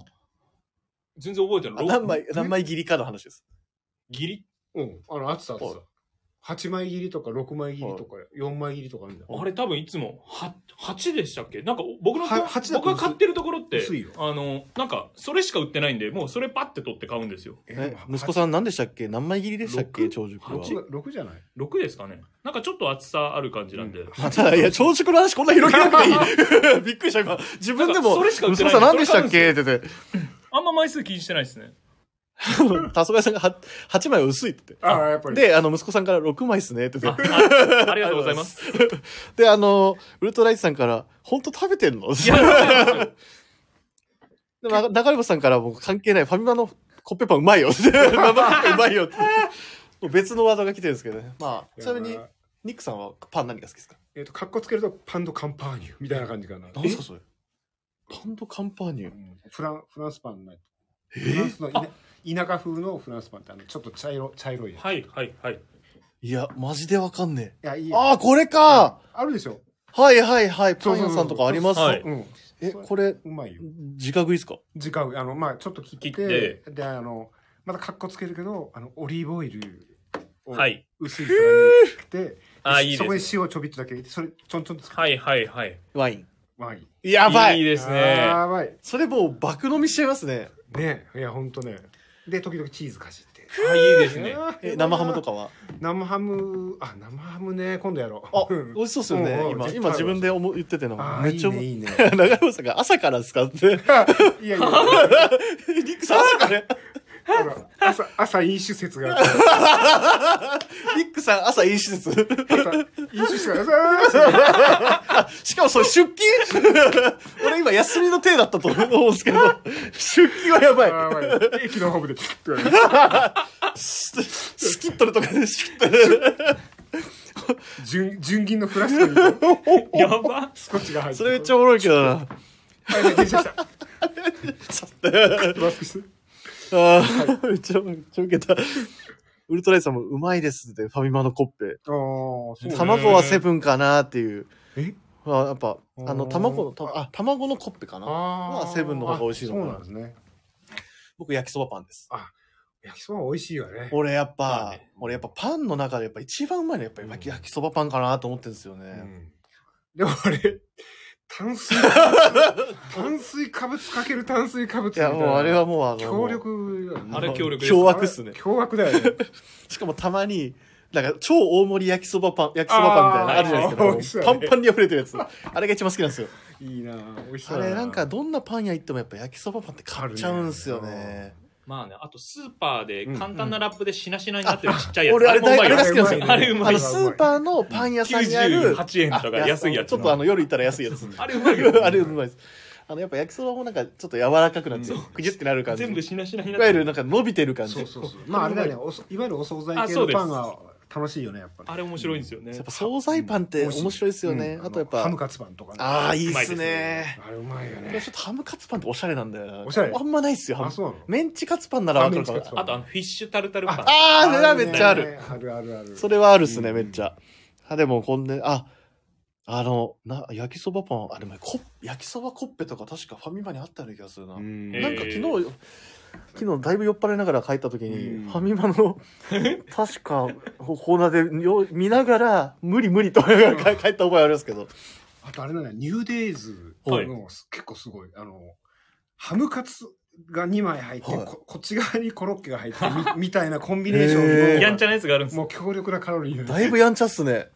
Speaker 1: 全然覚えてな
Speaker 2: あ
Speaker 1: い。
Speaker 2: 何枚、何枚切りかの話です。
Speaker 1: ギリ
Speaker 3: うんあの厚さ厚
Speaker 2: は
Speaker 3: さ8枚切りとか6枚切りとか4枚切りとかあるんだよ
Speaker 1: あれ多分いつもは8でしたっけなんか僕の
Speaker 3: は八だと
Speaker 1: 僕が買ってるところって
Speaker 3: 薄いよ
Speaker 1: あのなんかそれしか売ってないんでもうそれパッて取って買うんですよ
Speaker 2: ね息子さん何でしたっけ何枚切りでしたっけ
Speaker 1: 六
Speaker 2: 長熟は。
Speaker 1: 八
Speaker 3: 6じゃない
Speaker 1: 6ですかねなんかちょっと厚さある感じなんで、
Speaker 3: うん
Speaker 2: まあただ、 いや、長熟の話こんな広げなくてい い。びっくりした、今。自分で
Speaker 1: なんかそ
Speaker 2: も、
Speaker 1: れしか売っ
Speaker 2: 息
Speaker 1: て
Speaker 2: 子
Speaker 1: ない
Speaker 2: さん何でしたっけって言って、
Speaker 1: あんま枚数気にしてないですね
Speaker 2: たそがさんがは8枚は薄いって言って。
Speaker 3: ああやっぱり
Speaker 2: で、あの、息子さんから6枚っすねって言
Speaker 1: あ
Speaker 2: って。
Speaker 1: あありがとうございます
Speaker 2: で、あの、ウルトライトさんから、本当食べてん
Speaker 1: い
Speaker 2: の
Speaker 1: やそうなんですよ
Speaker 2: でも、流れ星さんから、もう関係ない、ファミマのコッペパンうまいよ って。ファミマコッペうまいよって。もう別のワードが来てるんですけどね。まあ、ちなみに、ニックさんはパン何が好きですか
Speaker 3: えっと格好つけるとパンドカンパーニュみたいな感じかな
Speaker 2: 何ですかそれ。パンとカンパーニュ
Speaker 3: う。んフランフランスパンのや
Speaker 2: え
Speaker 3: つフランスのいな田舎風のフランスパンってあのちょっと茶色茶色いやつ
Speaker 1: はいはいはい
Speaker 2: いや、マジでわかんね
Speaker 3: いやいい
Speaker 2: え。
Speaker 3: よ
Speaker 2: ああ、これか、
Speaker 3: あるでしょ
Speaker 2: はいはいはい。パン屋さんとかあります。
Speaker 1: そうそうそう
Speaker 3: うん
Speaker 2: え、これ、
Speaker 3: うまいよ
Speaker 2: 自家食いですか
Speaker 3: 時間あのまあちょっと切って
Speaker 1: 切って
Speaker 3: であのまた格好つけるけどあのオリーブオイルを
Speaker 1: はい
Speaker 3: 薄い皿に切って、
Speaker 1: あいい
Speaker 3: そこ
Speaker 1: で
Speaker 3: に
Speaker 1: すね
Speaker 3: 塩をちょびっとだけ入れてそれちょんちょんとつけて
Speaker 1: はいはいはい
Speaker 2: ワイン。
Speaker 3: ワイン
Speaker 2: やばい
Speaker 1: いいですね
Speaker 3: やばい
Speaker 2: それもう爆飲みしちゃいますね。
Speaker 3: ねいやほんとねで時々チーズかじって
Speaker 1: あいいですね
Speaker 3: あー
Speaker 2: え、生ハムとかは
Speaker 3: 生ハムあ生ハムね今度やろう
Speaker 2: あ、
Speaker 3: うん
Speaker 2: 美味しそうっすよ
Speaker 3: うんう
Speaker 2: ね。
Speaker 3: ん
Speaker 2: 今、
Speaker 3: 絶対
Speaker 2: 今自分で思う言ってて
Speaker 3: あ
Speaker 2: な。
Speaker 3: ー
Speaker 2: めっちゃ思う。
Speaker 3: いいねいいね
Speaker 2: 長山さんが朝からです かって。リ
Speaker 3: いやいやほ
Speaker 2: ックさん朝 から。
Speaker 3: ら朝朝飲酒説がある
Speaker 2: リックさん朝いい施 設。
Speaker 3: 朝飲酒説がある
Speaker 2: しかもそれ出勤 俺今休みの手だったと思うんですけど、出勤はやばい。
Speaker 3: あーやばい駅のホームでピュッて言われる
Speaker 2: ス スキットルとかでシュ ッて。
Speaker 3: 純純銀のフラスコに
Speaker 1: やば
Speaker 3: スコッチが入って
Speaker 2: それめっちゃおもろいけどな。
Speaker 3: はいはい電車来た
Speaker 2: さって。
Speaker 3: マスクして
Speaker 2: あーめっちゃ、めっちゃ受けた。ウルトライトさんもうまいですって、ファミマのコッペ。
Speaker 3: ああそう
Speaker 1: ね
Speaker 2: 卵はセブンかなっていう。
Speaker 3: え
Speaker 2: まあ、やっぱ、あの、
Speaker 3: うん
Speaker 2: 卵の、たあ、卵のコッペかな。
Speaker 3: あ
Speaker 2: まあセブンの方が美味しいのかな
Speaker 3: そうなんですね
Speaker 2: 僕、焼きそばパンです。
Speaker 3: 焼きそば美味しいよね
Speaker 2: 俺やっ
Speaker 1: まあ
Speaker 2: ぱ
Speaker 1: ね、
Speaker 2: 俺やっぱパンの中でやっぱ一番うまいのはやっぱ
Speaker 3: うん
Speaker 2: 焼き焼きそばパンかなと思ってるんですよ
Speaker 3: う
Speaker 2: ね。
Speaker 3: んでも俺炭 水炭水化物かける炭水化物み
Speaker 2: いや、
Speaker 3: たいな
Speaker 2: もうあれはもうあの、
Speaker 3: 強力よね
Speaker 1: あれ強力です
Speaker 2: 凶悪っすね。
Speaker 3: 凶悪だよね
Speaker 2: しかもたまに、なんか超大盛り焼きそばパン、焼きそばパンみたいなのあるじゃないですか。
Speaker 3: あー
Speaker 2: もう
Speaker 3: 美味しそう
Speaker 2: パ
Speaker 3: や
Speaker 2: ン
Speaker 3: ね
Speaker 2: パンに溢れてるやつ。あれが一番好きなんですよ。
Speaker 3: いいなぁ美味しそ
Speaker 2: あ
Speaker 3: うだ
Speaker 2: れなんかどんなパン屋行ってもやっぱ焼きそばパンって買っちゃうんすよ
Speaker 3: あるね
Speaker 2: ね。
Speaker 1: まあねあとスーパーで簡単なラップでしなしなになってるちっちゃいやつ
Speaker 2: 俺あれ
Speaker 1: もう
Speaker 2: 大
Speaker 1: ま
Speaker 2: あ
Speaker 1: い
Speaker 2: れ
Speaker 1: よ
Speaker 2: が好きなんですよ。
Speaker 1: あれうまい
Speaker 2: あのスーパーのパン屋さんにある。
Speaker 1: 98円とか安いやつ
Speaker 2: ちょっとあの夜行ったら安いや つ。
Speaker 1: あれうまいよ
Speaker 2: あれうまいです。あのやっぱ焼きそばもなんかちょっと柔らかくなって、くじゅってなる感じ。
Speaker 1: 全部
Speaker 2: い
Speaker 1: しなしなになっ
Speaker 2: わ
Speaker 1: て
Speaker 2: ゆ
Speaker 1: る
Speaker 2: るなんか伸びてる感じ。
Speaker 3: そうそうそうまああれだよねおそいわゆるお惣菜
Speaker 1: あ
Speaker 3: 系
Speaker 1: そう
Speaker 3: の
Speaker 1: です
Speaker 3: パンが楽しいよねやっぱね
Speaker 1: あれ面白いんですよね。
Speaker 2: やっぱ惣菜パンって面白いですよね。
Speaker 3: うん
Speaker 2: あとやっぱ、
Speaker 3: ハムカツパンとかね
Speaker 2: ああ、いいっす
Speaker 1: うまいで
Speaker 2: ね。
Speaker 3: あれうまいよ
Speaker 2: いや
Speaker 3: ね
Speaker 2: ちょっとハムカツパンっておしゃれなんだよな。
Speaker 3: おしゃれ
Speaker 2: あんまないっすよ、ハ
Speaker 3: あ
Speaker 2: ム。
Speaker 3: そうなの
Speaker 2: メンチカツパンならわかるか
Speaker 3: あメ
Speaker 2: も
Speaker 3: ンチカツ。パ
Speaker 1: あ
Speaker 3: ン
Speaker 1: とあのフィッシュタルタルパン。
Speaker 2: ああ、それはめっちゃある。
Speaker 3: ねあるあるある
Speaker 2: それはあるっすね、
Speaker 3: うん
Speaker 2: めっちゃ。あ、でも、こんで、あ、あの、な、焼きそばパン、あ、でも、こ焼きそばコッペとか確かファミマにあったような気がするな。
Speaker 3: うん
Speaker 1: えー
Speaker 2: なんか昨日、昨日だいぶ酔っ払いながら帰った時に、
Speaker 3: うん
Speaker 2: ファミマ の、確か、コーナーでよ見ながら、無理無理と思いながら帰帰った覚えあるんですけど。
Speaker 3: あとあれだね、ニューデイズ
Speaker 1: はい
Speaker 3: の結構すごい、あの、ハムカツが2枚入って、
Speaker 2: はい
Speaker 3: ここっち側にコロッケが入ってみ みたいなコンビネーションの、
Speaker 2: へー
Speaker 1: やんちゃなやつがあるんですよ
Speaker 3: もう強力なカロリー
Speaker 2: だいぶやんちゃっすね。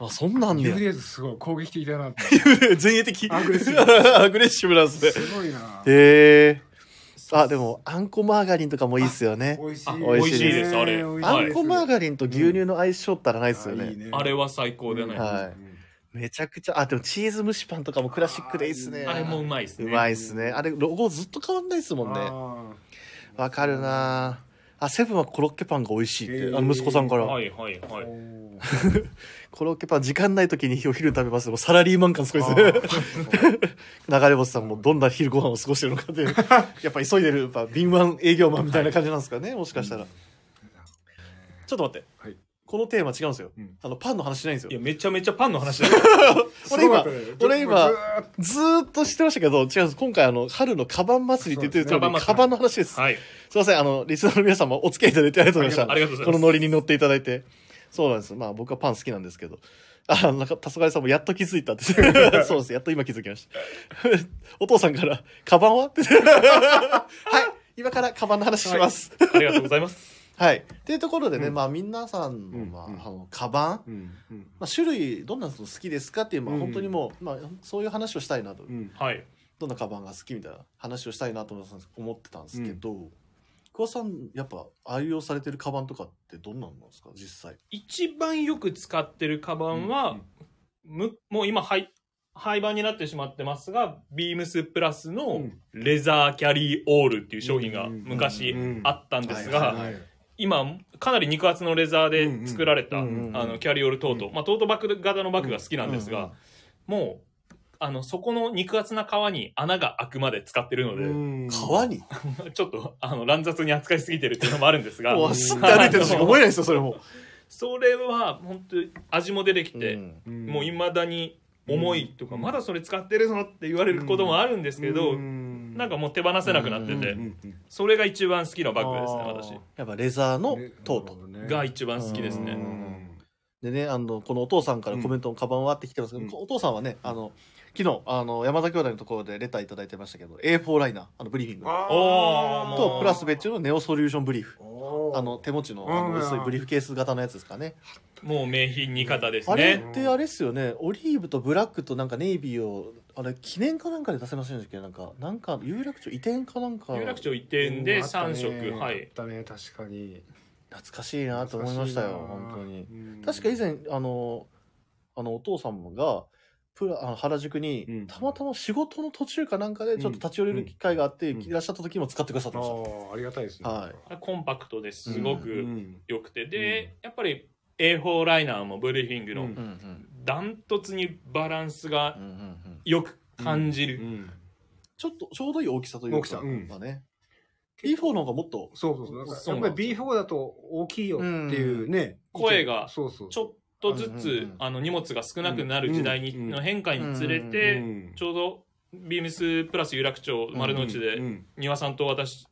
Speaker 2: あ、そんなん
Speaker 3: ニュー
Speaker 2: ね。
Speaker 3: デイズすごい攻撃的だ なって。
Speaker 2: 前衛的。
Speaker 3: アグレッ シブ
Speaker 2: アグレッシブなんですね。
Speaker 3: すごいな。
Speaker 2: へえ。あ、でも、あんこマーガリンとかもいいっすよね。
Speaker 3: 美味し
Speaker 1: あ
Speaker 3: い。
Speaker 2: 美味しい
Speaker 1: ですあれ
Speaker 3: 美味しい
Speaker 2: あ
Speaker 1: はい
Speaker 2: んこマーガリンと牛乳の相性ったらないっすよ
Speaker 3: あ
Speaker 2: ね
Speaker 3: いい。ね
Speaker 1: あれは最高だね。
Speaker 2: はいめちゃくちゃ、あ、でもチーズ蒸しパンとかもクラシックでいいっすね。
Speaker 1: あれもうまいです
Speaker 2: う
Speaker 1: ね。
Speaker 2: まいっすね。あれ、ロゴずっと変わんないっすもんね。
Speaker 3: あー
Speaker 2: わかるなあ、セブンはコロッケパンが美味しいって、
Speaker 3: へー
Speaker 2: あの息子さんから、
Speaker 1: はいはい
Speaker 3: お
Speaker 1: はい。
Speaker 3: ー
Speaker 2: コロッケパン時間ない時にお昼に食べますでもサラリーマン感すごいですね。 流れ星さんもどんな昼ご飯を過ごしてるのかっていうやっぱ急いでるやっぱ敏腕営業マンみたいな感じなんですかねもしかしたら、ちょっと待って、
Speaker 3: はい
Speaker 2: このテーマ違うんですよ、
Speaker 3: うん
Speaker 2: あのパンの話しないんです
Speaker 1: いや、
Speaker 2: よ
Speaker 1: めちゃめちゃパンの話だよ。
Speaker 2: 俺今
Speaker 3: すごかったね
Speaker 2: 俺今
Speaker 3: ずー
Speaker 2: ずー
Speaker 3: っと
Speaker 2: っと知ってましたけど違うんです今回あの春のカバン祭りって言ってると
Speaker 1: そう
Speaker 2: り
Speaker 1: ですね
Speaker 2: カバンの話で す、
Speaker 1: はい。
Speaker 2: すいませんあのリスナーの皆様お付き合いいただいてありがとうございました
Speaker 1: ありがとうござい
Speaker 2: こ
Speaker 1: ま
Speaker 2: の
Speaker 1: す。
Speaker 2: ノリに乗っていただいて。そうなんです。まあ僕はパン好きなんですけど。あ、なんか、黄昏さんもやっと気づいた って。そうです。やっと今気づきました。 お父さんから、カバンは って。はい。今からカバンの話します。
Speaker 1: ありがとうございます。
Speaker 2: はい。っていうところでね、
Speaker 3: うん
Speaker 2: まあ皆さんの、まあ、
Speaker 3: うんうん
Speaker 2: あの、カバン、
Speaker 3: うんうん
Speaker 2: まあ種類、どんなの好きですかっていう、まあ
Speaker 3: うん
Speaker 2: 本当にもう、まあそういう話をしたいなと。
Speaker 3: うん
Speaker 1: はい。
Speaker 2: どんなカバンが好きみたいな話をしたいなと思ってたんです思ってたんですけど、桑田さん、やっぱ愛用されてるカバンとかってどんなのなんですか実際。
Speaker 1: 一番よく使ってるカバン
Speaker 3: う
Speaker 1: は
Speaker 3: ん、
Speaker 1: むもう今、廃廃盤になってしまってますが、ビームスプラス
Speaker 3: う
Speaker 1: の
Speaker 3: ん
Speaker 1: レザーキャリーオールっていう商品が
Speaker 3: うん
Speaker 1: 昔
Speaker 3: うん
Speaker 1: あったんです
Speaker 2: はい
Speaker 1: が、
Speaker 2: はい
Speaker 1: 今、かなり肉厚のレザーで作られた、あ
Speaker 2: うんうんうんうん
Speaker 1: の、キャリーオールトート。まあ、トートバッグ型のバッグが好きなんですが、もう、あの、そこの肉厚な皮に穴が開くまで使ってるので、
Speaker 2: 川に
Speaker 1: ちょっとあの乱雑に扱いすぎてるっていうのもあるんですが
Speaker 2: もう走って歩いてるとしか思えないですよそれも、
Speaker 1: それは本当に味も出てきて、
Speaker 3: ん
Speaker 1: もういまだに重いとか、
Speaker 3: うん
Speaker 1: まだそれ使ってるのって言われることもあるんですけど、
Speaker 3: うん
Speaker 1: なんかもう手放せなくなってて、
Speaker 2: う
Speaker 3: うんうん
Speaker 1: それが一番好きなバッグですね
Speaker 2: あー
Speaker 1: 私
Speaker 2: やっぱレザーの
Speaker 3: ね
Speaker 2: トー
Speaker 3: なる
Speaker 2: ト
Speaker 3: ほどね
Speaker 1: が一番好きですね、
Speaker 3: うん
Speaker 2: でねあのこのお父さんからコメントのカバンはって来てますけど、
Speaker 3: うん
Speaker 2: お父さんはねあの昨日あの山田兄弟のところでレターいただいてましたけど A4 ライナーあのブリーフィング
Speaker 1: あー
Speaker 2: とプラス別
Speaker 3: 別
Speaker 2: 注のネオソリューションブリーフあ
Speaker 3: あ
Speaker 2: の手持ちのあの
Speaker 3: うん
Speaker 2: 薄いブリーフケース型のやつですかね
Speaker 1: もう名品二方です
Speaker 2: あれ
Speaker 1: ね
Speaker 2: ってあれですよねオリーブとブラックとなんかネイビーをあれ記念かなんかで出せませんでしたっけなんかなんか有楽町移転かなんか
Speaker 1: 有楽
Speaker 2: 懐
Speaker 1: 町移転で3色、は
Speaker 3: あっ
Speaker 1: い
Speaker 3: たね確かに
Speaker 2: かしいなと思いましたよ本当に確か以前あのあのお父さんがプラあの原宿に、
Speaker 3: うん
Speaker 2: たまたま仕事の途中かなんかでちょっと
Speaker 3: うん
Speaker 2: 立ち寄れる機会があって、
Speaker 3: うん
Speaker 2: いらっしゃった時も使ってくださって
Speaker 3: あ
Speaker 2: ました、
Speaker 3: あありがたいですね
Speaker 2: はい
Speaker 1: コンパクトですご
Speaker 2: う
Speaker 1: く
Speaker 3: ん
Speaker 1: 良くて、でやっぱり A4 ライナーもブリーフィング
Speaker 3: う
Speaker 1: の
Speaker 3: ん
Speaker 2: うんうん
Speaker 1: ダントツにバランスが
Speaker 2: うんうんうん
Speaker 1: よく感じる、
Speaker 3: うん
Speaker 2: ちょっとちょうどいい大きさという
Speaker 3: 大きさ
Speaker 2: か、
Speaker 3: うん
Speaker 2: まあね B4 の方がもっと
Speaker 3: そうそうそうなんか
Speaker 1: そう
Speaker 3: や
Speaker 1: な
Speaker 3: っ
Speaker 1: ん
Speaker 3: ぱ
Speaker 1: です
Speaker 3: り B4 だと大きいよっていうね
Speaker 1: うん声が
Speaker 3: そうそう
Speaker 1: ちょっとずつ、
Speaker 2: うんうんうん
Speaker 1: あの荷物が少なくなる時代に、
Speaker 3: うんうん
Speaker 1: の変化につれて、
Speaker 3: うん
Speaker 1: ちょうどビームスプラス有楽町丸の内で、
Speaker 3: うんうん
Speaker 1: 庭さんと私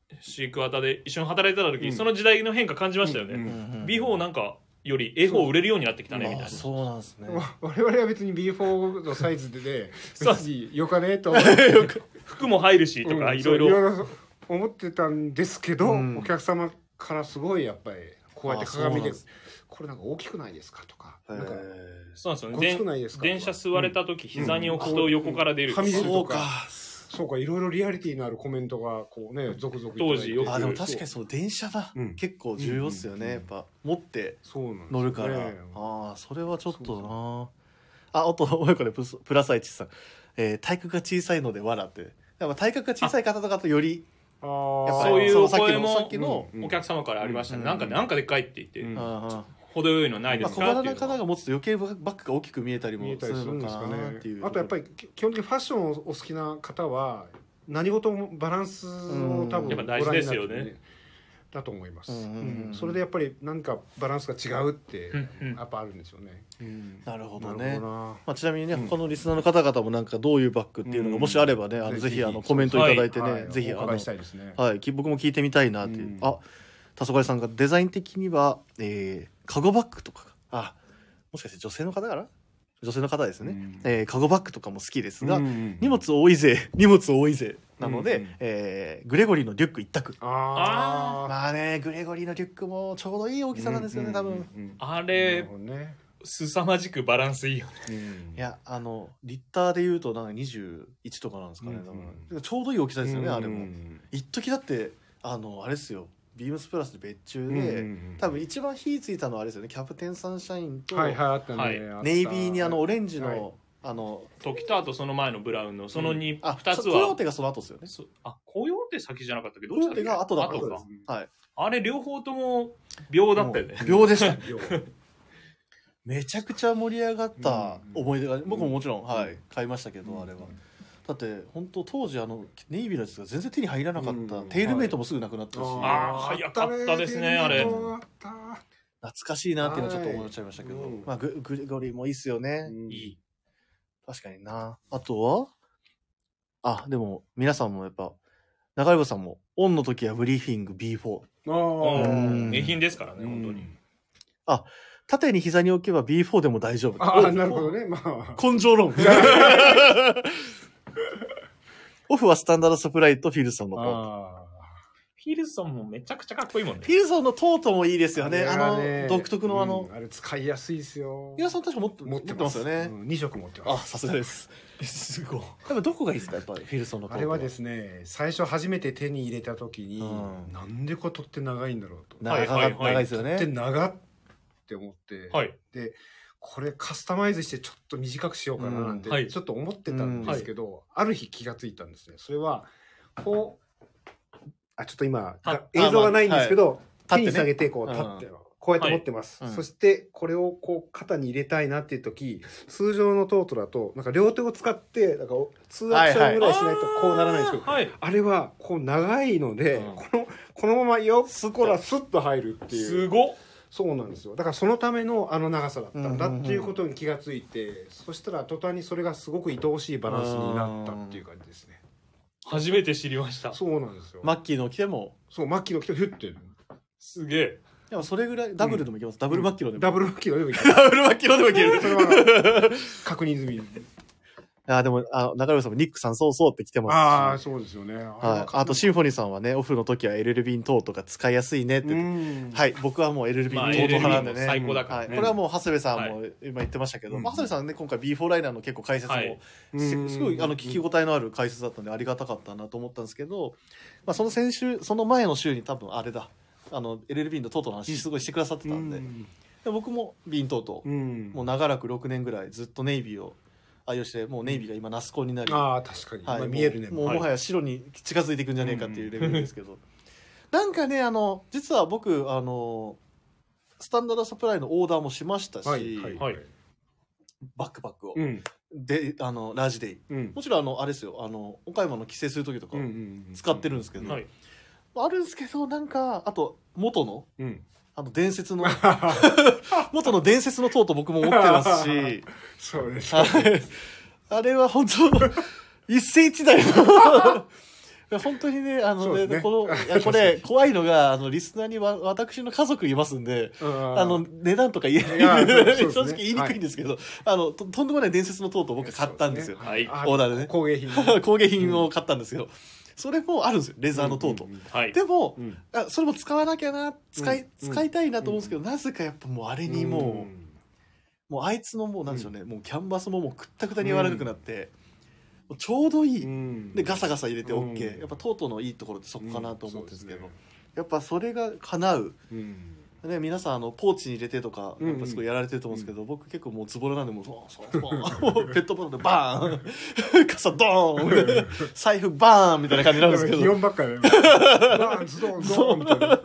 Speaker 1: 桑田で一緒に働いてた時に、
Speaker 3: うん
Speaker 1: その時代の変化感じましたよね、
Speaker 3: うんうん
Speaker 1: B4 なんかより A4 売れるようになってきたねみ
Speaker 2: あ
Speaker 1: たい
Speaker 2: あ
Speaker 1: な
Speaker 2: そうなんですね
Speaker 3: わ我々は別に B4 のサイズでね
Speaker 1: そう
Speaker 3: 別によかねと思って
Speaker 1: 服も入るしとか
Speaker 3: うん
Speaker 1: いろい
Speaker 3: そう
Speaker 1: ろ
Speaker 3: 思ってたんですけど、
Speaker 2: うん
Speaker 3: お客様からすごいやっぱりこうやって鏡で
Speaker 2: あそうなんです
Speaker 3: これなんか大きくないですかとか
Speaker 2: へ
Speaker 3: なんか
Speaker 1: そうなん
Speaker 3: ご
Speaker 1: ですよ
Speaker 3: つく
Speaker 1: ね
Speaker 3: ないですか
Speaker 1: で電車座れた時、
Speaker 3: うん
Speaker 1: 膝に置くと横から出る、
Speaker 3: うんはみ出
Speaker 2: ー
Speaker 3: る
Speaker 2: そう
Speaker 3: と
Speaker 2: か
Speaker 3: かそうかいろいろリアリティのあるコメントがこうね続々いただ
Speaker 1: 当
Speaker 3: いて
Speaker 1: 時よく
Speaker 2: あでも確かにそう電車は
Speaker 3: うん
Speaker 2: 結構重要っすよね、
Speaker 3: うん
Speaker 2: やっぱ持って
Speaker 3: そうなんですね
Speaker 2: 乗るから、
Speaker 3: ね
Speaker 2: ああそれはちょっとなあ あと親子でプスプラサイチさん、えー体格が小さいので笑ってやっぱ体格が小さい方とかとより
Speaker 3: あ
Speaker 2: やっぱ
Speaker 3: ー
Speaker 1: そういう
Speaker 2: さっき
Speaker 1: 声も
Speaker 2: のさっきの、
Speaker 3: うん
Speaker 1: お客様からありましたね、
Speaker 3: うん
Speaker 1: なんかねなんかでっかいって言って、
Speaker 3: うん
Speaker 2: ああ
Speaker 1: こ程よいのないで
Speaker 2: まあ
Speaker 1: す
Speaker 2: 小
Speaker 1: か
Speaker 2: 柄
Speaker 1: ってい
Speaker 2: な
Speaker 1: うのは
Speaker 2: 方が持つと余計バッグが大きく見えたりも
Speaker 3: 見えた
Speaker 2: す
Speaker 3: りす
Speaker 2: る
Speaker 3: るん
Speaker 2: の
Speaker 3: です
Speaker 2: か
Speaker 3: か
Speaker 2: なってい
Speaker 3: ね
Speaker 2: う。
Speaker 3: あとやっぱりき基本的にファッションをお好きな方は何事もバランスを多
Speaker 2: うん
Speaker 3: 分
Speaker 2: や
Speaker 1: っぱ大事ですよね
Speaker 3: ご覧になってるだと思います、
Speaker 2: うんうんうん
Speaker 3: うんそれでやっぱり何かバランスが違うって
Speaker 1: うんうん
Speaker 3: やっぱあるんでしょうね、うん
Speaker 2: なるほど
Speaker 3: な
Speaker 2: ね
Speaker 3: るほどな
Speaker 2: まあ、ちなみにね、
Speaker 3: うん
Speaker 2: 他のリスナーの方々もなんかどういうバッグっていうのがもしあればね、あの
Speaker 3: ね
Speaker 2: ぜひ
Speaker 3: ぜひ
Speaker 2: あのコメントいただいてね、
Speaker 3: はい
Speaker 2: ぜひあ
Speaker 3: お
Speaker 2: の、
Speaker 3: 伺いしたいですね、
Speaker 2: はい、き僕も聞いてみたいなっていう、
Speaker 3: うん
Speaker 2: あ黄昏さんがデザイン的には、えー、カゴバッグとかあもしかして女性の方かな女性の方ですね、
Speaker 3: うん
Speaker 2: えーカゴバッグとかも好きですが、
Speaker 3: うん
Speaker 2: 荷物多いぜ 荷物多いぜなので、
Speaker 3: うんうん
Speaker 2: えーグレゴリーのリュック一択
Speaker 3: あ
Speaker 2: まあねグレゴリーのリュックもちょうどいい大
Speaker 3: 大
Speaker 2: きさなんですよね、多分、
Speaker 1: あ
Speaker 3: で
Speaker 1: れ凄まじくバランスいいよね
Speaker 2: いやあのリッターでいうとなんか21とかなんですかね、
Speaker 3: うんうん
Speaker 2: 多分ちょうどいい大きさですよね、あれも
Speaker 3: ん
Speaker 2: 一時だってあのあれですよビームスプラスで別注
Speaker 3: う
Speaker 2: で、
Speaker 3: んうん
Speaker 2: 多分一番火ついたのはあれですよねキャプテンサンシャインと
Speaker 3: はいはいあったね、
Speaker 1: はい
Speaker 3: あった
Speaker 2: ネイビーにあのオレンジの、
Speaker 3: はい
Speaker 2: あの
Speaker 1: 時とあとその前のブラウンのその 2,、
Speaker 2: あ
Speaker 1: 二つ
Speaker 2: コヨー
Speaker 1: は
Speaker 2: テがその後ですよね
Speaker 1: そあ紅葉って先じゃなかったっけど
Speaker 2: コ
Speaker 1: っちだっけ
Speaker 2: ヨーテが後だった
Speaker 1: 後
Speaker 2: んで
Speaker 1: か
Speaker 2: すはい
Speaker 1: あれ両方とも秒だったよね
Speaker 2: もう秒でした
Speaker 3: 秒
Speaker 2: めちゃくちゃ盛り上がった思い出が、僕ももちろん、はい
Speaker 3: うん
Speaker 2: 買いましたけど、あれは
Speaker 3: うん
Speaker 2: だって本当当時あのネイビーのやつが全然手に入らなかった、
Speaker 3: うん
Speaker 2: テールメイトもすぐなくなったし、
Speaker 1: あー早かったですねあれ
Speaker 2: 懐かしいなっていうのはちょっと思っちゃいましたけど、
Speaker 3: はいうん
Speaker 2: まあググレゴリーもいいっすよね、
Speaker 1: いい
Speaker 2: 確かにな。あとはあ、でも、皆さんもやっぱ、中山さんも、オンの時はブリーフィング B4。
Speaker 3: あ
Speaker 2: うん
Speaker 3: ー
Speaker 1: 名品ですからね、
Speaker 3: うん
Speaker 1: 本当に
Speaker 2: 縦に膝に置けば B4 でも大丈夫。
Speaker 3: あー
Speaker 2: お
Speaker 3: なるほどねまあ
Speaker 2: 根性論。 オフはスタンダードサプライとフィルソンのコート。
Speaker 3: あ
Speaker 1: フィルソンもめちゃくちゃかっこいいもんね
Speaker 2: フィルソンのトートもいいですよね。あ
Speaker 3: あれはね
Speaker 2: の、独特のあの、
Speaker 3: うんあれ使いやすいですよ
Speaker 2: 皆さん確か持って持
Speaker 3: 持
Speaker 2: っ
Speaker 3: ってて
Speaker 2: ま
Speaker 3: ますす
Speaker 2: よね。
Speaker 3: うん二色持って
Speaker 2: あ、
Speaker 3: ます
Speaker 2: さすがです。
Speaker 1: すごい
Speaker 2: やっぱどこがいいですかやっぱりフィルソンのコー
Speaker 3: あ
Speaker 2: ト。
Speaker 3: れはですね最初初めて手に入れた時に
Speaker 2: うん
Speaker 3: なんでこれ取って長いんだろうと
Speaker 2: 長
Speaker 1: は
Speaker 2: い、
Speaker 1: いはいはい
Speaker 2: 長いですよ
Speaker 3: 取って
Speaker 2: ね。
Speaker 3: 長って思って
Speaker 1: はい
Speaker 3: でこれカスタマイズしてちょっと短くしようかななん
Speaker 1: うんはい
Speaker 3: てちょっと思ってたんですけど、ある日気がついたんですねそれはこうあちょっと今
Speaker 1: あ
Speaker 3: 映像がないんですけど、
Speaker 2: まあはい
Speaker 3: 手に下げてこう
Speaker 2: 立
Speaker 3: 立
Speaker 2: ってね
Speaker 3: って、こうやって持ってます、
Speaker 2: はいうん
Speaker 3: そしてこれをこう肩に入れたいなっていう時通常のトートだとなんか両手を使ってなんか2アクションぐらいしないとこうならないんですけど、
Speaker 1: あーはい
Speaker 3: あれはこう長いので、
Speaker 2: うん
Speaker 3: このこのままよっこらスッと入るっていう
Speaker 1: すごっ
Speaker 3: そうなんですよだからそのためのあの長さだったんだ
Speaker 2: うんうんうん
Speaker 3: っていうことに気がついて、そしたら途端にそれがすごく愛おしいバランスになったっていう感じですね
Speaker 1: 初めて知りました
Speaker 3: そうなんですよ、
Speaker 2: マッキーの着ても、
Speaker 3: そうマッキーの人ヒュッて
Speaker 1: すげえ
Speaker 2: でもそれぐらい、ダブルでもいけます。ダブルマッキーのでも。
Speaker 3: ダブルマ ッキーのでもいい
Speaker 2: ダブルマッキロ でもいける。
Speaker 3: それは確認済み
Speaker 2: あ、でも、あ、中村さんもニックさんそうそうって来て
Speaker 3: あ
Speaker 2: ま
Speaker 3: あ
Speaker 2: すし。
Speaker 3: そうですよね
Speaker 2: はい。あと、シンフォニーさんはね、オフの時は LLB 等とか使いやすいねって
Speaker 3: う
Speaker 2: 言って。
Speaker 3: ん
Speaker 2: はい。僕はもう LLB
Speaker 1: まあ
Speaker 2: 等々派な
Speaker 1: LLB
Speaker 2: んで
Speaker 1: も最
Speaker 2: ね。
Speaker 1: 高だか
Speaker 2: は
Speaker 1: ら
Speaker 2: い。
Speaker 1: ね
Speaker 2: これはもう、長谷部さんも今言ってましたけど、
Speaker 3: うん
Speaker 2: まあ長谷部さんね、今回 B4 ライナーの結構解説
Speaker 1: は
Speaker 2: も
Speaker 1: い、
Speaker 2: すすごい、あの、聞き
Speaker 3: 応
Speaker 2: 応えのある解説だったんで、ありがたかったなと思ったんですけど、まあ、その先週、その前の週に多分、あれだ、あの、LLB の等々の話、すごいしてくださってたんで、で僕も B 等々
Speaker 3: う、ん
Speaker 2: もう長らく6年ぐらいずっとネイビーを愛用してもうネイビーが今ナスコになり、
Speaker 3: ああ確かに、
Speaker 2: はい
Speaker 3: まあ見えるね
Speaker 2: もうも
Speaker 1: は
Speaker 2: う
Speaker 1: い
Speaker 2: もはや白に近づいていくんじゃねえかっていうレベルですけど、 なんかねあの実は僕あのスタンダードサプライのオーダーもしましたし、
Speaker 3: はいはい
Speaker 1: はい
Speaker 2: バックパックを、
Speaker 3: うん
Speaker 2: であのラージデイ
Speaker 3: うん
Speaker 2: もちろんあのあれですよあの岡山の帰省する時とか
Speaker 3: うんうん
Speaker 2: 使ってるんですけど、
Speaker 1: はい
Speaker 2: あるんですけどなんかあと元の
Speaker 3: うん
Speaker 2: あの伝説の元の伝説の塔と僕も持ってます し
Speaker 3: そうです
Speaker 2: はいあれは本当一世一代の 本当にねあの
Speaker 3: そう
Speaker 2: ね
Speaker 3: ですね
Speaker 2: このいやこれ怖いのがあのリスナーにわ私の家族いますんであ
Speaker 3: あ
Speaker 2: の値段とか言え
Speaker 3: いや
Speaker 2: ない
Speaker 3: そうですね
Speaker 2: 正直言いにくいんですけど、あのととんでもない伝説の塔と僕買ったんですよ
Speaker 1: そうですね
Speaker 2: オーダーでね
Speaker 3: 工芸品
Speaker 2: 工芸品を買ったんですけど、それもあるんですよレザーの塔と。
Speaker 1: はい
Speaker 2: でも
Speaker 3: うん
Speaker 2: あそれも使わなきゃな使い,、
Speaker 3: うん
Speaker 2: 使いたいなと思うんですけど、なぜかやっぱもうあれにもう、
Speaker 3: ん
Speaker 2: もうあいつのもうなんでしょうね、もうキャンバスももうくったくたに柔らかくなって、もうちょうどいい、
Speaker 3: うん
Speaker 2: でガサガサ入れて OK、
Speaker 3: うん
Speaker 2: やっぱトートのいいところってそこかなと思うんですけど、
Speaker 3: うんそう
Speaker 2: やっぱそれが叶う、
Speaker 3: うん
Speaker 2: ね、皆さんあのポーチに入れてとか
Speaker 3: うん
Speaker 2: やっぱすごいやられてると思うんですけど、僕結構もうズボラなんでもうそうそうそうもうペットボトルでバーン 傘ドーン財布バーンみたいな感じなんですけ
Speaker 3: 気
Speaker 2: ど
Speaker 3: 温ばっかりだよバーンズドンズドンみたいな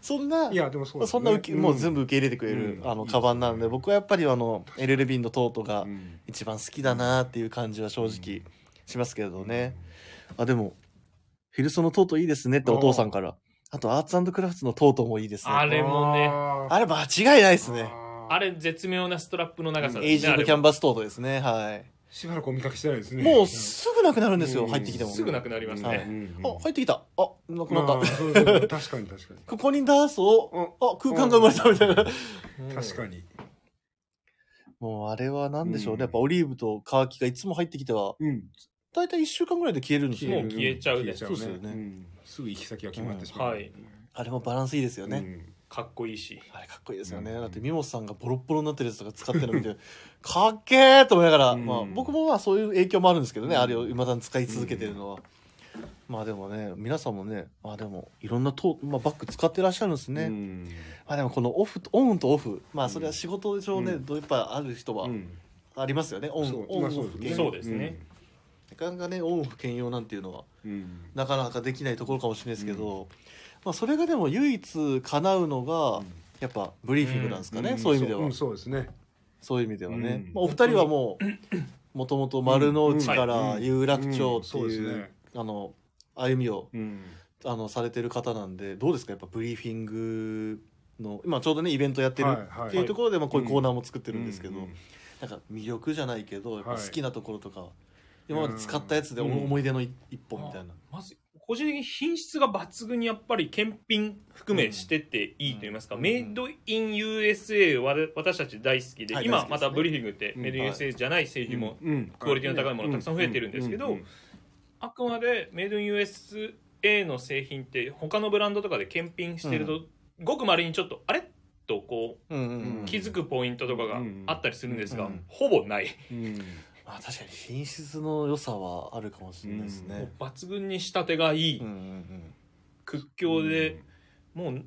Speaker 2: そんない
Speaker 3: やでもそうです
Speaker 2: そ
Speaker 3: ね
Speaker 2: んな受け、もう全部受け入れてくれる、
Speaker 3: うん
Speaker 2: あのカバンなので、
Speaker 3: うん
Speaker 2: 僕はやっぱりあのエルレビンのトートが
Speaker 3: うん
Speaker 2: 一番好きだなっていう感じは正直しますけれどね、あでもフィルソのトートいいですねってお父さんからあとアーツクラフトのトートもいいですね
Speaker 1: あれもね
Speaker 2: あれ間違いないですね
Speaker 1: あ
Speaker 3: れ
Speaker 1: れ絶妙なストラップの長さだね
Speaker 2: エイジングキャンバストートですねはい
Speaker 3: しばらくお見かけしてないですね
Speaker 2: もうすぐなくなるんですよ、
Speaker 3: うん
Speaker 2: 入ってきても。
Speaker 1: すぐなくなりましたね
Speaker 2: はい
Speaker 3: うん
Speaker 2: あ、入ってきた。あ、なくなった。
Speaker 3: まあそうそう確かに確か
Speaker 2: ここにダースを、あ、空間が生まれたみたいな。
Speaker 3: に確かに
Speaker 2: もうあれは何でしょう
Speaker 3: うん
Speaker 2: ね。やっぱオリーブと乾きがいつも入ってきては、
Speaker 3: うん
Speaker 2: 大体1週間ぐらいで消えるんです
Speaker 1: も
Speaker 2: よ
Speaker 1: う。消えちゃうね
Speaker 3: 消えちゃ
Speaker 2: そうですよね
Speaker 3: んすぐ行き先が決まってしま
Speaker 1: うん
Speaker 3: う
Speaker 1: はい
Speaker 2: あれもバランスいいですよ
Speaker 3: う
Speaker 2: ね。
Speaker 3: ん
Speaker 1: かっこいいし
Speaker 2: あれかっこいいですよね。
Speaker 3: うん
Speaker 2: だって、ミモスさんがボロッボロになってるやつとか使ってるの見 て、かっけーと思いながら、
Speaker 3: うん
Speaker 2: まあ僕もまあそういう影響もあるんですけどね、
Speaker 3: うん
Speaker 2: あれを未だに使い続けてるのは。まあでもね、皆さんもね、まあでも、いろんなトーまあ、バッグ使ってらっしゃるんですね。
Speaker 3: うん
Speaker 2: まあでもこのオフとオンとオフまあそれは仕事上ね、
Speaker 3: うん
Speaker 2: どういっぱいある人は
Speaker 3: うん
Speaker 2: ありますよね、オン
Speaker 3: そう
Speaker 2: オン
Speaker 3: ま
Speaker 2: オ
Speaker 3: あそう
Speaker 2: フ
Speaker 3: で
Speaker 2: 兼
Speaker 3: すね
Speaker 1: そ
Speaker 2: 用
Speaker 1: うですね
Speaker 2: なかなかねオンオフ兼用なんていうのは
Speaker 3: うん
Speaker 2: なかなかできないところかもしれないですけど、まあそれがでも唯一叶うのが、
Speaker 3: うん
Speaker 2: やっぱブリーフィングなんですかね、
Speaker 3: ん
Speaker 2: そういう意味では、
Speaker 3: んそうですね
Speaker 2: そういう意味ではね、
Speaker 3: うん
Speaker 2: まあ、お二人はもうもともと丸の内から
Speaker 3: うん
Speaker 2: 有楽町って
Speaker 3: うんそうで
Speaker 2: い
Speaker 3: す
Speaker 2: う,、
Speaker 3: ね
Speaker 2: あの歩みを
Speaker 3: うん
Speaker 2: あのされてる方なんでどうですかやっぱブリーフィングの今ちょうどねイベントやってる
Speaker 3: はいはい
Speaker 2: っていうところでまあこういうコーナーも作ってるんですけど、
Speaker 3: うん
Speaker 2: なんか魅力じゃないけどやっぱ好きなところとか、今まで使ったやつで
Speaker 3: うん
Speaker 2: 思い出のい一本みたいな、
Speaker 1: まず個人的に品質が抜群にやっぱり検品含
Speaker 2: う
Speaker 1: め
Speaker 2: ん
Speaker 1: してっていいと言いますか、
Speaker 2: うん
Speaker 1: メイドイン USA は私たち大好きで、
Speaker 2: はい大好
Speaker 1: 今
Speaker 2: きですね
Speaker 1: またブリーフィングって
Speaker 3: うん
Speaker 1: メイドイン USA じゃない製品も
Speaker 3: うん
Speaker 1: クオリティの高いものたくさん増えてるんですけど
Speaker 3: うう
Speaker 1: あくまでメイドイン USA の製品って他のブランドとかで検品してると、ごくまれにちょっとあれとこ
Speaker 2: うんうんうん
Speaker 1: う気づくポイントとかがあったりするんですが、
Speaker 2: うん
Speaker 1: ほぼない、
Speaker 3: うん
Speaker 2: まあ、確かに品質の良さはあるかもしれないです
Speaker 1: もう
Speaker 2: ね、
Speaker 1: 抜群に仕立てがいい、
Speaker 2: うんうんうん
Speaker 1: 屈強で、もう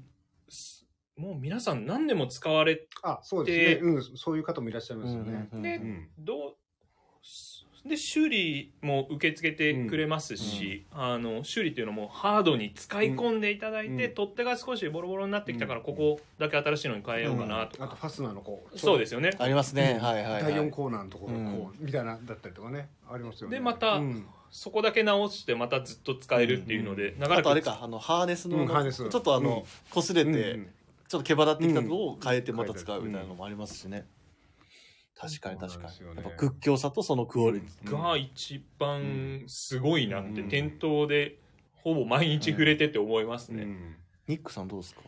Speaker 1: すもう皆さん何年も使われ
Speaker 3: あそうですねうんそういう方もいらっしゃいますよね
Speaker 2: うんうんうん
Speaker 1: で
Speaker 2: うん
Speaker 3: ん
Speaker 1: どうすで修理も受け付けてくれますし、あの修理っていうのもハードに使い込んでいただいて、
Speaker 3: うん
Speaker 1: 取っ手が少しボロボロになってきたから
Speaker 3: うん
Speaker 1: ここだけ新しいのに変えようかなと
Speaker 3: あと
Speaker 1: か、
Speaker 3: ファスナーのこう
Speaker 1: そうですすよね
Speaker 2: ありますね、はいはい、はい、
Speaker 3: 第4コーナーのところ
Speaker 2: うん
Speaker 3: こうみたいなだったりとかねありますよね
Speaker 1: でまた
Speaker 3: うん
Speaker 1: そこだけ直してまたずっと使えるっていうので、長ら
Speaker 2: あ
Speaker 1: く
Speaker 2: とあれかあのハーネスの、
Speaker 3: うんハーネス
Speaker 2: ちょっとあの、擦れて、
Speaker 3: うん
Speaker 2: ちょっと毛羽立ってきたのを変えてまた使うみたいなのもありますしね、確かに確かに、
Speaker 3: そうなんですよ
Speaker 2: や
Speaker 3: ね
Speaker 2: っぱ屈強さとそのクオリティ
Speaker 1: が一番すごいなって、
Speaker 3: うん
Speaker 1: 店頭でほぼ毎日触れてて思います
Speaker 3: うん
Speaker 1: ね、
Speaker 2: ニックさんどうですか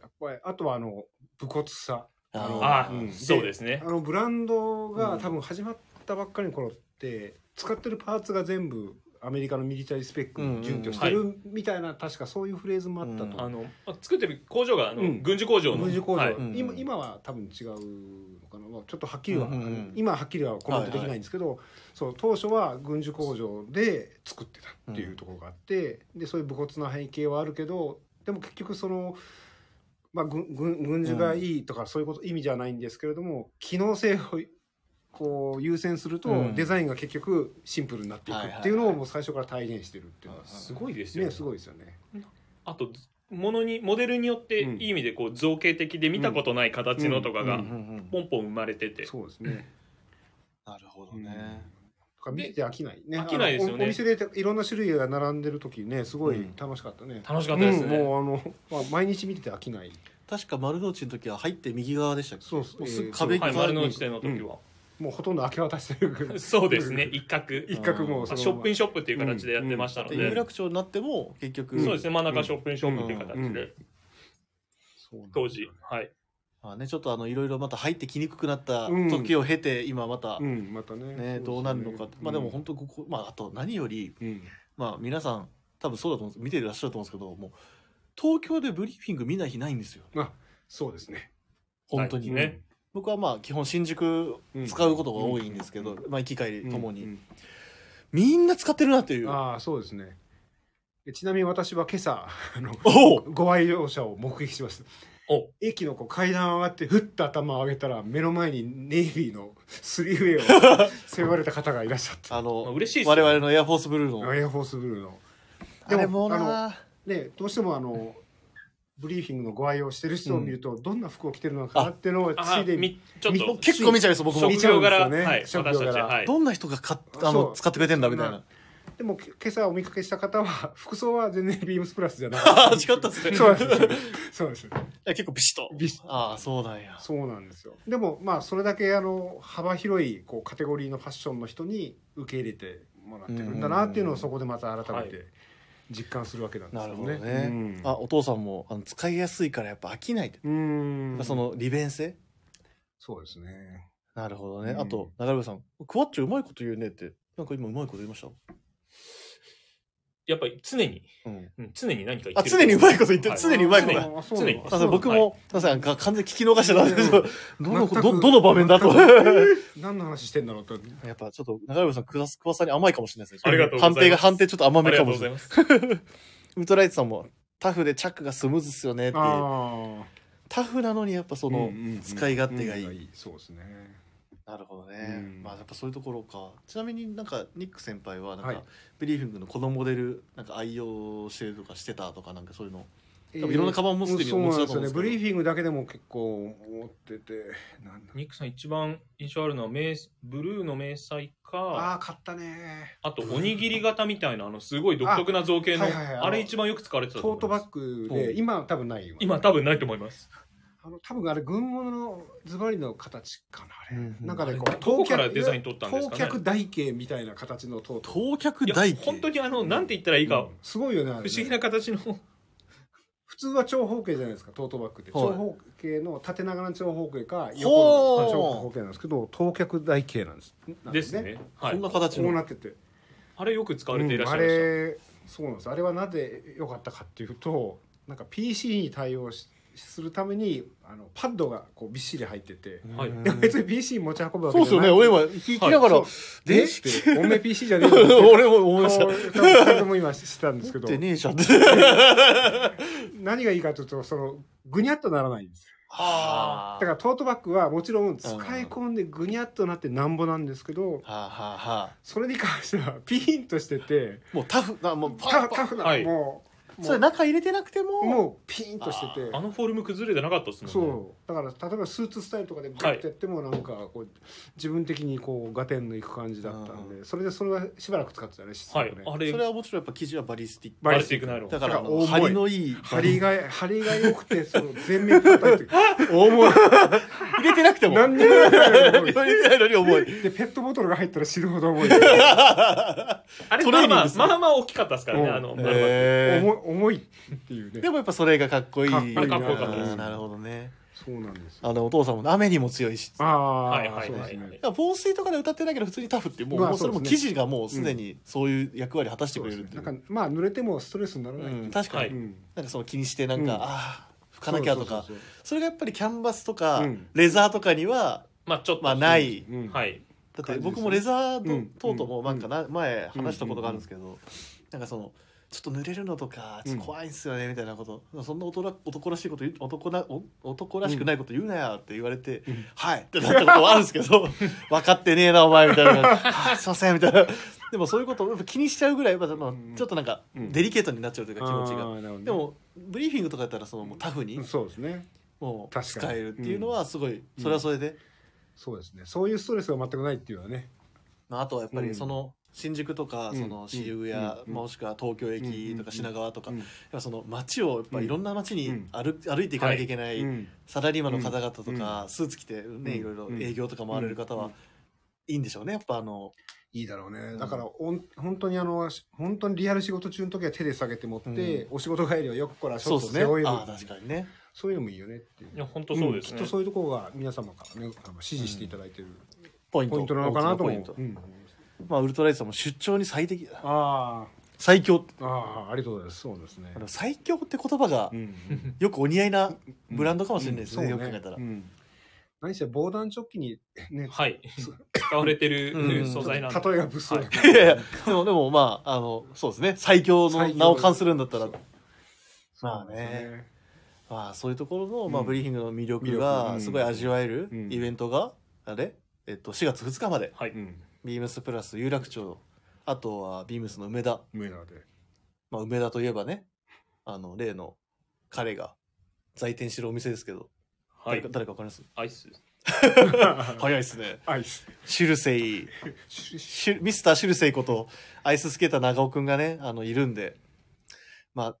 Speaker 3: やっぱりあとはあの武骨さあの
Speaker 1: ああ、
Speaker 3: うんで
Speaker 1: そうですね
Speaker 3: あのブランド
Speaker 2: う
Speaker 3: が
Speaker 2: ん
Speaker 3: 多分始まったばっかりの頃って使ってるパーツが全部アメリカのミリタリースペックに準拠してるみたいな確かそういうフレーズもあった
Speaker 2: う
Speaker 3: と
Speaker 2: ん
Speaker 3: 思う
Speaker 1: あのあ作ってる工場があの、
Speaker 3: うん
Speaker 1: 軍事工場の
Speaker 3: 軍事工場、
Speaker 1: はい
Speaker 2: ん
Speaker 3: 今今は多分違うのかな、まあ、ちょっとはっきりは、
Speaker 2: うんうんうん
Speaker 3: 今ははっきりはコメントできないんですけど、そう当初は軍事工場で作ってたっていうところがあって、でそういう武骨な背景はあるけどでも結局その、まあ、軍軍軍事がいいとかそういうこと、意味じゃないんですけれども機能性をこう優先すると、
Speaker 2: うん
Speaker 3: デザインが結局シンプルになっていくっていう
Speaker 2: はいはい
Speaker 3: の
Speaker 2: は
Speaker 3: を
Speaker 2: い
Speaker 3: もう最初から体現してるっていうのは、
Speaker 1: すごいですよ
Speaker 3: ね、すごいですよね。
Speaker 1: あとものにモデルによって
Speaker 3: うん
Speaker 1: いい意味でこう造形的で見たことない形のとか
Speaker 2: うんう
Speaker 1: が
Speaker 2: んう
Speaker 1: ポ
Speaker 2: ん
Speaker 1: ンポン生まれてて、
Speaker 3: そうですね
Speaker 2: なるほど
Speaker 3: うん
Speaker 2: ね、
Speaker 3: とか見てて飽きないね
Speaker 1: 飽きないですよね
Speaker 3: あのおお店でいろんな種類が並んでる時ねすご
Speaker 2: う
Speaker 3: い
Speaker 2: ん
Speaker 3: 楽しかったね、
Speaker 1: 楽しかったですね、
Speaker 3: うんもうあの、まあ、毎日見てて飽きない
Speaker 2: 確か丸の内の時は入って右側でしたっけ
Speaker 3: そうそう
Speaker 2: もすぐ
Speaker 3: えー
Speaker 2: 壁
Speaker 3: そう
Speaker 1: はい、
Speaker 2: 側
Speaker 1: 丸の内での時は、
Speaker 3: もうほとんど明け渡して る
Speaker 1: そうですね一角
Speaker 3: 一角も
Speaker 2: あ
Speaker 3: う
Speaker 1: ま
Speaker 3: そ
Speaker 1: あ
Speaker 3: の
Speaker 1: ショップインショップっていう形でやってましたの
Speaker 2: で
Speaker 1: で、
Speaker 2: 有楽町になっても結局、
Speaker 3: うん
Speaker 1: そうですね真ん
Speaker 3: う
Speaker 1: 中
Speaker 3: ん
Speaker 1: ショップインショップっていう形で、
Speaker 3: うんうんそうなんだ
Speaker 1: 当時はい
Speaker 2: まあね、ちょっとあのいろいろまた入ってきにくくなった
Speaker 3: うん
Speaker 2: 時を経て、今また、
Speaker 3: うんまたね
Speaker 2: ねどうなるのかって、まあでも本
Speaker 3: 当
Speaker 2: 当ここ、まあ、あと何より、
Speaker 3: うん
Speaker 2: まあ、皆さん多分そうだと思うんです見てらっしゃると思うんですけどもう東京でブリーフィング見ない日ないんですよ
Speaker 3: そうですね
Speaker 2: 本当に、
Speaker 1: ね
Speaker 2: 僕はまあ基本新宿
Speaker 3: うん
Speaker 2: 使うことが多いんですけど、
Speaker 3: うん
Speaker 2: まあ、行き帰りともに、
Speaker 3: うん
Speaker 2: みんな使ってるなっていう
Speaker 3: ああそうですねでちなみに私は今朝あの
Speaker 2: おお
Speaker 3: ご愛用者を目撃しました
Speaker 1: お
Speaker 3: 駅のこう階段上がってふっと頭を上げたら目の前にネイビーのスリーウェイを 背負われた方がいらっしゃって
Speaker 2: あの、
Speaker 1: まあ嬉しいですよ
Speaker 2: 我々のエアフォースブルーの
Speaker 3: エアフォースブルーの
Speaker 2: あれも
Speaker 3: あの
Speaker 2: な
Speaker 3: ねどうしてもあのブリーフィングのご愛用してる人を見ると、どんな服を着てるのかなっていうのをつ
Speaker 1: あ
Speaker 3: いで
Speaker 1: みちょっと
Speaker 2: 結構見ちゃいます僕も
Speaker 1: 職業柄、
Speaker 3: 見ちゃうんですよね
Speaker 1: はい、私た
Speaker 3: 職業
Speaker 1: ち
Speaker 3: 柄
Speaker 1: はい
Speaker 2: どんな人がかあ
Speaker 3: そ
Speaker 2: の
Speaker 3: う
Speaker 2: 使ってくれてんだみたいな
Speaker 3: でもけ今朝お見かけした方は服装は全然ビームスプラスじゃな
Speaker 2: あ
Speaker 3: か
Speaker 2: あ
Speaker 3: っ
Speaker 2: 違ったっす
Speaker 3: た
Speaker 2: ね
Speaker 3: そうな んですよそうなんですよ
Speaker 2: 結構ビシッと
Speaker 3: ビシッ
Speaker 2: ああそうなんや
Speaker 3: そうなんですよでもまあそれだけあの幅広いこうカテゴリーのファッションの人に受け入れてもらってるんだなっていうのをそこでまた改めて実感するわけなんです
Speaker 2: な
Speaker 3: よ
Speaker 2: る
Speaker 3: ね。
Speaker 2: ほどね、
Speaker 3: うん
Speaker 2: あお父さんもあの使いやすいからやっぱ飽きないって、
Speaker 3: うん
Speaker 2: その利便性
Speaker 3: そうですね。
Speaker 2: なるほどね、
Speaker 3: うん
Speaker 2: あと中村さんクワッチョうまいこと言うねってなんか今うまいこと言いました、
Speaker 1: やっぱり常に、
Speaker 2: うん、
Speaker 1: うん常に何か言ってる
Speaker 2: あ常にうまいこと言ってる、
Speaker 1: はい
Speaker 2: 常にうまいこと
Speaker 1: 常
Speaker 2: 言
Speaker 1: に
Speaker 2: ってる
Speaker 3: あそう
Speaker 1: 常に
Speaker 2: あそう僕
Speaker 1: は
Speaker 2: も、すいません、か完全に聞き逃してたんですけ
Speaker 3: う
Speaker 2: ど
Speaker 3: ん、
Speaker 2: どの、
Speaker 3: 全く
Speaker 2: ど、どの場面だ と。
Speaker 3: 何の話してんだろうと。
Speaker 2: やっぱちょっと、中山さん、くわす、くわさに甘いかもしれないですね。
Speaker 1: ありがとうございます
Speaker 2: 判定が、判定ちょっと甘
Speaker 1: あ
Speaker 2: め
Speaker 1: りが
Speaker 2: か
Speaker 1: とう
Speaker 2: も
Speaker 1: ご
Speaker 2: し
Speaker 1: ざ
Speaker 2: れ
Speaker 1: い
Speaker 2: ない。
Speaker 1: ます
Speaker 2: ウルトライツさんも、タフでチャックがスムーズっすよねっていう。
Speaker 3: ああ。
Speaker 2: タフなのにやっぱそ
Speaker 3: こ
Speaker 2: の、使い勝手がいい
Speaker 3: そうですね。
Speaker 2: なるほどね
Speaker 3: う。ん
Speaker 2: まあやっぱそういうところか。ちなみになんか、ニック先輩は、なん
Speaker 3: は
Speaker 2: か
Speaker 3: い、
Speaker 2: ブリーフィングのこのモデル、なんか愛用してるとかしてたとか、なんかそういうの。多分いろんなカバンもすでにお
Speaker 3: そう
Speaker 2: 持
Speaker 3: な
Speaker 2: ち
Speaker 3: ん
Speaker 2: だ
Speaker 3: で
Speaker 2: と
Speaker 3: す
Speaker 2: 思
Speaker 3: よ
Speaker 2: うんで
Speaker 3: ね。
Speaker 2: すけど
Speaker 3: ブリーフィングだけでも結構持ってて。なんだ
Speaker 1: ニックさん一番印象あるのは迷ブルーの迷彩
Speaker 3: あ
Speaker 1: か
Speaker 3: あ、買ったね。
Speaker 1: あとおにぎり型みたいなあのすごい独特な造形のあ,、
Speaker 3: あはいはいはいあの
Speaker 1: れ一番よく使われてたと
Speaker 3: ト
Speaker 1: 思いま
Speaker 3: ートバ
Speaker 1: す
Speaker 3: ッグ
Speaker 2: う
Speaker 3: で
Speaker 2: ん
Speaker 3: 今多分ないよ
Speaker 1: 今多分ないと思います
Speaker 3: あの多分あれ軍物のズバリの形かなあれ、
Speaker 2: うんうん
Speaker 3: なんかねこ
Speaker 1: あれ
Speaker 3: う
Speaker 1: どこからデザイン取ったんですかね
Speaker 3: 当客台形みたいな形の塔と
Speaker 2: 当客
Speaker 1: いや
Speaker 2: 大
Speaker 1: 本当
Speaker 2: に
Speaker 1: にあのなんて言ったらいいか、
Speaker 3: うんすごいよねあれね
Speaker 1: 不思議な形の
Speaker 3: 普通は長方形じゃないですかトートバッグって、
Speaker 2: はい
Speaker 3: 長方形の縦長の長方形か
Speaker 2: ほ
Speaker 3: 横
Speaker 2: う
Speaker 3: の長方形なんですけど当客台形なんですなん
Speaker 1: ですねは
Speaker 2: こ
Speaker 1: い
Speaker 2: んな形
Speaker 3: こう
Speaker 2: の。
Speaker 3: なってて
Speaker 1: あれよく使われていらっしゃい
Speaker 3: うん
Speaker 1: ま
Speaker 3: あ
Speaker 1: した、
Speaker 3: れそうなんですあれはなぜ良かったかっていうとなんか PC に対応しするためにあのパッドがこうびっしり入ってて、
Speaker 1: はい
Speaker 2: うん
Speaker 3: でも別に PC 持ち運ぶわ
Speaker 2: そう
Speaker 3: け
Speaker 2: ですよね。俺今、聞きながら
Speaker 3: そう、
Speaker 2: 電
Speaker 3: 電
Speaker 2: 子
Speaker 3: 子
Speaker 2: っ
Speaker 3: ってて、おめえ PC じゃねえよ。
Speaker 2: 俺も思いました
Speaker 3: こ。う多分それでも今してたんですけ
Speaker 2: 持
Speaker 3: ど
Speaker 2: って、ねえじゃんって。
Speaker 3: 何がいいかというと、その、ぐにゃっとならないんですよ。
Speaker 1: あ
Speaker 3: だからトートバッグはもちろん使い込んでぐにゃっとなってなんぼなんですけど、
Speaker 2: はあはあはあ。
Speaker 3: それに関してはピーンとしてて、
Speaker 2: もうタフな、もうパ
Speaker 3: タ
Speaker 2: ンパ
Speaker 3: タフな、
Speaker 1: はい
Speaker 3: もう、
Speaker 2: ン。それ
Speaker 3: も
Speaker 2: 中入れてなくて
Speaker 3: う、
Speaker 2: も、
Speaker 3: もうピーンとしてて
Speaker 1: あ。のフォルム崩れてなかったですもんね
Speaker 3: そうだから例えばスーツスタイルとかでグッてやってもなんかこう自分的にこうガテンのいく感じだったんでそれでそれはしばらく使ってたね質
Speaker 1: は
Speaker 3: 問
Speaker 1: い
Speaker 3: ね
Speaker 1: あ
Speaker 2: そ
Speaker 1: れ
Speaker 2: れはもちろんやっぱ生地はバリスティック。
Speaker 1: バリスティックナイロン
Speaker 2: だから、あ
Speaker 3: だから
Speaker 2: の
Speaker 3: 重い
Speaker 2: 張りのいい。
Speaker 3: 張りが張りが良くてその全面に叩いてくる
Speaker 2: 重い。入れてなくても。
Speaker 3: 何にも言わない
Speaker 2: 入
Speaker 3: のに
Speaker 2: れてないのに重い。
Speaker 3: でペットボトルが入ったら死ぬほど重い
Speaker 1: あれ
Speaker 2: トレーニング
Speaker 1: まあ
Speaker 2: です
Speaker 1: まあまあまあ大きかったですからね、
Speaker 3: うん
Speaker 1: あの、まあまあ
Speaker 2: へ
Speaker 3: 重い重いっていう
Speaker 2: え
Speaker 3: ね
Speaker 2: でもやっぱそれがかっこいい。
Speaker 3: かっこいい
Speaker 1: なあれかっこよかったです
Speaker 2: あーなるほどね。
Speaker 3: そうなんですよ
Speaker 2: あの、お父さんも雨にも強いし。
Speaker 3: ああ
Speaker 1: はいはい
Speaker 3: そうで
Speaker 1: は
Speaker 3: す
Speaker 1: い、
Speaker 3: ね
Speaker 2: 防水とかで歌ってないけど普通にタフってもう,、
Speaker 3: まあ
Speaker 2: もうそれも
Speaker 3: そうで
Speaker 2: 生
Speaker 3: すね
Speaker 2: 地がもうすでにそういう役割果たしてくれるってい
Speaker 3: な
Speaker 2: う,、
Speaker 3: んかまあ濡れてもストレスになら
Speaker 2: う
Speaker 3: ないってい
Speaker 2: ん、
Speaker 3: う
Speaker 2: 確かに、
Speaker 1: はい
Speaker 3: うん
Speaker 2: なんかその気にしてなんか、
Speaker 3: う
Speaker 2: あ
Speaker 3: ん
Speaker 2: あ拭かなきゃとか
Speaker 3: そうそうそう
Speaker 2: それがやっぱりキャンバスとか、
Speaker 3: うん
Speaker 2: レザーとかには、
Speaker 1: まあちょっと、
Speaker 2: まあ、ない、
Speaker 3: そううん
Speaker 1: はい
Speaker 2: だって僕もレザー
Speaker 3: う
Speaker 2: の
Speaker 3: ん
Speaker 2: トートもなんかな、前話したことがあるんですけど、なんかそのちょっと濡れるのとかちょっと怖いんすよねみたいなこと、そんな男ら男らしいこと言う男なお男らしくないこと言うなよって言われて、
Speaker 3: うん
Speaker 2: はいってなったことはあるんですけ ど分かってねえなお前みたいな、はあ、すいませんみたいなでもそういうことをやっぱ気にしちゃうぐらい、まあまあ
Speaker 3: うん
Speaker 2: ちょっとなんか
Speaker 3: うん
Speaker 2: デリケートになっちゃうというか気持ち
Speaker 3: あ
Speaker 2: が。
Speaker 3: ーなるほどね
Speaker 2: でもブリーフィングとかやったらそのもうタフに
Speaker 3: うんそうですね
Speaker 2: もう
Speaker 3: 確か
Speaker 2: 使
Speaker 3: に
Speaker 2: えるっていうのはすごいそれはそれで、
Speaker 3: そうですねそういうストレスが全くないっていうのはね
Speaker 2: まあ、あとはやっぱ
Speaker 3: う
Speaker 2: り
Speaker 3: ん
Speaker 2: その新宿とか
Speaker 3: うん
Speaker 2: その渋谷
Speaker 3: うん
Speaker 2: もしくは東京駅と
Speaker 3: うん
Speaker 2: か品川とか
Speaker 3: う
Speaker 2: や
Speaker 3: ん
Speaker 2: っぱその街をやっぱいろんな街
Speaker 3: う
Speaker 2: に
Speaker 3: ん
Speaker 2: 歩歩いていかなきゃいけない
Speaker 3: うん
Speaker 2: サラリーマンの方々と
Speaker 3: う
Speaker 2: かスーツ着てね
Speaker 3: うん
Speaker 2: いろいろ
Speaker 3: うん
Speaker 2: 営業とか回れる方
Speaker 3: う
Speaker 2: は
Speaker 3: ん
Speaker 2: いいんでしょうねやっぱあの
Speaker 3: いいだろう
Speaker 2: う
Speaker 3: ね
Speaker 2: ん
Speaker 3: だからおん本当にあのし本当にリアル仕事中の時は手で下げて持って、お仕事帰りはよくからち
Speaker 2: そう
Speaker 3: ょっ
Speaker 2: で
Speaker 3: と
Speaker 2: すね
Speaker 3: 背負える
Speaker 2: ああ確かにね
Speaker 3: そういうのもいいよねっていう
Speaker 1: いや本当そうです
Speaker 3: ん
Speaker 1: ね、
Speaker 3: きっとそういうところが皆様からねあの支持していただいてる
Speaker 2: ポイント
Speaker 3: ポイントなのかなと
Speaker 2: ポイ
Speaker 3: 思
Speaker 2: ン
Speaker 3: う
Speaker 2: ト、
Speaker 3: うん
Speaker 2: まあウルトライトさんも出張に最適
Speaker 3: あ
Speaker 2: 最強
Speaker 3: あああありがとうございますそうですね
Speaker 2: あの最強って言葉が
Speaker 3: うんうん
Speaker 2: よくお似合いな ブランドかもしれないですね
Speaker 3: うん
Speaker 2: よ
Speaker 3: そ
Speaker 2: く
Speaker 3: う
Speaker 2: 考えたら
Speaker 3: うん何せ防弾チョッキにね
Speaker 1: はい使われて
Speaker 2: う
Speaker 1: る
Speaker 2: ん
Speaker 1: 素材なんで、
Speaker 3: 例えが物騒だけど
Speaker 2: いやいやでもでもまああのそうですね最強の名を冠するんだったら
Speaker 3: そう
Speaker 2: まあねまあそういうところの、まあ、
Speaker 3: うん
Speaker 2: ブリーフィングの魅
Speaker 3: 魅
Speaker 2: 力
Speaker 3: 力う
Speaker 2: が
Speaker 3: ん
Speaker 2: すごい味わえる
Speaker 3: うん
Speaker 2: イベントが、あれ、えっと、4月2日まで
Speaker 1: はい、
Speaker 3: うん
Speaker 2: ビームスプラス有楽町あとはビームスの梅田、
Speaker 3: 無理なので
Speaker 2: まあ、梅田といえばねあの例の彼が在店してるお店ですけど、
Speaker 1: はい
Speaker 2: 誰か誰かわかります
Speaker 1: アイス
Speaker 2: 早いですね。
Speaker 3: アイス。
Speaker 2: シュルセイ、
Speaker 3: シュ
Speaker 2: シュミスターシュルセイこと、アイススケーター長尾くんがね、あの、いるんで、まあ、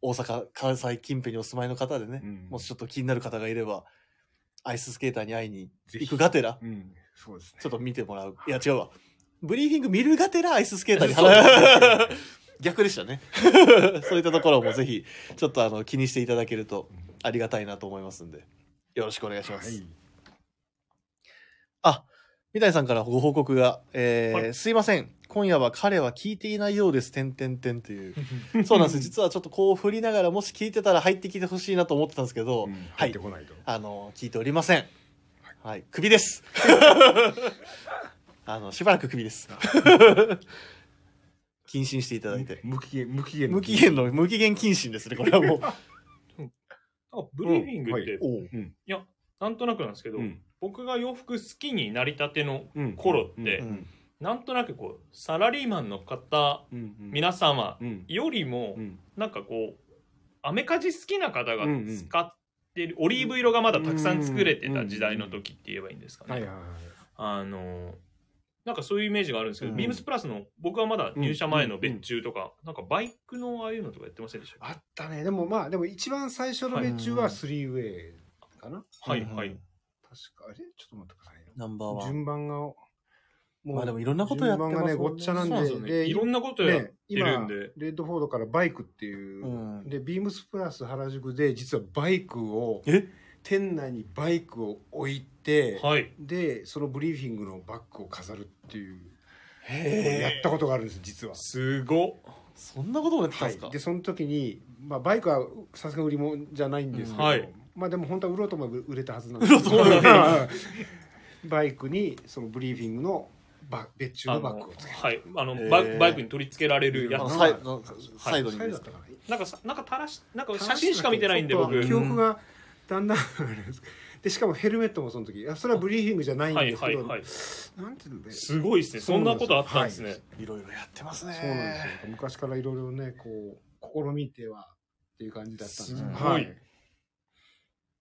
Speaker 2: 大阪、関西近辺にお住まいの方でね、
Speaker 3: うん
Speaker 2: もしちょっと気になる方がいれば、アイススケーターに会いに
Speaker 3: ぜひ
Speaker 2: 行くがてら、
Speaker 3: うん、そうですね。
Speaker 2: ちょっと見てもらう。いや、違うわ。ブリーフィング見るがてらアイススケーターに
Speaker 1: そうです
Speaker 2: 話逆でしたね。 そういったところもぜひ、ちょっとあの、気にしていただけるとありがたいなと思いますんで、よろしくお願いします。
Speaker 3: はい。
Speaker 2: あ、三谷さんからご報告が、えー
Speaker 1: はい
Speaker 2: すいません。今夜は彼は聞いていないようです。てんてんてんという。そうなんです。実はちょっとこう振りながら、もし聞いてたら入ってきてほしいなと思ってたんですけど、
Speaker 3: うん
Speaker 2: は
Speaker 3: 入っ
Speaker 2: い
Speaker 3: て。こないと。
Speaker 2: あの、聞いておりません。はい。クビです。 あの、しばらくクビです。謹慎していただいて。
Speaker 3: 無期限、無期限。
Speaker 2: 無期限。の、無期限謹慎ですね。これはもう。
Speaker 1: あブリーフィングって、
Speaker 3: うん
Speaker 2: おう
Speaker 3: うん。
Speaker 1: なんとなくなんですけど、
Speaker 3: うん
Speaker 1: 僕が洋服好きになりたての
Speaker 3: うん
Speaker 1: 頃って、
Speaker 2: うん
Speaker 1: なんとなくこうサラリーマンの方
Speaker 3: うんうん
Speaker 1: 皆様
Speaker 3: うん
Speaker 1: よりも、
Speaker 3: うん
Speaker 1: なんかこうアメカジ好きな方が
Speaker 3: うんうん
Speaker 1: 使ってる、オリーブ色がまだたくさん作れてた時代の時って言えばいいんですかね、
Speaker 3: はいはいはい
Speaker 1: あのなんかそういうイメージがあるんですけど、
Speaker 2: うん
Speaker 1: ビームスプラスの僕はまだ入社前の別注とか、なんかバイクのああいうのとかやってませんでしたっ
Speaker 3: あったねでもまあでも一番最初の別注
Speaker 2: は
Speaker 3: はいスリーウェイかな
Speaker 1: けはいはい、
Speaker 3: 確かあれちょっと待ってくださいよ
Speaker 2: ナンバーワン。
Speaker 3: 順番がもう
Speaker 2: まあでもいろんなことやってますもんね
Speaker 3: 順番がねごっちゃなん
Speaker 1: そう
Speaker 3: で
Speaker 1: なんですよね
Speaker 3: で
Speaker 1: いろんなことや、
Speaker 3: ね、
Speaker 1: いるん
Speaker 3: 今
Speaker 1: で
Speaker 3: レッドフォードからバイクっていう、
Speaker 2: うん
Speaker 3: でビームスプラス原宿で実はバイクを
Speaker 2: え
Speaker 3: 店内にバイクを置いて、
Speaker 1: はい
Speaker 3: でそのブリーフィングのバッグを飾るっていう、
Speaker 2: へ
Speaker 3: やったことがあるんです実は。
Speaker 1: すごっ
Speaker 2: そんなこともやってたん
Speaker 3: は
Speaker 2: ですか、
Speaker 3: い、でその時に、まあ、バイクはさすがに売りもんじゃないんですけど、
Speaker 1: うんはい
Speaker 3: まあでも本当は売ろうと思えば売れたはずなん
Speaker 2: 売ろうと思えば
Speaker 3: バイクにそのブリーフィングのバ別注
Speaker 1: あ
Speaker 3: の
Speaker 1: の
Speaker 3: バッグをつけ
Speaker 1: はいあの、
Speaker 2: へー
Speaker 1: バイバイクに取り付けられるや
Speaker 2: あの
Speaker 1: つ
Speaker 2: サイドサイドに
Speaker 3: サ
Speaker 2: で
Speaker 3: イドだ
Speaker 2: す
Speaker 3: っ
Speaker 2: か
Speaker 3: たかな
Speaker 1: なんかさなんか垂らしなんか写真しか見てないんで
Speaker 3: ちょっと
Speaker 1: 僕
Speaker 3: 記憶がだんだんでしかもヘルメットもその時いやそれはブリーフィングじゃないん
Speaker 1: はい
Speaker 3: です
Speaker 1: は
Speaker 3: け
Speaker 1: い
Speaker 3: ど、
Speaker 1: はい
Speaker 3: なんていうんだよ
Speaker 1: すごいですねそんなことあったんですね、
Speaker 3: はい
Speaker 2: いろいろやってますね
Speaker 3: そうなんですよ昔からいろいろねこう試みてはっていう感じだったんですけど
Speaker 2: す
Speaker 1: ごい
Speaker 3: はい、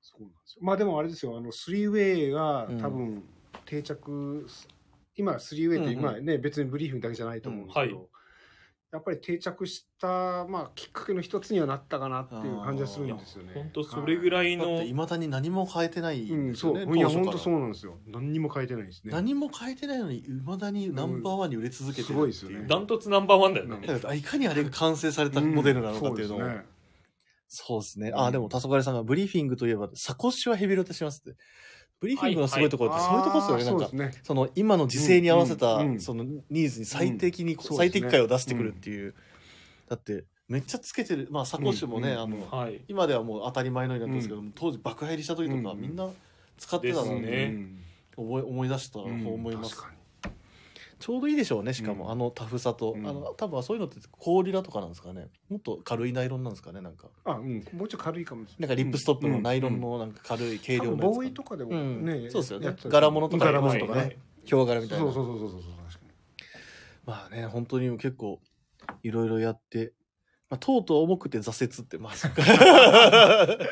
Speaker 3: そうなんですよまあでもあれですよあのスリーウェイが多分定着す、今スリーウェイって
Speaker 2: うんうん
Speaker 3: 今ね、別にブリーフィングだけじゃないと思うんですけど、
Speaker 1: うんは
Speaker 3: やっぱり定着した、まあ、きっかけの一つにはなったかなっていう感じはするんですよね。
Speaker 1: 本当それぐらいの、
Speaker 2: だっていまだに何も変えてない
Speaker 3: うんん、
Speaker 2: です
Speaker 3: そ
Speaker 2: よ
Speaker 3: う、
Speaker 2: ね、
Speaker 3: いや
Speaker 2: 当初
Speaker 3: 本
Speaker 2: から
Speaker 3: 当そうなんですよ。何にも変えてないですね。
Speaker 2: 何も変えてないのにいまだにナンバーワンに売れ続けてるって
Speaker 3: すごいですよね
Speaker 1: ダントツナンバーワンだよね、
Speaker 2: だからいかにあれが完成されたモデルなのかっていうのを、
Speaker 3: んそですね
Speaker 2: そうですね
Speaker 3: うん
Speaker 2: あでも黄昏さんがブリーフィングといえばサコッシュはヘビロテしますってブリーフィングのすごいところってそういうとこですよね、
Speaker 3: あー
Speaker 2: な
Speaker 3: そ
Speaker 2: ん
Speaker 3: う
Speaker 2: か
Speaker 3: ですね。
Speaker 2: その今の時勢に合わせた、
Speaker 3: うんうん
Speaker 2: そのニーズに最適に、
Speaker 3: うんそうですね
Speaker 2: 最適解を出してくるっていう、だってめっちゃつけてるまあサコッシュもね、
Speaker 3: うんうん
Speaker 2: あの、
Speaker 1: はい
Speaker 2: 今ではもう当たり前のようになってますけど、当時爆買い入りした時とか、
Speaker 3: うん
Speaker 2: みんな使ってたの
Speaker 1: です
Speaker 2: ね
Speaker 1: ね
Speaker 2: 思い思い出したらこ
Speaker 3: うん
Speaker 2: う思います、
Speaker 3: 確かに
Speaker 2: ちょうどいいでしょうねしかも、
Speaker 3: うん
Speaker 2: あのタフさと、
Speaker 3: うん
Speaker 2: あの多分そういうのって氷だとかなんですかねもっと軽いナイロンなんですかねなんか
Speaker 3: あ、うん、もうちょい軽いかもしれ
Speaker 2: なん
Speaker 3: ない。
Speaker 2: かリップストップのナイロン
Speaker 3: うん、
Speaker 2: のなんか軽い軽量のや
Speaker 3: 多分
Speaker 2: つかな
Speaker 3: ボーイとかでも
Speaker 2: うん
Speaker 3: ね、
Speaker 2: そうですよね
Speaker 3: やってた
Speaker 2: 柄物とか
Speaker 3: 柄物
Speaker 2: ちょ
Speaker 3: と
Speaker 2: っ
Speaker 3: か
Speaker 2: ね
Speaker 1: はい
Speaker 3: ね。
Speaker 2: ヒョウ柄みたいな
Speaker 3: そうそうそうそうそう確か
Speaker 2: まあね本当に結構いろいろやって、まあ、とうとう重くて挫折ってまあそっ か
Speaker 3: に。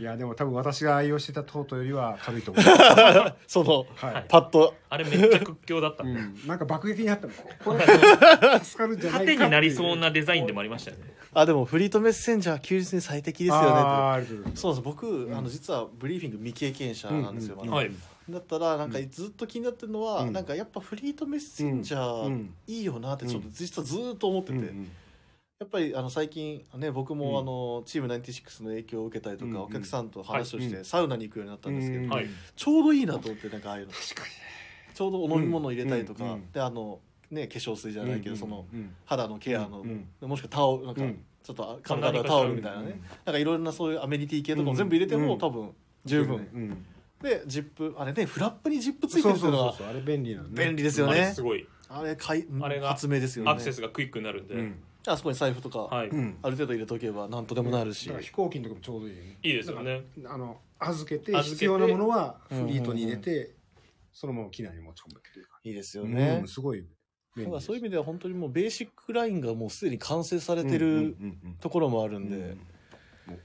Speaker 3: いやでも多分私が愛用してたトートよりは軽い と思う。は
Speaker 2: その
Speaker 3: い。
Speaker 2: パッと
Speaker 1: あれめっちゃ屈強だった、
Speaker 3: うん、なんか爆撃にあったの。これ
Speaker 1: あ
Speaker 3: 助かるんじ
Speaker 1: の
Speaker 3: ゃないか
Speaker 1: 縦になりそうなデザインでもありましたよね
Speaker 2: あでもフリートメッセンジャー休日に最適
Speaker 3: で
Speaker 2: ですよねって
Speaker 3: あーありがとうございます
Speaker 2: そうなんです僕、
Speaker 3: ん
Speaker 2: あの実はブリーフィング未経験者なんですよ、
Speaker 3: うんうん
Speaker 2: まだ
Speaker 1: はい
Speaker 2: だったらなんかずっと気になってるのは、
Speaker 3: うん
Speaker 2: なんかやっぱフリートメッセンジャー
Speaker 3: うん
Speaker 2: いいよなってちょっと実はずーっと思ってて、
Speaker 3: うんう
Speaker 2: や
Speaker 3: ん
Speaker 2: っぱりあの最近ね僕
Speaker 3: うん
Speaker 2: もあのチーム96の影響を受けたりとか、
Speaker 3: うんうん
Speaker 2: お客さんと話をし
Speaker 3: は
Speaker 2: てサウナに行くようになったんですけど、
Speaker 3: うん
Speaker 1: はい
Speaker 2: ちょうどいいなと思ってなんかああいうの
Speaker 3: 確か
Speaker 2: ちょうどお飲み物入れたりとか、
Speaker 3: うんうん
Speaker 2: であのね化粧水じゃ
Speaker 3: に。
Speaker 2: ないけど、その肌のケアの、
Speaker 3: うんうん
Speaker 2: もしくはタオルなんか、
Speaker 3: うん
Speaker 2: ちょっと体のタオルみたいなね、なんかいろんなそういうアメニティ系とかも全部入れても、
Speaker 3: うん
Speaker 2: 多分十分、
Speaker 3: うん
Speaker 2: でジップあれねフラップにジップつ
Speaker 3: そ
Speaker 2: いうて
Speaker 3: そ
Speaker 2: るっていう
Speaker 3: うそ
Speaker 2: うのは
Speaker 3: そうあれ便利なのね。
Speaker 2: 便利ですよ
Speaker 1: あれ
Speaker 2: ね
Speaker 1: すごい
Speaker 2: あれかい
Speaker 1: あれが
Speaker 2: 発明ですよね
Speaker 1: アクセスがクイックになるんで、
Speaker 3: うん
Speaker 2: あそこに財布とか、
Speaker 1: はい、
Speaker 3: うん
Speaker 2: ある程度入れとけば何とでもなるし、
Speaker 3: だから飛行機の時もちょうどいいよね
Speaker 1: いいですよね
Speaker 3: だからあの預けて
Speaker 1: 預けて
Speaker 3: 必要なものはフリートに入れてそのまま機内に持ち込むっていうか
Speaker 2: いいですよね
Speaker 3: うん、すごい
Speaker 2: だ
Speaker 3: 便
Speaker 2: か
Speaker 3: 利
Speaker 2: ら
Speaker 3: です
Speaker 2: そういう意味では本当にもうベーシックラインがもうすでに完成されて
Speaker 3: うんうん
Speaker 2: る
Speaker 3: うんうん
Speaker 2: ところもあるんで、
Speaker 3: うんもう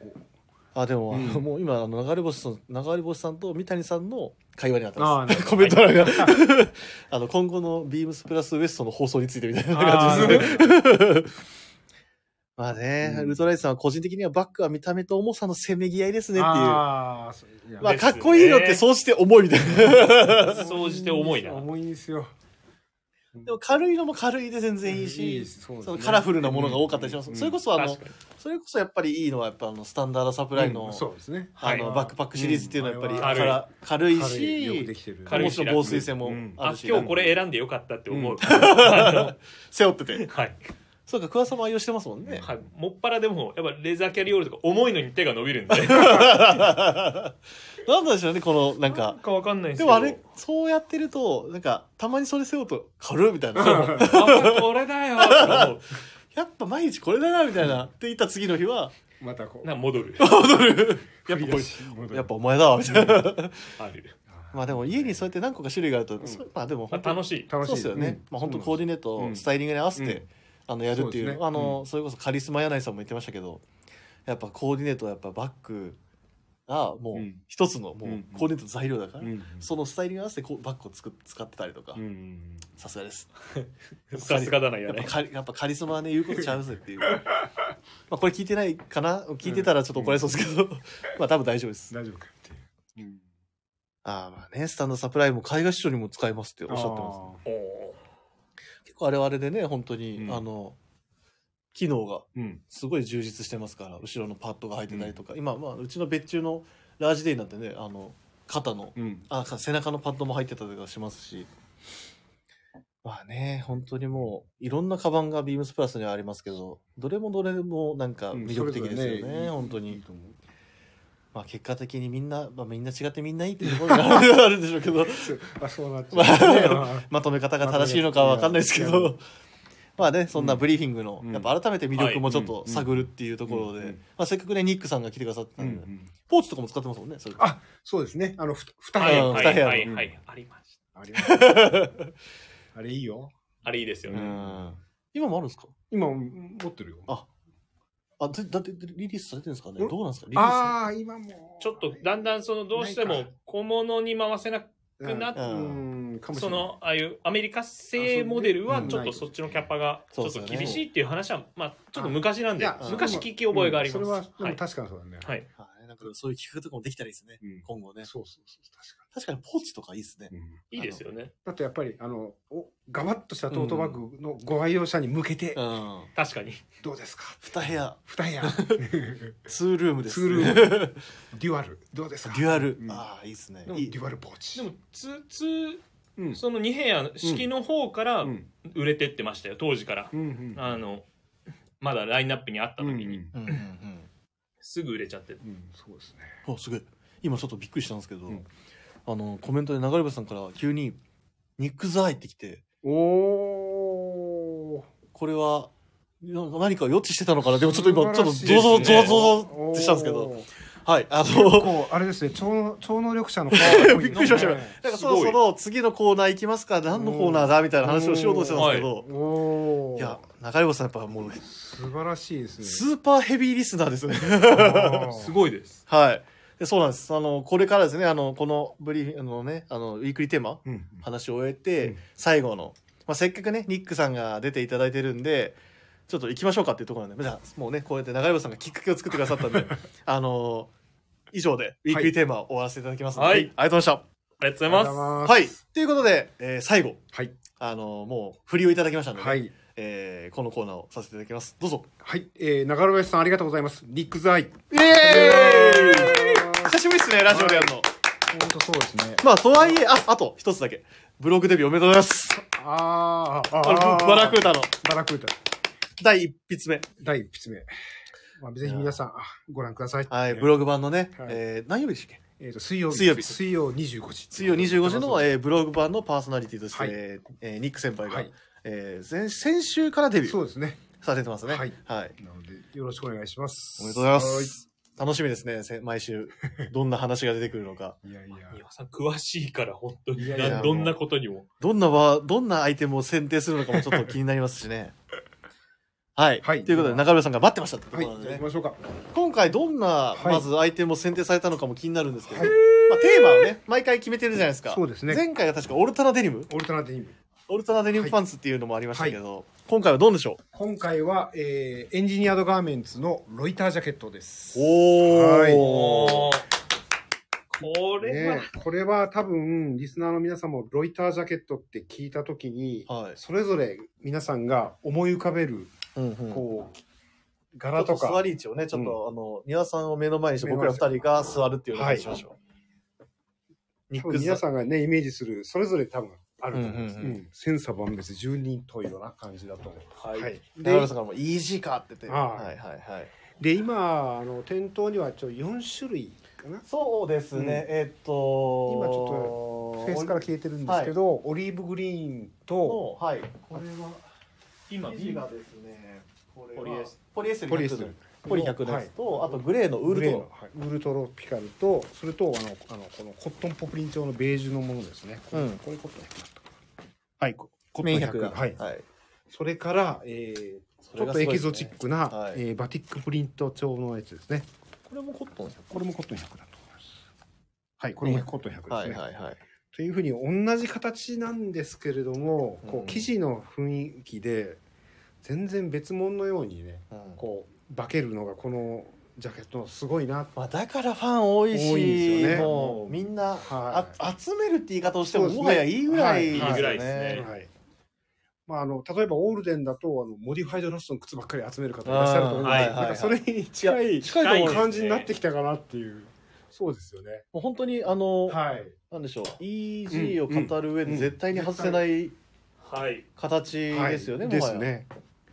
Speaker 2: あでも、
Speaker 1: うん
Speaker 2: もう今あの流れ星さん流れ星さんと三谷さんの会話になって
Speaker 3: あ
Speaker 2: ま
Speaker 3: あなる
Speaker 2: す
Speaker 3: ほ
Speaker 2: コメント欄が あの今後のビームスプラスウエストの放送についてみたいな感じですね
Speaker 3: ね。
Speaker 2: まあね、
Speaker 1: うん
Speaker 2: ウルトライズさんは個人的にはバックは見た目と重さのせめぎ合いですねっていう
Speaker 3: ああそういや
Speaker 2: まあ
Speaker 1: です
Speaker 2: か
Speaker 1: ね
Speaker 2: っこいいのってそうして重いみたいな
Speaker 1: 総じて重いな
Speaker 3: 重いんですよ。
Speaker 2: でも軽いのも軽いで全然いいし、
Speaker 3: いいですそうです
Speaker 2: そ
Speaker 3: ね
Speaker 2: のカラフルなものが多かったりします、
Speaker 3: うん
Speaker 2: それこそあの
Speaker 1: 確かに
Speaker 2: それこそやっぱりいいのはやっぱあのスタンダードサプライの,、
Speaker 3: うんそうですね。
Speaker 2: あの
Speaker 1: はい
Speaker 2: バックパックシリーズっていうのはやっぱり
Speaker 3: うん
Speaker 1: あれ
Speaker 2: から
Speaker 1: は
Speaker 2: 軽い
Speaker 3: 軽いよくで
Speaker 2: し
Speaker 3: きてる。
Speaker 1: 軽いし
Speaker 2: もちろん防水性も
Speaker 1: うん
Speaker 2: あ
Speaker 1: あ
Speaker 2: るし
Speaker 1: 今日これ選んでよかったって思う、
Speaker 3: うん
Speaker 2: 背負ってて
Speaker 1: はい、
Speaker 2: そうか桑さんも愛用してますもんね、
Speaker 1: はい、もっぱらでもやっぱレザーキャリーオールとか重いのに手が伸びるんで
Speaker 2: なんなんでしょうねこのな
Speaker 1: な
Speaker 2: ん
Speaker 1: ん
Speaker 2: か
Speaker 1: かわかんないんです
Speaker 2: で
Speaker 1: け
Speaker 2: も
Speaker 1: ど
Speaker 2: あれそうやってるとなんかたまにそれ背負うと軽いみたいな
Speaker 1: あこれだよとか思う
Speaker 2: やっぱ毎日これだなみたいなって言った次の日は
Speaker 3: またこう。
Speaker 1: なんか 戻る
Speaker 2: やっぱ
Speaker 3: 振
Speaker 2: こ
Speaker 3: り出
Speaker 2: れ
Speaker 3: し戻る
Speaker 2: やっぱお前だわみたいな
Speaker 1: ある、
Speaker 2: まあでも家にそうやって何個か種類があると、そうまあでも
Speaker 1: ま
Speaker 2: 本
Speaker 1: あ、
Speaker 2: 当
Speaker 1: 楽しい
Speaker 3: 楽しい
Speaker 2: そうですよね、
Speaker 3: うん
Speaker 2: まあ本当コーディネート、
Speaker 3: うん
Speaker 2: スタイリングに合わせて、
Speaker 3: うん
Speaker 2: あのやるっていう
Speaker 3: そうですね
Speaker 2: あの、それこそカリスマ柳井さんも言ってましたけどやっぱコーディネートはやっぱバッグがも
Speaker 3: う
Speaker 2: うん一つのもう
Speaker 3: うん
Speaker 2: コーディネートの材料だから、
Speaker 3: うん
Speaker 2: そのスタイリングに合わせてこうバッグをつく使ってたりとか
Speaker 3: うん
Speaker 2: さすがです
Speaker 1: さすがだなや
Speaker 2: やっ
Speaker 1: ね
Speaker 2: ぱカリやっぱカリスマはね言うことちゃうぜっ ていうまあこれ聞いてないかな聞いてたらちょっと怒られそうですけど まあ多分大丈夫です
Speaker 3: 大丈夫かっていう。
Speaker 2: ああまあねスタンドサプライも海外市場にも使えますっておっしゃってます
Speaker 1: おお
Speaker 2: 結構あれはあれでね本当に、
Speaker 3: うん
Speaker 2: あの機能が
Speaker 3: うん。
Speaker 2: すごい充実してますから後ろのパッドが入ってたりとか、今、まあ、うちの別注のラージデイなんてねあの肩の
Speaker 3: うん。
Speaker 2: あか背中のパッドも入ってたりとかしますしまあね本当にもういろんなカバンがビームスプラスにはありますけどどれもどれもなんか
Speaker 3: うん
Speaker 2: 魅力的ですよね,、
Speaker 3: それぞれいい
Speaker 2: 本当に、
Speaker 3: いいと思う
Speaker 2: まあ、結果的にみんな、まあ、みんな違ってみんないいっていうところがあるんでし ょうけど
Speaker 3: そうあ、そうなっちゃう ね。
Speaker 2: まとめ方が正しいのかは分かんないですけ
Speaker 3: まとめ
Speaker 2: ど、 まあね、そんなブリーフィングの、
Speaker 3: うん
Speaker 2: やっぱ改めて魅力もちょっと
Speaker 3: はい
Speaker 2: 探るっていうところで、
Speaker 3: うんうん
Speaker 2: まあ、せっかくね、ニックさんが来てくださった
Speaker 3: うん
Speaker 2: で、
Speaker 3: ん
Speaker 2: ポーチとかも使ってますもんね、それ。
Speaker 3: あ、そうですね。あの、ふ二
Speaker 1: は
Speaker 3: 部
Speaker 1: い
Speaker 3: 屋
Speaker 2: うん
Speaker 1: はい
Speaker 2: 二部屋の
Speaker 1: はいはいありました
Speaker 3: ありますあれいいよ。
Speaker 1: あれいいですよ
Speaker 2: う
Speaker 1: ね、
Speaker 2: ん今もあるんですか
Speaker 3: 今持ってるよ。
Speaker 2: ああ、でだってリリースされてるんですかね
Speaker 3: うん
Speaker 2: どうなんですかリリース
Speaker 3: ああ、今も。
Speaker 1: ちょっとだんだんそのどうして
Speaker 3: ない
Speaker 1: も
Speaker 3: か
Speaker 1: 小物に回せなく
Speaker 3: う
Speaker 1: なっ
Speaker 3: ん、かもし
Speaker 1: そ
Speaker 3: れない
Speaker 1: のああいうアメリカ製モデルは
Speaker 2: うん
Speaker 1: ちょっとそっちのキャパがち
Speaker 2: そう
Speaker 1: ょ
Speaker 2: で
Speaker 1: っと
Speaker 2: すよね
Speaker 1: 厳しいっていう話はまあちょっと昔なん
Speaker 3: い
Speaker 1: で
Speaker 3: や
Speaker 2: うん
Speaker 1: 昔聞き覚えがあります、
Speaker 3: うんそれはで
Speaker 1: は
Speaker 3: も
Speaker 1: い、
Speaker 3: 確かにそうだね。
Speaker 1: はい、
Speaker 2: はいなんかそういう企画とかもできたらいいですね。
Speaker 3: うん
Speaker 2: 今後ね。
Speaker 3: そうそうそう、確か
Speaker 2: 確かにポーチとかいいですね。
Speaker 3: に。うん
Speaker 1: いいですよね
Speaker 3: だとやっぱり、あの、おガバッとしたトートバッグのご愛用者に向けて
Speaker 2: う、ん。
Speaker 1: 確かに
Speaker 3: どうですか
Speaker 2: 二部屋、
Speaker 3: 二 部屋、
Speaker 2: ツールームです。
Speaker 3: ツール
Speaker 2: ーム。
Speaker 3: デュアル、どうです か
Speaker 2: デュアル
Speaker 3: う。ん
Speaker 2: ああ、いいですね
Speaker 3: で。も
Speaker 2: いい
Speaker 3: デュアルポーチ。
Speaker 1: でもつつ
Speaker 3: うん、
Speaker 1: その2部屋式の方から
Speaker 3: うん
Speaker 1: 売れてってましたよ当時から
Speaker 3: うんうん
Speaker 1: あのまだラインナップにあった時に、
Speaker 2: うんうんうん。
Speaker 1: すぐ売れちゃって
Speaker 3: うんうんそうですね。
Speaker 2: おすごい今ちょっとびっくりしたんですけど、
Speaker 3: うん
Speaker 2: あのコメントで流れ星さんから急に「ニック・ザ・アイ」ってきて
Speaker 3: おー。
Speaker 2: これはなんか何か予知してたのかなでもちょっと今ちょっと
Speaker 3: 素
Speaker 2: ゾ
Speaker 3: 晴
Speaker 2: ゾ
Speaker 3: らし
Speaker 2: ゾ
Speaker 3: いです
Speaker 2: ゾ
Speaker 3: ね
Speaker 2: ゾってしたんですけ
Speaker 3: お
Speaker 2: ど
Speaker 3: ー
Speaker 2: はいあ
Speaker 3: 結
Speaker 2: の
Speaker 3: 構あれですね超能超能力者のび
Speaker 2: びっくりしましたよなんかそろそ
Speaker 1: す
Speaker 2: ろ次のコーナー行きますか何のコーナーだみたいな話をしようとしてたんですけど、
Speaker 3: おお
Speaker 2: い、や流れ星さんやっぱもう
Speaker 3: 素晴らしいですね
Speaker 2: スーパーヘビーリスナー ですね
Speaker 1: す
Speaker 3: い
Speaker 1: ごいです
Speaker 2: はいでそうなんですあのこれからですねあのこのブリーフィングあのねあのウィークリーテーマ、
Speaker 3: うん
Speaker 2: 話を終えて、
Speaker 3: うん
Speaker 2: 最後の、まあ、せっかくねニックさんが出ていただいてるんでちょっと行きましょうかっていうところなんでじゃあもうねこうやって長山さんがきっかけを作ってくださったん であのー以上でウィークリーテーマを終わらせていただきますので、
Speaker 1: はい
Speaker 2: ありがとうございまし
Speaker 1: ありがと
Speaker 3: あ
Speaker 1: うございうま
Speaker 3: りがと
Speaker 2: た。
Speaker 3: ござ
Speaker 2: はいいということで、えー最後、
Speaker 3: ますはい
Speaker 2: あのーもう振りをいただきましたので、
Speaker 3: はい
Speaker 2: えーこのコーナーをさせていただきますどうぞ
Speaker 3: はいえー長野さんありがとうございますニックザイ
Speaker 2: イエーイ
Speaker 3: 本
Speaker 2: 久しぶりですねラジオでやるの、
Speaker 3: 当そうですね
Speaker 2: まあとはいえああと一つだけブログデビューおめでとうございます
Speaker 3: あーあ
Speaker 2: あの
Speaker 3: ー
Speaker 2: バラクータの
Speaker 3: バラクータ
Speaker 2: 第一筆目
Speaker 3: 第一筆目まあぜひ皆さんあご覧ください
Speaker 2: はい、ブ
Speaker 3: ロ
Speaker 2: ログ版のね、
Speaker 3: はい
Speaker 2: えー何曜日でしたっけ
Speaker 3: えーと水曜日
Speaker 2: 水曜日
Speaker 3: 水曜25時
Speaker 2: 水曜25時の、
Speaker 3: え
Speaker 2: えーブログ版のパーソナリティとして、
Speaker 3: はい
Speaker 2: えーニック先輩が、
Speaker 3: はい
Speaker 2: えー先先週からデビュー
Speaker 3: そうですね
Speaker 2: されてますね。は
Speaker 3: はいい。なのでよろしくお願いします
Speaker 2: おめでとうございます。楽しみですね。せ毎 週、どんな話が出てくるのか。
Speaker 3: はいいやいや
Speaker 1: す岩さん詳しいから本当に
Speaker 3: いやいや
Speaker 1: などんなことにも
Speaker 2: どんなわ、どんなアイテムを選定するのかもちょっと気になりますしね。はい。
Speaker 3: はい
Speaker 2: ということで、中村さんが待ってましたってこ
Speaker 3: はい、
Speaker 2: と
Speaker 3: じ
Speaker 2: な
Speaker 3: ゃあ
Speaker 2: んで
Speaker 3: 行
Speaker 2: ね
Speaker 3: きましょうか。
Speaker 2: 今回どんな、
Speaker 3: はい
Speaker 2: まずアイテムを選定されたのかも気になるんですけど、
Speaker 3: はい
Speaker 2: まあ、テーマをね、毎回決めてるじゃないですか。
Speaker 3: そうですね
Speaker 2: 前回は確かオルタナデニム
Speaker 3: オルタナティブ。
Speaker 2: オルタナデニムパンツっていうのもありましたけど、今回はどうでしょ
Speaker 3: 今回は、えーエンジニアードガーメンツのロイタージャケットです。
Speaker 2: うお
Speaker 3: はい
Speaker 1: おーこれは、
Speaker 3: ね、これは多分リスナーの皆さんもロイタージャケットって聞いた時に、
Speaker 2: はい
Speaker 3: それぞれ皆さんが思い浮かべる
Speaker 2: うんうん
Speaker 3: こう
Speaker 2: ちょ
Speaker 3: 柄
Speaker 2: っと
Speaker 3: と
Speaker 2: 座
Speaker 3: か
Speaker 2: り位置をね、ちょっと、あの、庭さんを目の前にして、僕ら二人が座るっていうのをしましょう。ニッ
Speaker 3: 多
Speaker 2: ク
Speaker 3: 分
Speaker 2: ス
Speaker 3: 皆さんがねイメージするそれぞれ多分あると思います。
Speaker 2: う
Speaker 3: うんん
Speaker 2: うんうん
Speaker 3: 千差万別十人十色な感じだと思う。
Speaker 2: はい
Speaker 3: はい、
Speaker 2: 中村
Speaker 3: で
Speaker 2: さんからも、イージーかって言って。
Speaker 3: ああ
Speaker 2: はいはいはい。
Speaker 3: で今あの店頭にはちょ四種類かな。
Speaker 2: そうですね、
Speaker 3: うん
Speaker 2: えっと、
Speaker 3: 今ちょフェースから消えてるんですけど、オリーブグリーンと
Speaker 2: の、はい。
Speaker 3: これは
Speaker 1: 今
Speaker 2: 生地がですね、これは
Speaker 1: ポリエス
Speaker 2: ポリエステル
Speaker 3: ポリエステ
Speaker 2: 100
Speaker 3: ル
Speaker 2: ポリ100のやつと、あとグレーのウール
Speaker 3: グレ
Speaker 2: ト
Speaker 3: ー
Speaker 2: ロ
Speaker 3: の、はいウルトロピカルとそれとあのあのこのコットンポプリン調のベージュのものですね。これ
Speaker 2: うん
Speaker 3: これコットン100だったかなはいこコ
Speaker 2: メイン
Speaker 3: ットン
Speaker 2: 100が。
Speaker 3: 100はい。
Speaker 2: はい。
Speaker 3: それから、えー
Speaker 2: そ
Speaker 3: ち
Speaker 2: れ
Speaker 3: ょっ
Speaker 2: が
Speaker 3: と
Speaker 2: す
Speaker 3: エ
Speaker 2: ごいです
Speaker 3: キゾ
Speaker 2: ね
Speaker 3: チックな、
Speaker 2: はい
Speaker 3: えーバティックプリント調のやつですね。
Speaker 2: これもコットン100。
Speaker 3: これもコットン100だと思います。はい、これも
Speaker 2: うん
Speaker 3: コットン100ですね。
Speaker 2: はいはいはい。
Speaker 3: というふうに同じ形なんですけれども、
Speaker 2: う
Speaker 3: こ
Speaker 2: ん
Speaker 3: う生地の雰囲気で全然別物のようにね、
Speaker 2: うん
Speaker 3: こう化けるのがこのジャケットのすごいな。
Speaker 2: まあ、だからファン多いし
Speaker 3: 多いんですよね
Speaker 2: もうみんな、
Speaker 3: は
Speaker 2: あ集めるって言い方をしても、
Speaker 3: そうです
Speaker 2: も
Speaker 3: ね
Speaker 2: はやいいぐらいですよね,、
Speaker 3: はいいいぐ
Speaker 1: らいですね
Speaker 3: はい。まああの例えばオールデンだとあのモディファイドロスの靴ばっかり集める方いらっしゃると思うんですけ
Speaker 2: あーはいは
Speaker 3: ど、
Speaker 2: いはい
Speaker 3: なんかそれに近い
Speaker 2: 近いと
Speaker 1: 思いますね
Speaker 3: 感じになってきたかなっていう。そうですよね。
Speaker 2: もう本当にあの、
Speaker 3: はい。
Speaker 2: なんでしょう EG を語る上
Speaker 3: う
Speaker 2: で
Speaker 3: ん
Speaker 2: 絶対に外せない
Speaker 1: はい
Speaker 2: 形ですよね、
Speaker 3: はい
Speaker 2: も
Speaker 3: で
Speaker 2: は
Speaker 3: す
Speaker 2: や、
Speaker 3: ね。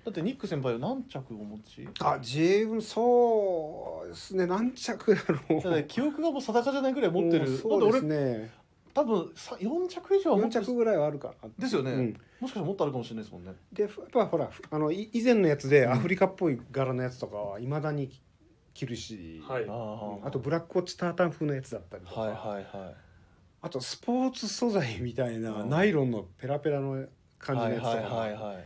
Speaker 2: だってニック先輩は何着お持ち
Speaker 3: あ、自分そうですね。何着だろう。
Speaker 2: だって記憶がもう定かじゃないぐらい持ってる、
Speaker 3: もう
Speaker 2: だって
Speaker 3: そうで
Speaker 2: 俺
Speaker 3: すね。
Speaker 2: 多分さ4着以上は持
Speaker 3: 4
Speaker 2: ってる
Speaker 3: 着ぐらいはあるかな。
Speaker 2: ですよね、
Speaker 3: うん
Speaker 2: もしかしたらもっとあるかもしれないですもんね
Speaker 3: で、やっぱほら、あのい以前のやつで
Speaker 2: うん
Speaker 3: アフリカっぽい柄のやつとかはいまだに着るし、
Speaker 1: はい
Speaker 2: あ
Speaker 3: あとブラックウォッチタータン風のやつだったりとか、
Speaker 2: はいはいはい
Speaker 3: あとスポーツ素材みたいな
Speaker 2: うん
Speaker 3: ナイロンのペラペラの感じのやつとか、
Speaker 2: はいはいはいはい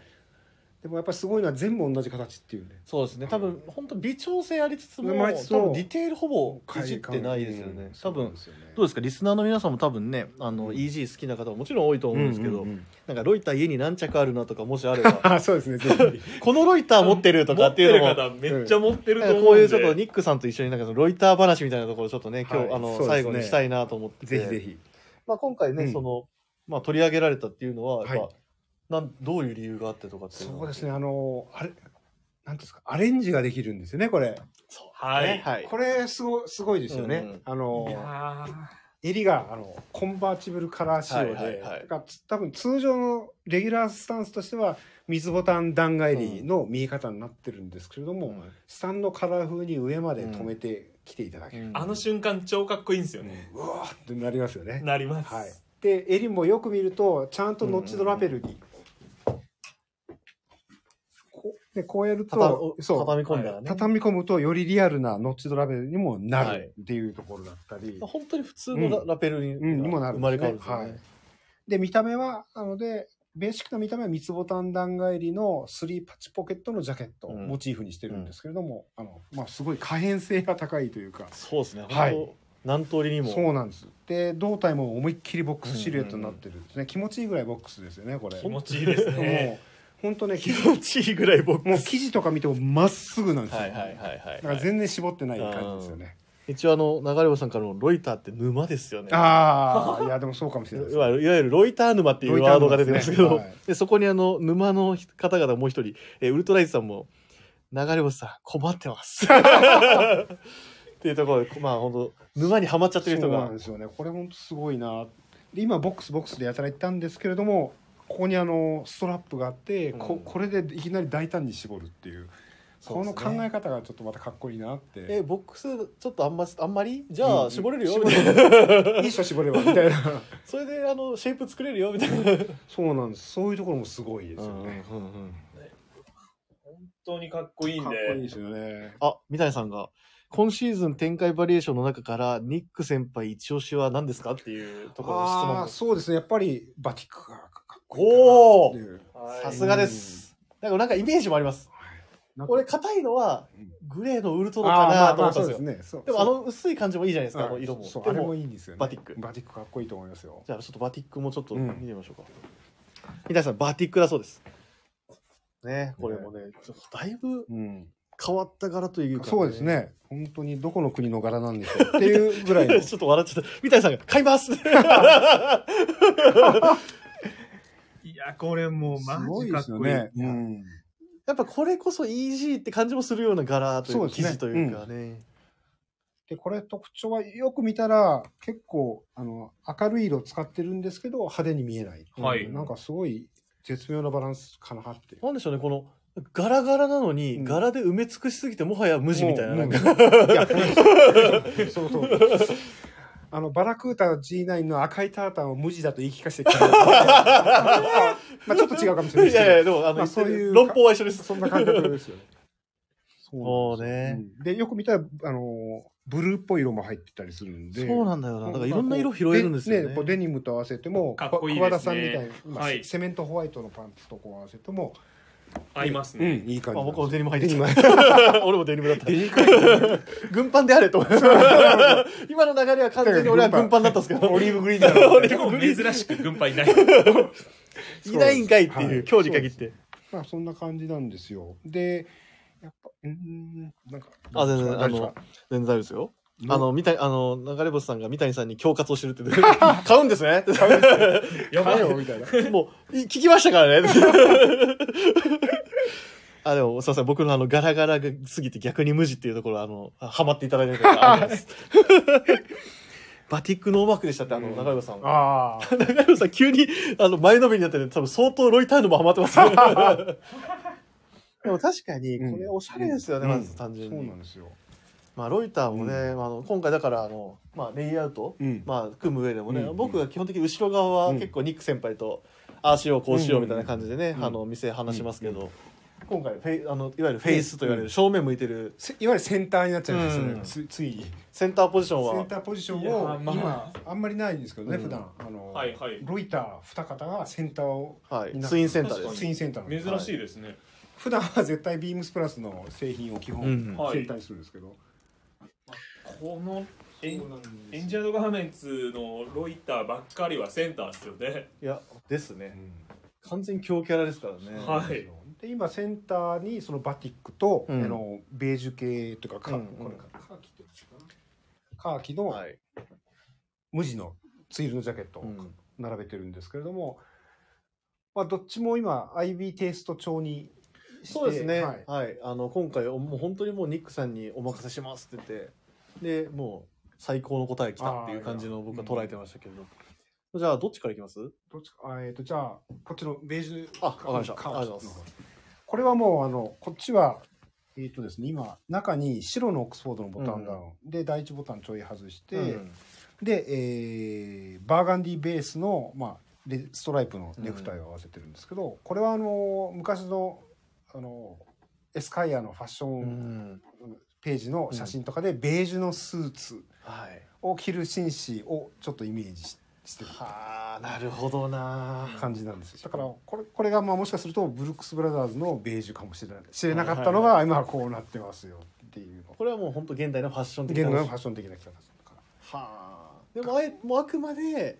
Speaker 3: でもやっぱすごいのは全部同じ形っていうね。
Speaker 2: そうですね多分本当微調整ありつつも多
Speaker 3: まあそう
Speaker 2: 分ディテールほぼいじってないですよね、
Speaker 3: うん
Speaker 2: 多分
Speaker 3: そうなん
Speaker 2: どうですかリスナーの皆さんも多分ねあの、
Speaker 3: うん
Speaker 2: EG 好きな方ももちろん多いと思うんですけど、
Speaker 3: うんうんうん
Speaker 2: なんかロイター家に何着あるなとか もしあれば
Speaker 3: あそうですねぜひ
Speaker 2: このロイター持ってるとかっていう
Speaker 1: 持っ
Speaker 2: のも
Speaker 1: てる方めっちゃ持ってる
Speaker 2: な
Speaker 1: と
Speaker 2: んか
Speaker 1: 思
Speaker 2: こ
Speaker 1: う
Speaker 2: うん
Speaker 1: で
Speaker 2: いうちょっとニックさんと一緒になんかそのロイター話みたいなところちょっとね今日、
Speaker 3: はい
Speaker 2: あの、
Speaker 3: そうですね
Speaker 2: 最後にしたいなと思ってて
Speaker 3: ぜひぜひ
Speaker 2: まあ、今回ね、
Speaker 3: うん
Speaker 2: その、まあ、取り上げられたっていうのはやっぱ、
Speaker 3: はい
Speaker 2: なんどういう理由があってとかっていうの
Speaker 3: そ
Speaker 2: は
Speaker 3: うですねあのあれなんていうんですかアレンジができるんですよねこれ
Speaker 1: は
Speaker 2: ね
Speaker 1: い
Speaker 2: はい
Speaker 3: これすごすごいですよね、
Speaker 2: うんうん
Speaker 3: あ
Speaker 1: い
Speaker 3: の
Speaker 1: や
Speaker 3: 襟があのコンバーチブルカラー仕様で、
Speaker 2: はいはいはい
Speaker 3: だからつ多分通常のレギュラースタンスとしては水ボタン弾劾襟の見え方になってるんですけれども、
Speaker 2: うん
Speaker 3: スタンのカラー風に上まで止めてきていただける、
Speaker 1: ーあの瞬間超かっこいいんですよね、
Speaker 3: うわーってなりますよね。
Speaker 1: なります、
Speaker 3: はい、で襟もよく見るとちゃんとノッチドラペルに、こうでこうやる
Speaker 2: たた
Speaker 3: とそう
Speaker 2: 畳み込んだらね、
Speaker 3: 畳み込むとよりリアルなノッチドラベルにもな
Speaker 2: はい
Speaker 3: るっていうところだったり、
Speaker 2: 本当に普通のラ,、
Speaker 3: うん
Speaker 2: ラペルに,、
Speaker 3: うんにもなる
Speaker 2: 生
Speaker 3: ん
Speaker 2: ま
Speaker 3: です
Speaker 2: れ
Speaker 3: ね
Speaker 2: 変わるんですよね、
Speaker 3: はいで見た目はなのでベーシックな見た目は三つボタン弾劾入りの3パッチポケットのジャケットを
Speaker 2: うん
Speaker 3: モチーフにしてるんですけれども、あのまあ、すごい可変性が高いというか
Speaker 2: そうですね、
Speaker 3: はい
Speaker 2: 本当何通りにも
Speaker 3: そうなんですで胴体も思いっきりボックスシルエットになってるんですね、気持ちいいぐらいボックスですよねこれ
Speaker 1: 気持ちいいですね
Speaker 3: もう本当ね
Speaker 2: 気
Speaker 3: 生地
Speaker 2: 持 ちいいぐらい僕
Speaker 3: もう生地とか見てもまっすぐなんですよ、
Speaker 2: はいはいはいはい、
Speaker 3: だから全然絞ってない感じですよね、
Speaker 2: 一応あの流れさんからのロイターって沼ですよね
Speaker 3: ああいやでもそうかもしれな いです
Speaker 2: いわいわゆるロイター沼っていうワードが出てますけ
Speaker 3: ロ
Speaker 2: ど
Speaker 3: イ
Speaker 2: で
Speaker 3: ター沼ですね
Speaker 2: そこにあの沼の方々もう一人、えーウルトライズさんも「流れ星さん困ってます」 っていうところでまあ本当沼にはまっちゃってる人
Speaker 3: そう
Speaker 2: が
Speaker 3: なんですよねこれ本当すごいなで今ボックスボックスでやたら行ったんですけれどもここにあのストラップがあって、
Speaker 2: うん
Speaker 3: ここれでいきなり大胆に絞るっていう
Speaker 2: そうですね
Speaker 3: この考え方がちょっとまたかっこいいなっ
Speaker 2: 「え
Speaker 3: て
Speaker 2: ーボックスちょっとあんまあんまりじゃ
Speaker 3: う
Speaker 2: あ
Speaker 3: ん
Speaker 2: 絞れるよ」
Speaker 3: 絞
Speaker 2: み
Speaker 3: れ
Speaker 2: た
Speaker 3: る
Speaker 2: いな、
Speaker 3: いい人絞ればみたいな
Speaker 2: それであのシェイプ作れるよみたいな。
Speaker 3: そうなんですそういうところもすごいですよね、
Speaker 2: うんうんうん
Speaker 1: 本当にかっこいいん
Speaker 3: かっ
Speaker 1: で
Speaker 3: こいいですよね
Speaker 2: あ三谷さんが「今シーズン展開バリエーションの中からニック先輩一押しは何ですか?」っていうところの質問
Speaker 3: ああ
Speaker 2: です
Speaker 3: そうですねやっぱりバティックがかっこいいかなっていう
Speaker 1: はい
Speaker 2: さすがです。だからなんかイメージもあります。
Speaker 3: なんか
Speaker 2: 俺、硬いのは
Speaker 3: うん、
Speaker 2: グレーのウルトラか
Speaker 3: あーま
Speaker 2: な
Speaker 3: あ
Speaker 2: と思
Speaker 3: まあ
Speaker 2: った
Speaker 3: そ
Speaker 2: ん
Speaker 3: う
Speaker 2: で
Speaker 3: ですす
Speaker 2: よ。
Speaker 3: ねそう
Speaker 2: でも、あの薄い感じもいいじゃないですか、あの
Speaker 3: はい
Speaker 2: 色も。
Speaker 3: そう
Speaker 2: で
Speaker 3: あれも
Speaker 2: も、
Speaker 3: いいんですよね
Speaker 2: バティック
Speaker 3: バティックかっこいいと思いますよ
Speaker 2: じゃあ、ちょっとバティックもちょっと
Speaker 3: うん
Speaker 2: 見てみましょうか。三谷さん、バティックだそうです。ね、これもね、ちょっとだいぶ
Speaker 3: うん
Speaker 2: 変わった柄というか、
Speaker 3: そうです。ね本当にどこの国の柄なんでしょうっ ていうぐらいの
Speaker 2: ちょっと笑っちゃった。三谷さんが、買います
Speaker 4: いや、これもう
Speaker 3: すご
Speaker 4: マ
Speaker 3: い
Speaker 4: ジか
Speaker 3: で
Speaker 4: っ
Speaker 3: すよ
Speaker 4: こいい。
Speaker 3: ねうん
Speaker 2: やっぱこれこそ EG って感じもするような柄とい
Speaker 3: そうう
Speaker 2: か生
Speaker 3: ですね
Speaker 2: 地というかね。
Speaker 3: でこれ特徴はよく見たら結構あの明るい色使ってるんですけど派手に見えない、
Speaker 1: はい
Speaker 3: うんなんかすごい絶妙なバランスかなって
Speaker 2: なんでしょうね、この、柄柄なのに、
Speaker 3: うん
Speaker 2: 柄で埋め尽くしすぎてもはや無地みたいな。
Speaker 3: も
Speaker 2: な
Speaker 3: うんも
Speaker 2: か
Speaker 3: ういや本 当にそうそうあのバラクータ G9 の赤いタータンを無地だと言い聞かせてき たまあちょっと違うかもしれない
Speaker 2: い
Speaker 3: ですけど
Speaker 2: やいや、でも、あの、
Speaker 3: まあそういう
Speaker 2: 論法は一緒です。
Speaker 3: そんな感覚ですよね。そ
Speaker 2: そう
Speaker 3: うな
Speaker 2: ね
Speaker 3: んで。すうんで、よく見たら、あの、ブルーっぽい色も入ってたりするんで。
Speaker 2: そうなんだよな。だからいろんな色拾えるんですよね。
Speaker 3: こうデニムと合わせても、
Speaker 1: かっこいいですね
Speaker 3: 桑田さんみたいな、今
Speaker 1: はい
Speaker 3: セメントホワイトのパンツとこう合わせても、
Speaker 1: 合いますね。
Speaker 3: いい感
Speaker 2: まあ、僕も
Speaker 3: じ。
Speaker 2: デニム入って
Speaker 3: デニム
Speaker 2: た。 俺もデニムだった。軍パンであれと思い ます。今の流れは完全に俺は軍パンだったんですけど。
Speaker 3: オリーブグリーン だろうね
Speaker 1: でも珍しく軍配ない。
Speaker 2: いないんかいって
Speaker 3: そう
Speaker 2: い
Speaker 3: で
Speaker 2: う、
Speaker 3: す
Speaker 2: 今日に限って。
Speaker 3: まあそんな感じなんですよ。で、やっぱ、うーん、なんか、
Speaker 2: あ全然
Speaker 3: 大丈夫ですか
Speaker 2: 全然大丈夫ですよ。
Speaker 3: うん
Speaker 2: あの、三谷、あの、流れ星さんが三谷さんに恐喝をしてるって 言って。買うんですね。
Speaker 1: やばい
Speaker 3: 買えよみたいな。
Speaker 2: もう、い聞きましたからね。あ、でも、すいません。僕のあの、ガラガラがすぎて逆に無地っていうところ、あの、あハマっていただいてるからありがとうござい ます。バティックノーマークでしたって、あの、
Speaker 3: うん
Speaker 2: 中山さんは。
Speaker 3: ああ。
Speaker 2: 中山さん、急に、あの、前のめりになってて、多分相当ロイターヌもハマってますね。 でも確かに、これおしゃれですよね、
Speaker 3: うん
Speaker 2: まず単純に。
Speaker 3: そうなんですよ。
Speaker 2: まあ、ロイターもね、あの、今回だから、あの、まあ、レイアウト、
Speaker 3: うん
Speaker 2: まあ、組む上でもね、
Speaker 3: うん
Speaker 2: 僕が基本的に後ろ側は
Speaker 3: うん
Speaker 2: 結構ニック先輩と、ああしようこうしようみたいな感じでね、
Speaker 3: うん
Speaker 2: あの店話しますけど、今回フェイあのいわゆるフェイスと言われ
Speaker 3: う
Speaker 2: る正面向いてる
Speaker 3: せいわゆるセンターになっちゃいましたね、
Speaker 2: うん
Speaker 3: つついに。
Speaker 2: センターポジション
Speaker 3: セン
Speaker 2: は
Speaker 3: ターポジション
Speaker 1: いや
Speaker 3: を
Speaker 1: ーまあ
Speaker 3: 今あんまりないんですけどね、
Speaker 2: うん
Speaker 3: 普段あの、
Speaker 1: はいはい
Speaker 3: ロイター二方がセンターを
Speaker 2: はい、
Speaker 3: にな
Speaker 2: ツインセンターで
Speaker 1: 確
Speaker 2: す
Speaker 1: か
Speaker 3: ツインセンターなんです
Speaker 1: 珍しいですね。
Speaker 3: 普段は絶対ビームスプラスの製品を基本
Speaker 2: うん
Speaker 1: はい
Speaker 3: センターにするんですけど、
Speaker 1: このエン
Speaker 3: そうなんです
Speaker 1: エンジェルドガーメンツのロイターばっかりはセンターですよね。
Speaker 2: いやですね
Speaker 3: う
Speaker 2: 完全に強キャラですからね、
Speaker 3: ん
Speaker 1: はい
Speaker 3: で今センターにそのバティックと、
Speaker 2: うん
Speaker 3: あのベージュ系というかカ,、
Speaker 2: うんうん
Speaker 3: これかカーキっていうんですかカーキの
Speaker 2: はい
Speaker 3: 無地のツイールのジャケットを
Speaker 2: うん
Speaker 3: 並べてるんですけれども、まあ、どっちも今 IB テイスト調にして
Speaker 2: そうですね。
Speaker 3: は
Speaker 2: はいい、あの今回もう本当にもうニックさんにお任せしますって言って、でもう最高の答え来たっていう感じの僕は捉えてましたけど。じゃあどっちからいきます？
Speaker 3: どっちか、あえっ、と、じゃあ、こっちのベージュ。
Speaker 2: あわかりました
Speaker 3: カー
Speaker 2: ありがとうございます
Speaker 3: これはもう、あの、こっちは、えっ、とですね、今、中に白のオックスフォードのボタンダウン、で、第一ボタンちょい外して、
Speaker 2: うん
Speaker 3: で、えーバーガンディベースの、まあ、レストライプのネクタイを合わせてるんですけど、これは、あの、昔の、あの、エスカイアのファッショ
Speaker 2: う
Speaker 3: ン
Speaker 2: ん、
Speaker 3: ページの写真とかで、ベージュのスーツ
Speaker 2: はい。
Speaker 3: を着る紳士をちょっとイメージししてる。
Speaker 2: はあ、なるほどな。
Speaker 3: 感じなんですよだからこれこれがまあもしかするとブルックス・ブラザーズのベージュかもしれない知れなかったのが今はこうなってますよっていうの
Speaker 2: これはもう本当現代のファッション的
Speaker 3: 現代のファ
Speaker 2: は
Speaker 3: ッション的な着方ですから
Speaker 2: あ。でもあえもうあくまで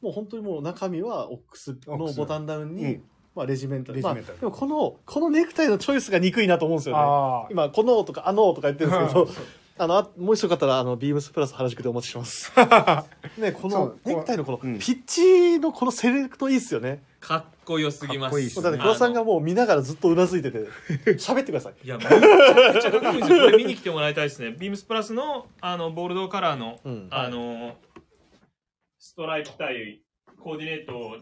Speaker 2: もう本当にもう中身はオックスのボタンダウンに、
Speaker 3: うん
Speaker 2: まあレジメンタル。
Speaker 3: レジメンタ
Speaker 2: ま
Speaker 3: ル
Speaker 2: あ、でもこのこのネクタイのチョイスが憎いなと思うんですよね。
Speaker 3: あ
Speaker 2: 今、このとか、あのとか言ってるんですけど
Speaker 3: うん、
Speaker 2: あの、あもう一度よかったら、あの、ビームスプラス原宿でお待ちし ます。ね、こ
Speaker 3: そ
Speaker 2: の
Speaker 3: う、
Speaker 2: ネクタイのこの、
Speaker 3: こううん
Speaker 2: ピッチのこのセレクトいいっすよね。
Speaker 1: かっこよすぎます。
Speaker 3: かっこいいっす
Speaker 2: もうだ
Speaker 3: ね
Speaker 2: って、黒さんがもう見ながらずっとうなずいてて、喋ってください。
Speaker 1: いや、めちゃくちゃかっこいいですよ。これ見に来てもらいたいですね。ビームスプラスの、あの、ボールドカラーの、
Speaker 2: うん
Speaker 1: あの、ストライプ対コーディネートを、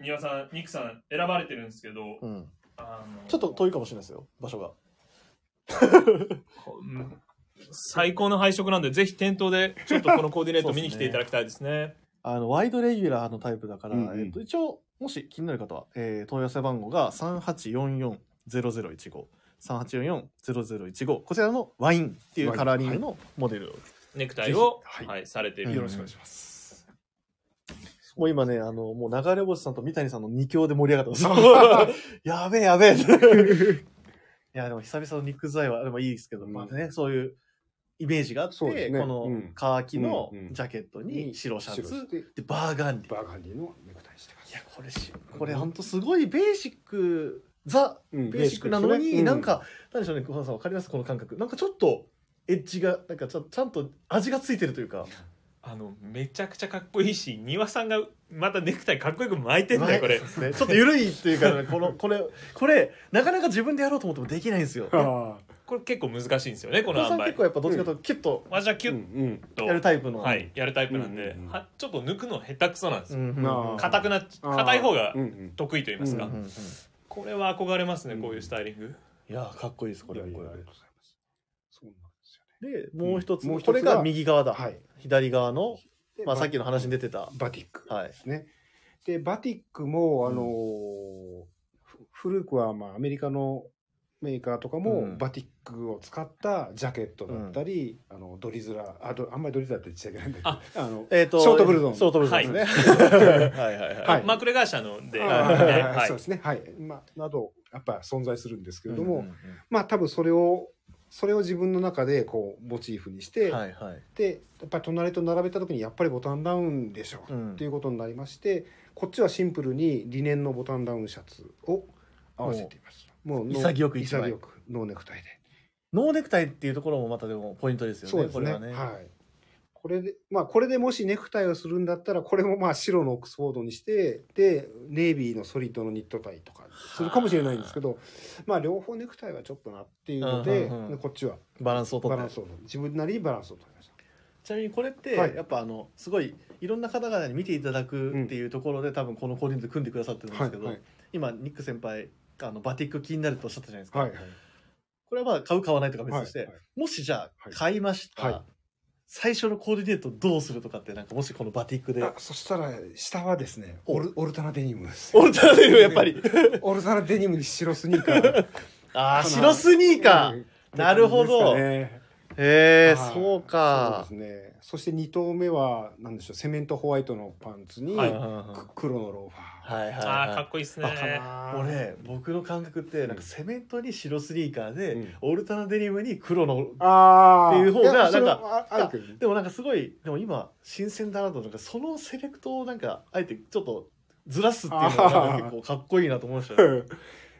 Speaker 1: 庭さん、ニクさん選ばれてるんですけど、
Speaker 2: うん。
Speaker 1: あの
Speaker 2: ちょっと遠いかもしれないですよ、場所が。
Speaker 1: うん最高の配色なんで、ぜひ店頭で、ちょっとこのコーディネート見に来ていただきたいですね。
Speaker 2: あの、ワイドレギュラーのタイプだから、
Speaker 3: うんうん
Speaker 2: えっと、一応、もし気になる方は、えー、問い合わせ番号が3844-0015。3844-0015こちらのワインっていうカラーリングのモデルを
Speaker 1: ネクタイを、
Speaker 3: ぜひ
Speaker 1: はい、されて
Speaker 3: あ
Speaker 1: る。
Speaker 3: よろしくお願いします、
Speaker 2: もう今ね、あの、もう流 れ星さんと三谷さんの二強で盛り上がってます。やべえやべえ。や、でも久々の肉材は、でもいいですけど、
Speaker 3: うん
Speaker 2: まあね、そういうイメージがあって、
Speaker 3: そうですね
Speaker 2: この
Speaker 3: うん
Speaker 2: 乾きの
Speaker 3: うんうん
Speaker 2: ジャケットに白シャツ、
Speaker 3: 白で
Speaker 2: で、バーガンディ。
Speaker 3: バーガンディのネクタイしてます
Speaker 2: いや、これし、これほんとすごいベーシック、ザ・
Speaker 3: うん
Speaker 2: ベーシックなのに、なん、
Speaker 3: ベーシック
Speaker 2: か、何でしょうね、久保田さんわかりますこの感覚。なんかちょっと、エッジが、なんかちゃんちゃんと味がついてるというか。
Speaker 1: あのめちゃくちゃかっこいいし庭さんがまたネクタイかっこよく巻いてんだよこれ
Speaker 2: そうですねちょっと緩いっていう か、ね、この、これ、これ、なかなか自分でやろうと思ってもできないんですよ。
Speaker 3: ですね
Speaker 2: 久
Speaker 3: あ
Speaker 1: これ結構難しいんですよねこの
Speaker 2: 保
Speaker 1: 塩
Speaker 2: 田さん結
Speaker 1: 梅
Speaker 2: 構やっぱどっちかというと、キュッと
Speaker 1: 私はキ
Speaker 3: ーう
Speaker 1: ュッ
Speaker 3: ん
Speaker 1: と
Speaker 2: やるタイプの。
Speaker 1: はい、やるタイプなんで、
Speaker 3: うんうんうん
Speaker 1: はちょっと抜くの下手くそなんです
Speaker 2: う
Speaker 1: よ
Speaker 2: んうん。
Speaker 3: なあ
Speaker 1: 硬、くなっち
Speaker 3: うん
Speaker 1: 硬い方が
Speaker 3: うんうん
Speaker 1: 得意と言いますか、
Speaker 3: うん
Speaker 2: うんうん
Speaker 1: これは憧れますね、
Speaker 3: うん
Speaker 1: こういうスタイリング
Speaker 2: いやーかっこいいですこれはい
Speaker 3: やいや
Speaker 2: これで
Speaker 3: ありがとうございますそうなんですよね
Speaker 2: でもう一つ,、
Speaker 3: うんもう一つ
Speaker 2: こ
Speaker 3: が
Speaker 2: れが右側だ、
Speaker 3: はい
Speaker 2: 左側の、
Speaker 3: で
Speaker 2: まあ、さっきの話に出てた、
Speaker 3: バティック
Speaker 2: はい
Speaker 3: ですね。で、バティックも、あのーふ古くはまあアメリカのメーカーとかも、
Speaker 2: うん
Speaker 3: バティックを使ったジャケットだったり、あのドリズラあどあんまりドリズラって言っちゃいけないんだけど、あの、
Speaker 2: えー、と
Speaker 3: ショートブルゾン
Speaker 2: ショートブルゾンですね、はい、はいはいはい、
Speaker 3: はい
Speaker 1: マクレガー社ので、
Speaker 3: あ
Speaker 1: はい
Speaker 3: ーはい
Speaker 1: はい
Speaker 3: そうですね、はい、まあ、など、やっぱ存在するんですけれども、
Speaker 2: うんうん
Speaker 3: まあ、多分それを。それを自分の中でこうモチーフにして、
Speaker 2: うんはいはい
Speaker 3: でやっぱり隣と並べた時にやっぱりボタンダウンでしょう
Speaker 2: うん
Speaker 3: っていうことになりましてこっちはシンプルにリネンのボタンダウンシャツを合わせていますもうノー
Speaker 2: 潔く一枚
Speaker 3: 潔くノーネクタイで
Speaker 2: ノーネクタイっていうところもまたでもポイントですよね
Speaker 3: そうです
Speaker 2: こ
Speaker 3: ね
Speaker 2: れはね、
Speaker 3: はいこれでまあこれでもしネクタイをするんだったらこれもまあ白のオックスフォードにしてでネイビーのソリッドのニットタイとかするかもしれないんですけどまあ両方ネクタイはちょっとなっていうので,、
Speaker 2: うんうんうん
Speaker 3: でこっちは
Speaker 2: バランスをと
Speaker 3: バ
Speaker 2: っ
Speaker 3: ラン
Speaker 2: て
Speaker 3: スを自分なりにバランスを取りました
Speaker 2: ちなみにこれって、
Speaker 3: はい
Speaker 2: やっぱあのすごいいろんな方々に見ていただくっていうところで、多分このコーディネート組んでくださってるんですけど、
Speaker 3: はい
Speaker 2: 今ニック先輩あのバティック気になるとおっしゃったじゃないですか、
Speaker 3: はい
Speaker 2: これはまあ買う買わないとか別
Speaker 3: はい
Speaker 2: として、
Speaker 3: はい
Speaker 2: もしじゃあ
Speaker 3: はい
Speaker 2: 買いました、
Speaker 3: はい
Speaker 2: 最初のコーディネートどうするとかってなんかもしこのバティックで
Speaker 3: あそしたら下はですねオルオルタナデニムです
Speaker 2: オルタナティブやっぱり
Speaker 3: オルタナデニムに白スニーカー
Speaker 2: ああ白スニーカー、
Speaker 3: うん
Speaker 2: なるほど
Speaker 3: って感じですかね
Speaker 2: へえ
Speaker 3: はい
Speaker 2: そうか
Speaker 3: そうですねそして2投目はなんでしょうセメントホワイトのパンツに、
Speaker 1: はい
Speaker 2: うんうんうん
Speaker 3: く黒のローファー
Speaker 2: はいはい
Speaker 1: あーか
Speaker 2: は
Speaker 1: っこいいです
Speaker 3: あか
Speaker 1: ね
Speaker 2: い
Speaker 3: な
Speaker 2: 俺僕の感覚ってなんかセメントに白スニーカーで、
Speaker 3: うん
Speaker 2: オルタナデニムに黒の
Speaker 3: あー
Speaker 2: っていう方が
Speaker 3: やそれ
Speaker 2: なん
Speaker 3: はああるけどね
Speaker 2: でもなんかすごいでも今新鮮だなとなんかそのセレクトをなんかあえてちょっとずらすっていうのがなんか結構かっこいいなと思いましたね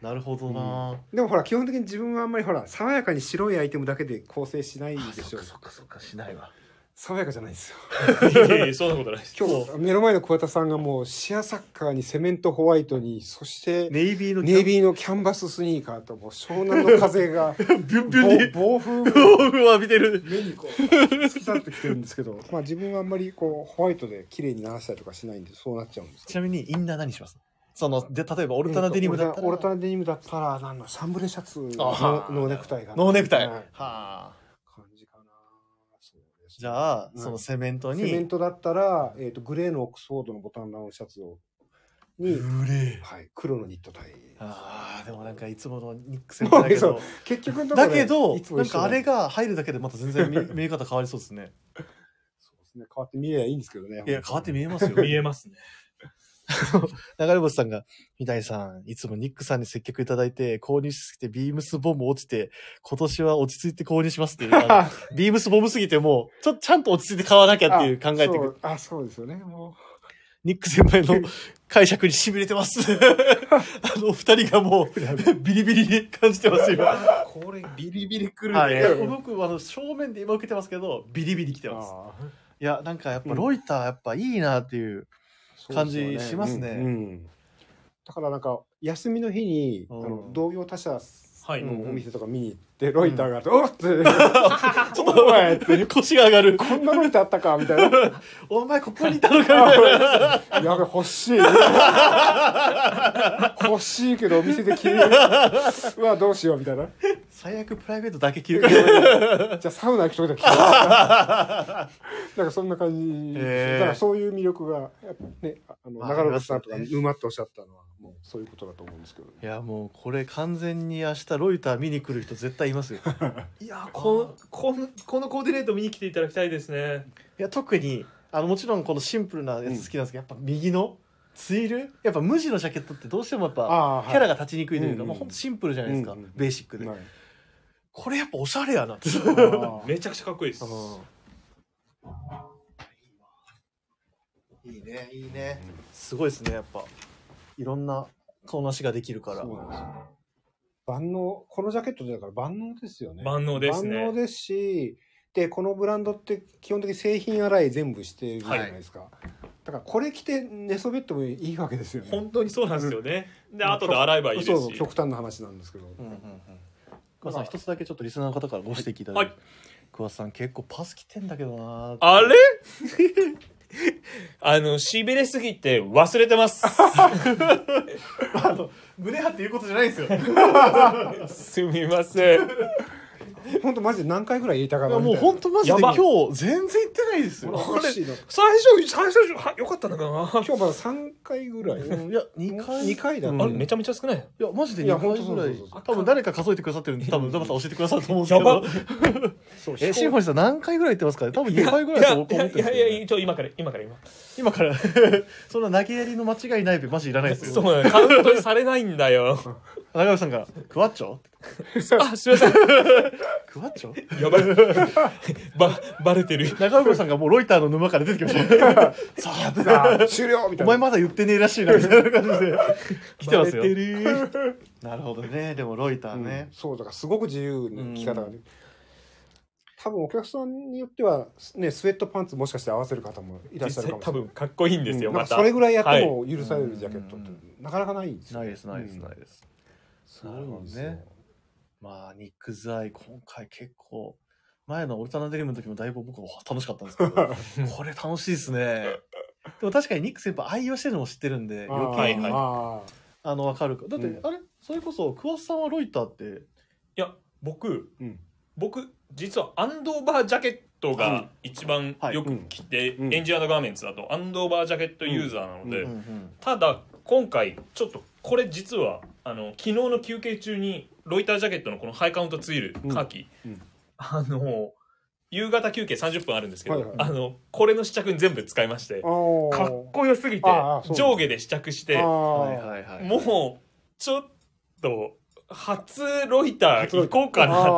Speaker 2: なるほどな、
Speaker 3: でもほら基本的に自分はあんまりほら爽やかに白いアイテムだけで構成しないでしょ
Speaker 2: っかそっかしないわ
Speaker 3: 爽やかじゃないんですよ
Speaker 1: いやいやそんなことないです
Speaker 3: 今日目の前の桑田さんがもうシアサッカーにセメントホワイトにそして
Speaker 2: ネイビーの
Speaker 3: ネイビーのキャンバススニーカーともう湘南の風 が
Speaker 2: ービュンビュンに
Speaker 3: 暴暴風が
Speaker 2: 豆腐を浴びてる
Speaker 3: 目にこう突き刺ってきてるんですけど、 まあ自分はあんまりこうホワイトで綺麗に流したりとかしないんでそうなっちゃうんですけ
Speaker 2: ち
Speaker 3: ど。
Speaker 2: なみにインナー何しますそので例えばオルタナデニムだったら、
Speaker 3: オルタナデニムだったらなんのサンブレシャツの
Speaker 2: あー
Speaker 3: ノーネクタイが
Speaker 2: ノーネクタイ、
Speaker 3: はい
Speaker 2: はあ
Speaker 3: 感じかな。そうですね
Speaker 2: じゃあ、
Speaker 3: うん
Speaker 2: そのセメント
Speaker 3: セメン
Speaker 2: に
Speaker 3: トだったらえっ、とグレーのオックスフォードのボタンダウンシャツをに、
Speaker 2: グレー
Speaker 3: はい黒のニットタイ。
Speaker 2: あーでもなんかいつものニック先輩だけ
Speaker 3: も
Speaker 2: ど
Speaker 3: 結局のとこ
Speaker 2: だ
Speaker 3: ろね
Speaker 2: けど
Speaker 3: いつも
Speaker 2: なん
Speaker 3: 一緒
Speaker 2: かあれ
Speaker 3: だ
Speaker 2: が入るだけでまた全然見見え方変わりそうですね
Speaker 3: そうですね変わって見えばいいんですけどね。
Speaker 2: いや変わって見えますよ
Speaker 1: 見えますね
Speaker 2: 流れ星さんが、三谷さん、いつもニックさんに接客いただいて、購入しすぎて、ビームスボム落ちて、今年は落ち着いて購入しますっていう。あ のビームスボムすぎて、もう、ちょ、ちゃんと落ち着いて買わなきゃっていう考えてい
Speaker 3: あそ
Speaker 2: く。
Speaker 3: うあそうですよねも
Speaker 2: ニック先輩の解釈に痺れて ます。あの、お二人がもう、ビリビリに感じてます、今。
Speaker 3: うこれビリビリくる ね。
Speaker 2: はい。いや僕、あの、正面で今受けてますけど、ビリビリ来てます。
Speaker 3: あー
Speaker 2: いや、なんかやっぱ、ロイター、やっぱいいなって いう。感じしますね
Speaker 3: うんうんだからなんか休みの日に、
Speaker 2: うん
Speaker 3: あの同業他社
Speaker 1: はい、
Speaker 3: の
Speaker 2: ん
Speaker 3: お店とか見に行って、ロイターがあって「おっ!」って「
Speaker 2: ちょっと、前 腰が上がる。
Speaker 3: こんなロイターあったか」みたいな
Speaker 2: お前、ここにいたのかみたいな。
Speaker 3: 「 やべ 欲しい」欲しいけどお店で着れるうわどうしようみたい なじ
Speaker 2: 最悪プライベートだけ着るから。
Speaker 3: ゃあサウナ行くとこ だけ着ようなんかそんな感じ、
Speaker 2: へー
Speaker 3: だからそういう魅力がやっぱねああの
Speaker 2: まあ
Speaker 3: 中野さんとか
Speaker 2: ありますよね
Speaker 3: 馬っておっしゃったのはもうそういうことだと思うんですけど、ね
Speaker 2: いやもうこれ完全に明日ロイター見に来る人絶対いますよ。
Speaker 1: いやここのこのコーディネート見に来ていただきたいですね
Speaker 2: いや特にあのもちろんこのシンプルなやつ好きなんですけど、やっぱ右のツイルやっぱ無地のジャケットってどうしてもやっぱ
Speaker 3: あ
Speaker 2: キ
Speaker 3: あ
Speaker 2: ャラが立ちにくいというか、
Speaker 3: うん
Speaker 2: もうほんとシンプルじゃないですか、
Speaker 3: うんうん
Speaker 2: ベーシックで、
Speaker 3: はい
Speaker 2: これやっぱおしゃれやなって
Speaker 3: あ
Speaker 1: めちゃくちゃかっこいいです。
Speaker 2: いいねいいねすごいですねやっぱいろんな顔なしができるか
Speaker 3: あ
Speaker 2: ら
Speaker 3: そうなんですよ万能このジャケットだから万能ですよね
Speaker 1: 万能ですね
Speaker 3: 万能ですしでこのブランドって基本的に製品洗い全部してるじゃないですか、だからこれ着て寝そべってもいいわけですよね
Speaker 1: 本当にそうなんですよね。で、
Speaker 3: うん
Speaker 1: 後で洗えばいいです
Speaker 3: そう
Speaker 1: し。
Speaker 3: 極端な話なんですけど、
Speaker 2: うんうんうん桑田さん一つだけちょっとリスナーの方からご指摘いただ
Speaker 1: はいい
Speaker 2: て、桑田さん結構パス来てんだけどな
Speaker 1: あれ あの、しびれすぎて忘れてます。
Speaker 2: あの胸張って言うことじゃ ないですよ
Speaker 1: すみません。
Speaker 3: 本当マジで何回ぐらい言いたかな
Speaker 2: もう本当マジで
Speaker 1: や
Speaker 2: 今
Speaker 1: ば
Speaker 2: 日全然言ってないですよ
Speaker 3: おかしいな
Speaker 1: 最初、最初、はよかったのかな。
Speaker 3: 今日まだ3回ぐらい、
Speaker 2: うんいや2回
Speaker 3: 2回だ
Speaker 2: う
Speaker 3: ね
Speaker 2: ん
Speaker 1: あれ、めちゃめちゃ少ない。
Speaker 2: いやマジで
Speaker 3: いや
Speaker 2: 2回ぐらい
Speaker 3: 本当そうそうそう
Speaker 2: 多分誰か数えてくださってるんで多分ザバさん教えてくださると思うんです
Speaker 1: や
Speaker 2: け
Speaker 1: ば
Speaker 2: ど。
Speaker 3: そう
Speaker 2: えシンフォニーさん何回ぐらい言ってますかね多分
Speaker 1: いや
Speaker 2: 2回ぐらい
Speaker 1: い
Speaker 2: だ
Speaker 1: や
Speaker 2: と僕は思ってるんですけどね、
Speaker 1: いやいや、ちょ、今から、今から、今。
Speaker 2: 今から そんな投げやりの間違いないべマジいらないです
Speaker 1: そ
Speaker 2: よ
Speaker 1: うなの、カウントにされないんだよ。
Speaker 2: 中山さんから「クワッチョ?
Speaker 1: あ、すみません。」
Speaker 2: クワッチョ
Speaker 1: や ばい。ば、ばれてる。
Speaker 2: 中山さんがもうロイターの沼から出てきました「 さあ」
Speaker 3: さあ終了み
Speaker 2: お
Speaker 3: たいな
Speaker 2: 前まだ言ってねえらしいな」みたいな感じ で来てますよ
Speaker 1: バレ
Speaker 2: なるほどねでもロイター
Speaker 3: うん
Speaker 2: ね、
Speaker 3: そうだからすごく自由な着方がね、多分お客さんによってはねスウェットパンツもしかして合わせる方もいらっしゃ
Speaker 1: 実
Speaker 3: るか
Speaker 1: 際多
Speaker 3: もしれない
Speaker 1: 分かっこいいんですよ、
Speaker 3: うんなん
Speaker 1: ま
Speaker 3: か
Speaker 1: た
Speaker 3: それぐらいやって
Speaker 1: は
Speaker 3: も許されるジャケットってなかなかないんですよ
Speaker 2: ないですないです
Speaker 3: うん
Speaker 2: ないです、
Speaker 3: そうなんです
Speaker 2: なるほ
Speaker 3: よ
Speaker 2: どねまあ肉材今回結構前のオルタナデリムの時もだいぶ僕も楽しかったんですけ どこれ楽しいですねでも確かにニック先輩愛用してるのも知ってるんで
Speaker 3: あー
Speaker 2: 余計に
Speaker 1: はいはい
Speaker 3: あー
Speaker 2: あの分かるかだって、
Speaker 3: うん
Speaker 2: あれそれこそ桑田さんはロイターって
Speaker 1: いや僕
Speaker 3: うん
Speaker 1: 僕実はアンドーバージャケットが一番
Speaker 2: はい
Speaker 1: よく着て、
Speaker 3: うん
Speaker 1: エンジニアのガーメンツだとアンドーバージャケットユーザーなので、
Speaker 3: うん
Speaker 1: ただ今回ちょっとこれ実はあの昨日の休憩中にロイタージャケットのこのハイカウントツイル
Speaker 3: うん
Speaker 1: カーキ、
Speaker 3: うん
Speaker 1: あの夕方休憩30分あるんですけど、
Speaker 3: はいはい
Speaker 1: あのこれの試着に全部使いまして
Speaker 3: あー
Speaker 1: かっこよすぎて
Speaker 3: ああそう
Speaker 1: 上下で試着して
Speaker 3: あー
Speaker 2: はいはいはい
Speaker 1: もうちょっと初ロイター行こうかなっ
Speaker 3: あ
Speaker 1: てい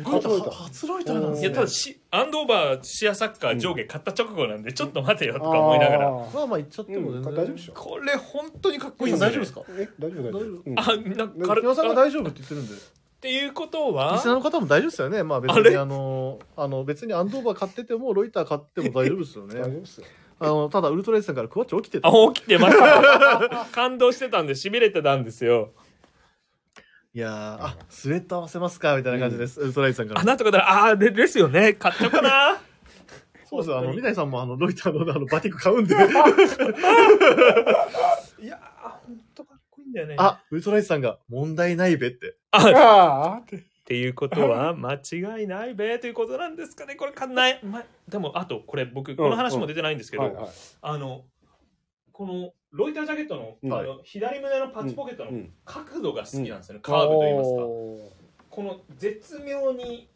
Speaker 1: う
Speaker 3: ー
Speaker 2: ロイター
Speaker 3: 初ロイタ
Speaker 2: 初ロイタ
Speaker 3: ー
Speaker 2: ーなんです
Speaker 1: い
Speaker 2: ね
Speaker 1: やただしアンドーバーシアサッカー上下買った直後なんでちょっと待てよとか思いながら
Speaker 3: あー
Speaker 2: まあまあ言っちゃっても
Speaker 3: うん
Speaker 2: 全
Speaker 3: 大
Speaker 2: 然
Speaker 3: 丈夫でしょ
Speaker 1: これ本当にかっこいい
Speaker 2: 今
Speaker 1: ね
Speaker 2: 大丈夫ですか
Speaker 3: え大丈夫大丈
Speaker 2: 大丈
Speaker 3: 夫、うん
Speaker 1: あなんか軽く
Speaker 2: 木村さんが
Speaker 1: っ
Speaker 2: 大丈夫って言ってるんで
Speaker 1: ていうこと
Speaker 2: リ
Speaker 1: は
Speaker 2: スナーの方も大丈夫ですよねまあ別
Speaker 1: あ
Speaker 2: に
Speaker 1: れ
Speaker 2: あのあの別にアンドーバー買っててもロイター買って も大丈夫ですよ
Speaker 3: 大丈
Speaker 2: ね
Speaker 3: 夫ですよ
Speaker 2: あのただウルトラエイジさんからクワッチ起きてた
Speaker 1: あ起きてました 感動してたんでしびれてたんですよ
Speaker 2: いやーあスウェット合わせますかみたいな感じです、ウルトラエイジさんか
Speaker 1: あ
Speaker 2: ら
Speaker 1: なんとかだらあーでですよね買っちゃおうかな
Speaker 2: そうですあの三谷さんもあのロイターのあのバティック買うん で
Speaker 1: いやー本当かっこいいんだよね
Speaker 2: あウルトラエイジさんが問題ないべって
Speaker 3: あー
Speaker 1: っていうことは間違いないべということなんですかねこれかない、ま、でもあとこれ僕この話も出てないんですけど、
Speaker 3: はいはい
Speaker 1: あのこのロイタージャケットの,、
Speaker 3: うん
Speaker 1: あの左胸のパッチポケット
Speaker 3: う
Speaker 1: の
Speaker 3: ん
Speaker 1: 角度が好きなんですよね、カーブといいますかこの絶妙に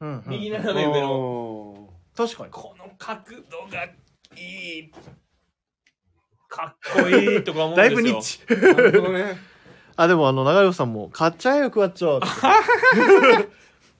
Speaker 2: うん、
Speaker 1: 右
Speaker 2: ね
Speaker 1: 斜め上の、
Speaker 3: の
Speaker 2: 確かに
Speaker 1: この角度がいいかっこいいとか思うん
Speaker 2: だ
Speaker 1: で
Speaker 2: い
Speaker 1: すよ
Speaker 2: ぶニッチ
Speaker 3: なるほどね
Speaker 2: あ、でもあの、長与さんも、買っちゃえよ、クワッチョって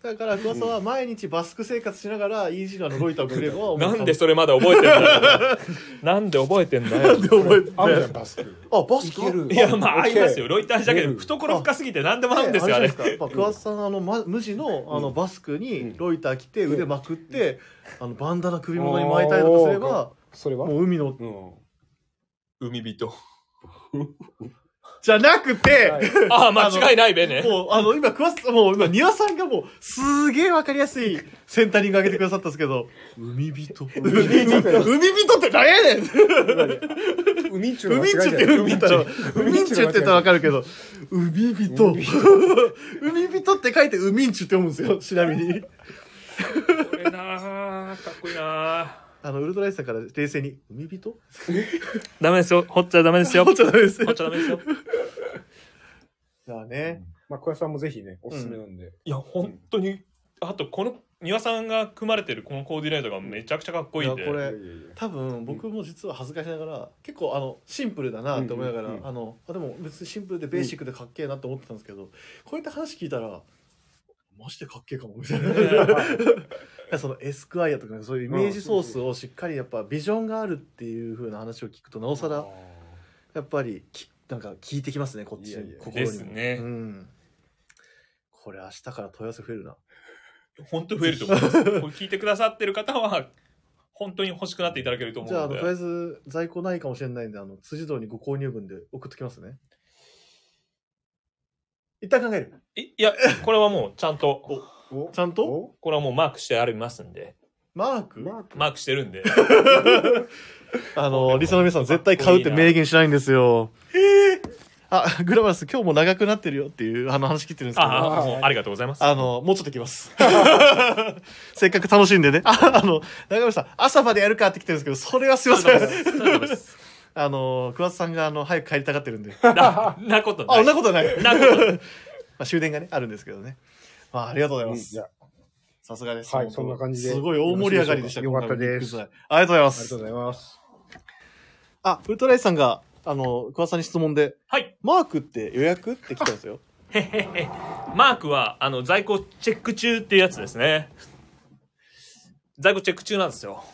Speaker 2: だから、桑沢は毎日バスク生活しながら、イージーなのロイターをくれば、お前
Speaker 1: なんでそれまだ覚えてんだよなんで覚えてんだよ
Speaker 2: なんで覚えて
Speaker 3: あるじゃんバスク
Speaker 2: あ、バス
Speaker 3: い
Speaker 2: ク
Speaker 3: ける
Speaker 1: いやまあ
Speaker 3: オ
Speaker 1: あ
Speaker 3: ッ
Speaker 1: り
Speaker 3: ケー
Speaker 1: ますよロイタージャケッ
Speaker 3: う
Speaker 1: ト
Speaker 3: ん
Speaker 1: 懐深すぎて何でもあるんです
Speaker 2: ね
Speaker 1: よあれ
Speaker 2: れじゃないですかやっぱ桑田さんあの、ま、無地のあのバスク
Speaker 3: う
Speaker 2: に
Speaker 3: ん
Speaker 2: ロイター着て
Speaker 3: うん
Speaker 2: 腕まくって、あのバンダナ首元に巻いたりとかすれば
Speaker 3: それは
Speaker 2: もう海の
Speaker 3: うん
Speaker 1: 海人
Speaker 2: じゃなくて、
Speaker 3: はい
Speaker 1: ああ間違いないべね
Speaker 2: もうあの今桑田さんもう今庭さんがもうすげえわかりやすいセンタリング上げてくださったんですけど海人海人って何やねん
Speaker 3: 海んちゅうの
Speaker 2: 海
Speaker 3: 間
Speaker 2: 人
Speaker 3: 違
Speaker 2: っ
Speaker 3: いじゃ
Speaker 2: て
Speaker 3: ない
Speaker 2: 海人だろ海
Speaker 3: 海
Speaker 2: 人
Speaker 3: 人
Speaker 2: って言ったらわかるけど海人
Speaker 3: 海
Speaker 2: 海人って書いて海人って読むんですよちなみに
Speaker 1: これなあかっこいいなあ
Speaker 2: あのウルトライスさんから冷静に海人
Speaker 1: ダメですよ。掘っちゃダメですよ。
Speaker 2: 掘っちゃダメですよ
Speaker 1: 掘っちゃダメですよ。
Speaker 2: だね
Speaker 3: まあ、小屋さんもぜひね、おすすめなんで。
Speaker 1: いや、本当に。あと、この庭さんが組まれてるこのコーディネートがめちゃくちゃかっこいいんで
Speaker 2: いやこれ
Speaker 3: いやいやいや
Speaker 2: 多分僕も実は恥ずかしながら結構あのシンプルだなって思いながら、
Speaker 3: うんうんうん
Speaker 2: あのあでも別にシンプルでベーシックでかっけえなって思ってたんですけど、こういった話聞いたらマジでかっけえかもみたいな、 そのエスクワイアとかそういうイメージソースをしっかりやっぱビジョンがあるっていう風な話を聞くとなおさらやっぱりきなんか聞いてきますねこっち
Speaker 3: いやいや
Speaker 2: 心に
Speaker 1: ですね
Speaker 2: うん、これ明日から問い合わせ増えるな
Speaker 1: 本当増えると思い ますこれ聞いてくださってる方は本当に欲しくなっていただけると思う
Speaker 2: じゃああ
Speaker 1: の
Speaker 2: の
Speaker 1: で
Speaker 2: とりあえず在庫ないかもしれないんであの辻堂にご購入分で送っときますね一旦考える
Speaker 1: いいやこれはもうちゃんと
Speaker 3: お
Speaker 2: ちゃんと
Speaker 3: お
Speaker 1: これはもうマークしてありますんで
Speaker 2: マーク
Speaker 3: マーク
Speaker 1: マークしてる んで
Speaker 2: あのリスナーの皆さん絶対買うって明言しないんですよあグラバス今日も長くなってるよっていうあの話聞いてるんですけどあ
Speaker 1: ああもうありがとうございます
Speaker 2: のもうちょっと来ます せっかく楽しんでねああの中村さん朝までやるかって来てるんですけどそれはすいません あの桑田さんがあの早く帰りたがってるんで
Speaker 1: ななことな
Speaker 2: あそ
Speaker 1: い
Speaker 2: んなことはない
Speaker 1: なことない
Speaker 2: まあ、終電がねあるんですけどね、まあ、ありがとうござい
Speaker 3: うん
Speaker 2: ま
Speaker 3: い
Speaker 2: す、
Speaker 3: や
Speaker 2: さすがです
Speaker 3: はい
Speaker 2: 本当
Speaker 3: そんな感じです
Speaker 2: ごい大盛り上がりでした
Speaker 3: よろしいでしょ
Speaker 2: 今回
Speaker 3: うか
Speaker 2: の
Speaker 3: よか
Speaker 2: ビ
Speaker 3: ったです
Speaker 2: ッグ材ありがとうございま
Speaker 3: ありが
Speaker 2: す
Speaker 3: とうございます
Speaker 2: あウルトライスさんがあの桑田さんに質問で
Speaker 1: はい
Speaker 2: マークって予約って来たんですよ
Speaker 1: へへへ マークはあの在庫チェック中っていうやつですね在庫チェック中なんですよ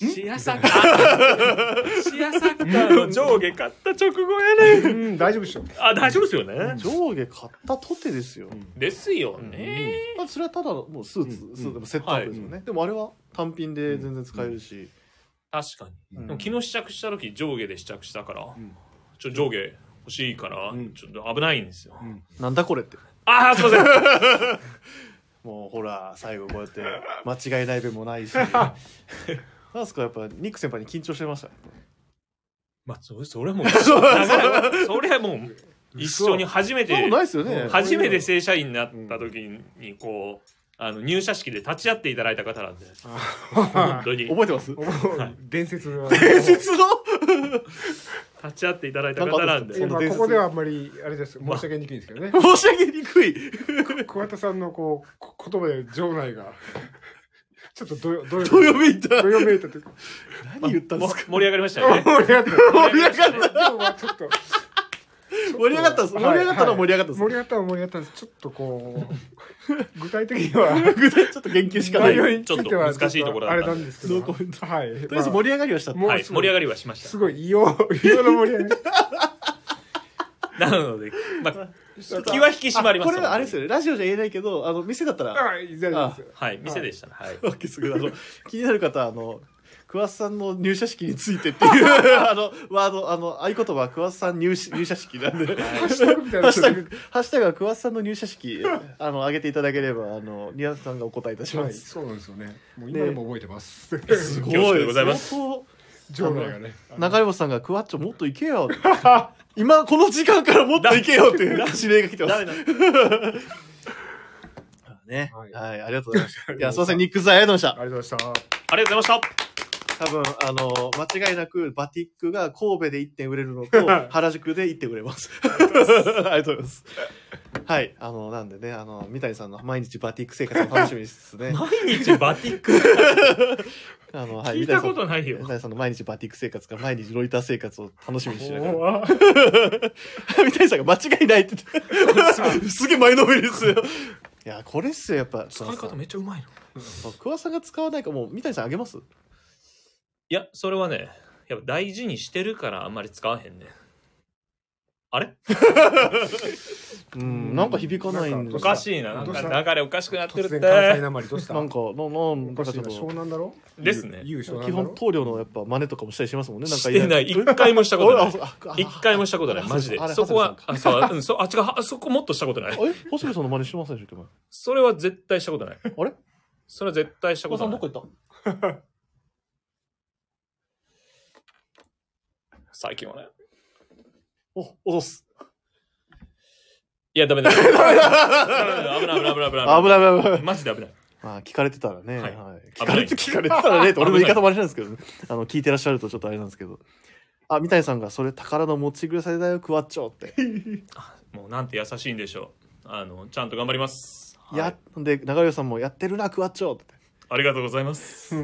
Speaker 1: シアサッカ ーシアサッカーの上下買った直後やね
Speaker 3: うん大丈夫でしょ
Speaker 1: あ大丈夫ですよね
Speaker 2: 上下買ったとてですよ、
Speaker 1: ですよね
Speaker 2: まあ、それはただのもうスーツ、
Speaker 3: うん
Speaker 2: スーツでもセットアップですよね、でもあれは単品で全然使えるし、
Speaker 1: 確かに
Speaker 2: うん
Speaker 1: でも昨日試着した時上下で試着したから
Speaker 3: ん
Speaker 1: ちょっと上下欲しいから
Speaker 3: うん
Speaker 1: ちょっと危ないんですよ
Speaker 3: うん
Speaker 2: なんだこれって
Speaker 1: ああすいません
Speaker 2: もうほら最後こうやって間違いないべもない しなんすかやっぱニック先輩に緊張してました
Speaker 1: まあ、そそれはもう、だからそれはもう、一緒に初め
Speaker 2: そんな
Speaker 1: て
Speaker 2: こと、ないですよね
Speaker 1: 初めて正社員になった時に、こう、あの、入社式で立ち会っていただいた方なんで、本当に、立
Speaker 2: 覚えてます
Speaker 3: 伝説の
Speaker 2: 伝説の
Speaker 1: ち会っていただいた方なん
Speaker 2: そ
Speaker 1: で、
Speaker 2: の
Speaker 3: まあ
Speaker 2: 伝説
Speaker 3: ここではあんまりあれです申し訳にくいんですけどね
Speaker 2: 申し上げにくい
Speaker 3: 桑田さんのこうこ言葉で場内が ちょっとどよどよ
Speaker 2: どよめいた
Speaker 3: どよめいたというか
Speaker 2: 何言ったんで
Speaker 1: も
Speaker 2: すか
Speaker 1: 盛り上がりましたよね。
Speaker 3: 盛り上がった
Speaker 2: 盛り上がった
Speaker 3: でもまあちょっと
Speaker 2: 盛り上がったんです盛り上がったのは盛り上がったんです
Speaker 3: 盛り上がったのは盛り上がったんですちょっとこう具体的には
Speaker 2: 具体ちょっと言及しかな
Speaker 1: 内
Speaker 2: い と
Speaker 1: 容
Speaker 2: り
Speaker 1: についてはちょっと難しいところだ
Speaker 3: あ
Speaker 1: っ
Speaker 3: れ
Speaker 1: た
Speaker 3: なんん
Speaker 1: で
Speaker 3: ですけど
Speaker 2: ノーコメント
Speaker 3: はいと
Speaker 2: あえず盛り上がりはした
Speaker 3: もう
Speaker 1: はい、盛り上がりはしまし
Speaker 3: す
Speaker 1: た。
Speaker 3: ごい異様異様な盛り上がり
Speaker 1: なので、まあ、気は引き締まります
Speaker 2: あこれはあれですよねラジオじゃ言えないけどあの店だったら
Speaker 3: あいざです
Speaker 1: はい、店でしたね。はい。
Speaker 2: わけですけどあの 気になる方はあの桑田さんの入社式についてっていう あのワードあの合言葉は桑田さん入社入社式なんで
Speaker 3: ハッシュタグみたい
Speaker 2: ハッ
Speaker 3: な
Speaker 2: シュタグ、ハッシュタグは桑田さんの入社式、あの、上げていただければ、あの、ニアさんがお答えいたし
Speaker 3: は
Speaker 2: ま
Speaker 3: い
Speaker 2: す。
Speaker 3: そうなんですよねもう今でも覚えてます
Speaker 2: す
Speaker 1: 恐縮でございます
Speaker 2: 相
Speaker 3: 場内がね
Speaker 2: 当中山さんが、クワッチョもっと行けよ。今、この時間からもっと行けよっていう指令が来てま
Speaker 1: ダメ
Speaker 2: す。
Speaker 1: だ。
Speaker 2: ね。
Speaker 3: はい
Speaker 2: はい、ありがとうござい ました。いや、すいません、ニックさんありがとうございま
Speaker 3: ありがとうございました
Speaker 1: ありがとうございまし
Speaker 2: した。多分、あの、間違いなく、バティックが神戸で1点売れるのと、原宿で1点売れます。ありがとうございます。はい、あの、なんでね、あの、三谷さんの毎日バティック生活を楽しみにしつつね。
Speaker 1: た。 毎日バティック。
Speaker 2: あの、はい、
Speaker 1: 聞いたことないよ
Speaker 2: 三。谷さんの毎日バティック生活か毎日ロイター生活を楽しみにしながら
Speaker 3: 怖っ
Speaker 2: 三谷さんが間違いないって言ってすげえ前のめりですよいやこれっすよやっぱ
Speaker 1: 使い方めっちゃうまいの。
Speaker 2: そう桑田さんが使わないかもう三谷さんあげます
Speaker 1: いや、それはね、やっぱ大事にしてるからあんまり使わへんね。あれ
Speaker 2: うんなんか響かないんで
Speaker 1: お
Speaker 3: どうした
Speaker 1: かしいな。なん
Speaker 3: どうした
Speaker 1: か流れおかしくなってる
Speaker 3: 突
Speaker 1: っ
Speaker 3: 然関西
Speaker 1: て。
Speaker 3: なまりどうした
Speaker 2: なんかななん
Speaker 3: お
Speaker 2: か
Speaker 3: か
Speaker 2: ち
Speaker 3: しい
Speaker 2: ょっ
Speaker 3: な湘
Speaker 2: と
Speaker 3: 南だろ
Speaker 1: ですね
Speaker 3: 優勝
Speaker 2: 基本棟梁のやっぱ真似とかもしたりしますもんねなんか
Speaker 1: してない。一回もしたことない。
Speaker 2: い
Speaker 1: 一回もしたことない。マジで
Speaker 2: あれ。
Speaker 1: そこは
Speaker 2: 長、
Speaker 1: あ、そう、あうんそう、あ、違うは、そこもっとしたことない。
Speaker 2: え細部さんの真似してませんでしたっけ
Speaker 1: それは絶対したことない。
Speaker 2: あれ
Speaker 1: それは絶対したこ
Speaker 2: 桑田
Speaker 1: とない
Speaker 2: さんどこ。行った
Speaker 1: 最近はね。
Speaker 2: おおそうっす
Speaker 1: いや、ダメだ。ダメだ危ない危ない危ない危ない。
Speaker 2: 危ない危ない危ない
Speaker 1: マジで危ない。
Speaker 2: まあ聞かれてたらね、
Speaker 1: は
Speaker 2: はいい聞かれて聞かれてたらねって俺の言い方もあれなんですけどねあの聞いてらっしゃるとちょっとあれなんですけどあ三谷さんが「それ宝の持ち腐れだよクワッチョ」って
Speaker 1: もうなんて優しいんでしょう。あの、ちゃんと頑張ります。はい
Speaker 2: やで流れさんも「やってるなクワッチョ」って
Speaker 1: ありがとうございます。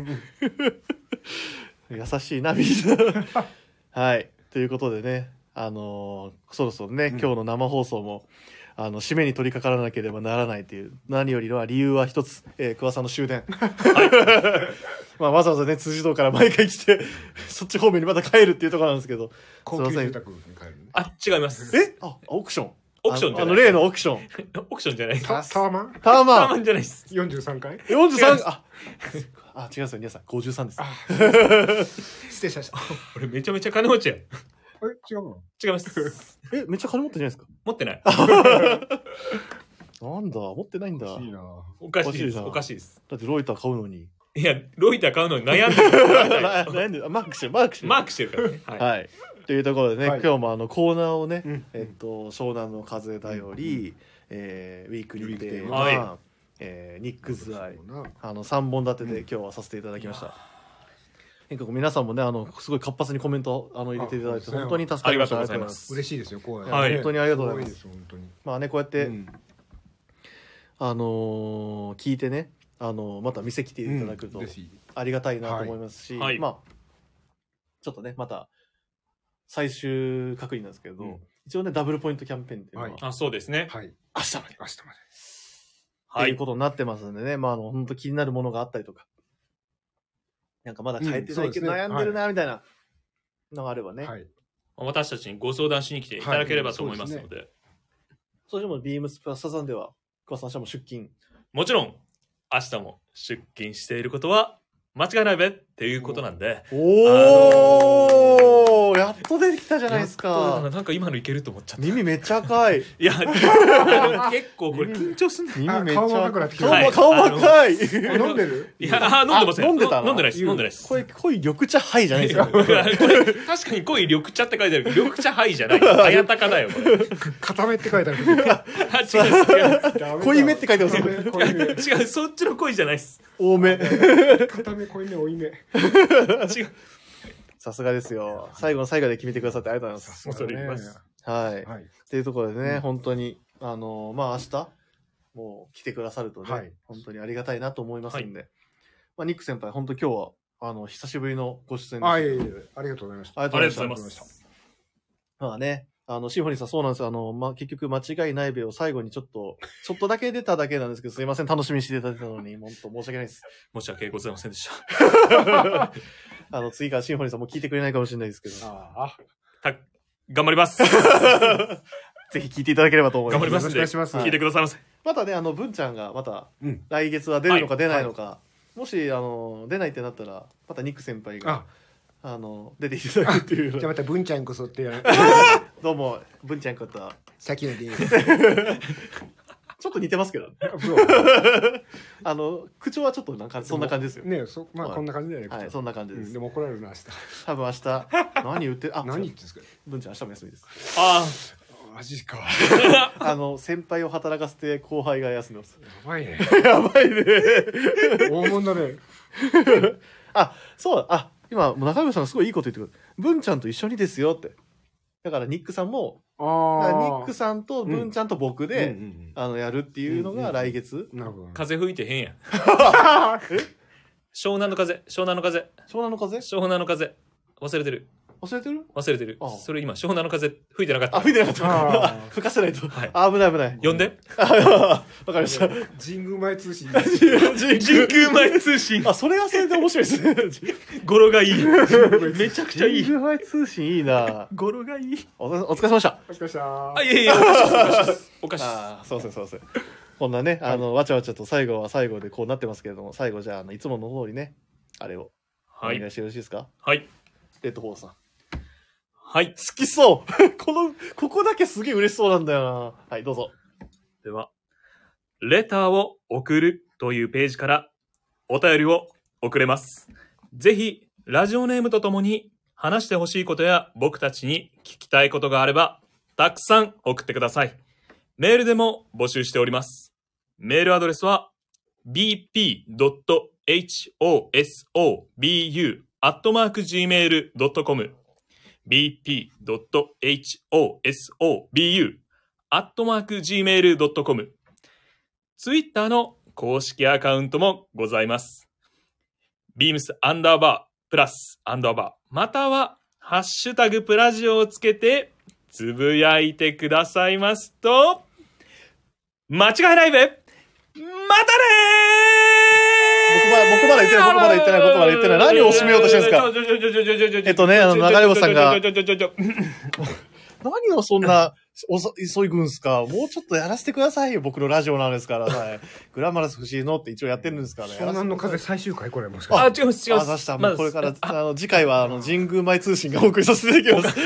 Speaker 2: 優しいなみんな はいということでねあのーそろそろね、今日の生放送もあの締めに取り掛からなければならないという何よりは理由は一つ、えー、桑さんの 終電、 まあ、わざわざね辻堂から毎回来てそっち方面にまた帰るっていうところなんですけど
Speaker 3: 高級
Speaker 2: すいません
Speaker 3: 住宅に変えるね
Speaker 1: あ、違います。
Speaker 2: えあオークション
Speaker 1: オークション
Speaker 2: あ
Speaker 1: じ
Speaker 2: の
Speaker 1: ゃ
Speaker 2: あ
Speaker 1: な
Speaker 2: の
Speaker 1: い。
Speaker 2: 例のオークション
Speaker 1: オークションじゃない。
Speaker 3: タタワマン
Speaker 2: ター
Speaker 1: タ
Speaker 2: マ
Speaker 1: ワマ
Speaker 2: ン
Speaker 1: ンじゃないです。
Speaker 3: 43階
Speaker 2: 43ああ違うんですよ皆さん53です
Speaker 3: 失礼しましたあ
Speaker 1: 俺めちゃめちゃ金持ちや。
Speaker 3: れ違うの
Speaker 1: 違い ます。
Speaker 2: えめっちゃ金持ってるじゃない
Speaker 1: 持ってない。
Speaker 2: ですかなんだ持ってないんだだ
Speaker 3: いいな
Speaker 1: おかしいです。
Speaker 2: お
Speaker 1: お
Speaker 2: か
Speaker 1: かしいです。
Speaker 2: ってロイター買うのに
Speaker 1: いや、ロイター買うのに悩ん でる。
Speaker 2: 悩んでるあマークしてるマークしてる
Speaker 1: マークしてるからね。はい。
Speaker 2: はいというところでね、
Speaker 3: はい
Speaker 2: 今日もあのコーナーをね、
Speaker 3: うん
Speaker 2: えっと湘南の風だより、えーウィークリーテーマ、
Speaker 1: はい
Speaker 2: えーニックズアイ
Speaker 3: そうだな
Speaker 2: あの三本立てで今日はさせていただきました。結構皆さんもねあのすごい活発にコメントあの入れていただいて
Speaker 3: あそうですね
Speaker 2: 本当に助かりまし
Speaker 1: ありがと
Speaker 2: た。
Speaker 1: うございます
Speaker 3: 嬉しいですよこうや
Speaker 1: はい
Speaker 2: 本当にありがとうございます
Speaker 3: すごです本当に
Speaker 2: まあねこうやって、
Speaker 3: うん
Speaker 2: あのー聞いてねあのーまた店来ていただくと
Speaker 3: うんぜひ
Speaker 2: ありがたいなと思いますし、
Speaker 1: はいはい
Speaker 2: まあちょっとねまた最終確認なんですけど、
Speaker 3: うん
Speaker 2: 一応ねダブルポイントキャンペーンっていうのは、
Speaker 3: はい
Speaker 1: あ、そうですね。
Speaker 3: はい
Speaker 2: 明日まで
Speaker 3: 明日ま
Speaker 2: っ
Speaker 3: で
Speaker 1: は
Speaker 2: ていう
Speaker 1: い。
Speaker 2: ことになってますんでね、まあ、あの、本当気になるものがあったりとか、なんかまだ変えてないけど
Speaker 3: うんそうですね
Speaker 2: 悩んでるな、みたいなのがあればね、
Speaker 3: はい
Speaker 1: 私たちにご相談しに来ていただければと思いますので。
Speaker 2: それでもビームスプラスさんでは、桑さん社も出勤、
Speaker 1: もちろん、明日も出勤していることは間違いないべっていうことなんで。
Speaker 2: おー、やっと出てきたじゃないです
Speaker 1: やっと
Speaker 2: か。
Speaker 1: なんか今のいけると思っちゃった。
Speaker 2: 耳めっちゃ赤い。
Speaker 1: いや、 あの結構これ緊張すんな。
Speaker 2: 耳めっち
Speaker 3: 顔も
Speaker 2: ゃ
Speaker 3: 赤くなってきた
Speaker 2: 顔
Speaker 1: は
Speaker 2: も
Speaker 1: い
Speaker 2: 顔も赤い。
Speaker 3: あ飲んでる
Speaker 1: いや、あ飲んでません。
Speaker 2: あ飲んでたの
Speaker 1: 飲んでないです。飲んでないです。
Speaker 2: 濃い、濃い緑茶ハイじゃないですか。
Speaker 1: これ確かに濃い緑茶って書いてあるけど、緑茶ハイじゃ ない。あやたかだよ、これ。
Speaker 3: 固めって書いてある
Speaker 1: あ違う違う
Speaker 2: 濃いめって書いてます
Speaker 3: ダメだ濃いめ
Speaker 1: 違う、そっちの恋じゃないです。
Speaker 2: 多め。
Speaker 3: 固め濃いめ多いめ
Speaker 1: 違う。
Speaker 2: さすがですよ。最後の最後で決めてくださってありがとうございます。
Speaker 1: 恐れ入ります
Speaker 2: はい。
Speaker 3: はい
Speaker 2: っていうところでね、本当に、あのまあ、明日、もう来てくださるとね、
Speaker 3: はい
Speaker 2: 本当にありがたいなと思いますんで、まあ、ニック先輩、本当今日は、あの、久しぶりのご出演です。
Speaker 3: あいえいえありがとうございました
Speaker 2: ありが
Speaker 1: ありがとうござい
Speaker 2: ま。
Speaker 1: ますす。
Speaker 2: まあね、あの、シンフォニーさん、そうなんですよ。あの、まあ、結局、間違いないべを最後にちょっと、ちょっとだけ出ただけなんですけど、すいません、楽しみにしていただいたのに、本当申し訳ないです。
Speaker 1: 申し訳ございませんでした。
Speaker 2: あの、次からシンフォニーさんも聞いてくれないかもしれないですけど、
Speaker 3: あ
Speaker 1: た頑張ります。
Speaker 2: ぜひ聞いていただければと思い
Speaker 1: 頑
Speaker 2: ま
Speaker 1: 張
Speaker 2: す
Speaker 1: り。ますんで、
Speaker 3: よろしくお願いします
Speaker 1: 聞いてくださいませ。
Speaker 2: またね、あの、文ちゃんが、また、
Speaker 3: うん
Speaker 2: 来月は出るのか出ないのか、もし、あの、出ないってなったら、またニック先輩が、
Speaker 3: あ
Speaker 2: あの出ていただくってい
Speaker 3: じゃあ
Speaker 2: う
Speaker 3: また文ちゃんこそってやる
Speaker 2: どうも文ちゃんこと
Speaker 3: 先ので
Speaker 2: ちょっと似てますけどあの口調はちょっとなんかそんな感じですよ、
Speaker 3: ねそまあ
Speaker 2: はい
Speaker 3: こんな感じだよね
Speaker 2: はいそんな感じです、
Speaker 3: でも怒られるな明日
Speaker 2: 多分明日何言ってあ
Speaker 3: 何言ってんですか
Speaker 2: 文ちゃん明日も休みです
Speaker 1: あ
Speaker 3: マジか
Speaker 2: あの先輩を働かせて後輩が休みます
Speaker 3: やばいね
Speaker 2: やばいね
Speaker 3: 大物だね
Speaker 2: あそうあ今中山さんがすごいいいこと言ってくる文ちゃんと一緒にですよってだからニックさんも
Speaker 3: あ
Speaker 2: だからニ
Speaker 3: あ
Speaker 2: ックさんと文ちゃんと僕で、あのやるっていうのが来月、
Speaker 3: なるほど
Speaker 1: あ、 風吹いてへんやん。湘南の風、湘南の風、
Speaker 2: 湘南の風
Speaker 1: 湘南の風。忘れてる。
Speaker 2: 忘れてる
Speaker 1: 忘れてる
Speaker 2: あ。
Speaker 1: それ今、湘南の風吹いてなかっ
Speaker 2: あ
Speaker 1: た。
Speaker 2: 吹いてなかっ
Speaker 3: あ
Speaker 2: た吹かせないと、
Speaker 1: はい
Speaker 2: あ危ない危ない
Speaker 1: 呼ん で。
Speaker 2: あ わかりました。
Speaker 3: 神宮前通信
Speaker 1: 緊急前通信。
Speaker 2: あ、それはそれで面白いですね。
Speaker 1: 語呂が いい。めちゃくちゃいい。
Speaker 2: ファイ通信いいな。
Speaker 1: 語呂がいい。
Speaker 2: お疲れお疲れ様でした。
Speaker 3: お疲れ様でした
Speaker 1: あ、いやいや、おかしいです。おかしいです。おかしいです
Speaker 2: ああ、そうそうそうそう。こんなね、あの、わちゃわちゃと最後は最後でこうなってますけれども、最後じゃあ、あのいつもの通りね、あれをお
Speaker 1: は
Speaker 2: 願い
Speaker 1: い。
Speaker 2: してよろしいですか、
Speaker 1: はい。
Speaker 2: レッドホールさん。好
Speaker 1: はい。
Speaker 2: きそう この、ここだけすげえ嬉しそうなんだよな。はい、どうぞ。
Speaker 1: では、レターを送るというページからお便りを送れます。ぜひ、ラジオネームとともに話してほしいことや僕たちに聞きたいことがあれば、たくさん送ってください。メールでも募集しております。メールアドレスは bp.hosobu.gmail.com bp.hosobu.gmail.com ツイッターの公式アカウントもございます。beams アンダーバープラスアンダーバーまたはハッシュタグプラジオをつけてつぶやいてくださいますと、間違いないべまたね
Speaker 2: 僕まだ僕まだ言ってない僕まだ言ってない僕まだ言ってない何を締めようとしてるんですか
Speaker 1: か
Speaker 2: えっとねあの流れ星さんが
Speaker 1: い
Speaker 2: 何をそんな、 おそ急ぐんすかもうちょっとやらせてくださいよ、僕のラジオなんですから。はい。 グラマラス不思議のって一応やってるんですから。
Speaker 3: 湘南の風最終回これもしか
Speaker 1: あ
Speaker 3: し
Speaker 1: 違う違う
Speaker 2: やらせてあ、出した。もうこれから、あの、次回は、あの、神宮前通信がお送りさせていただきます。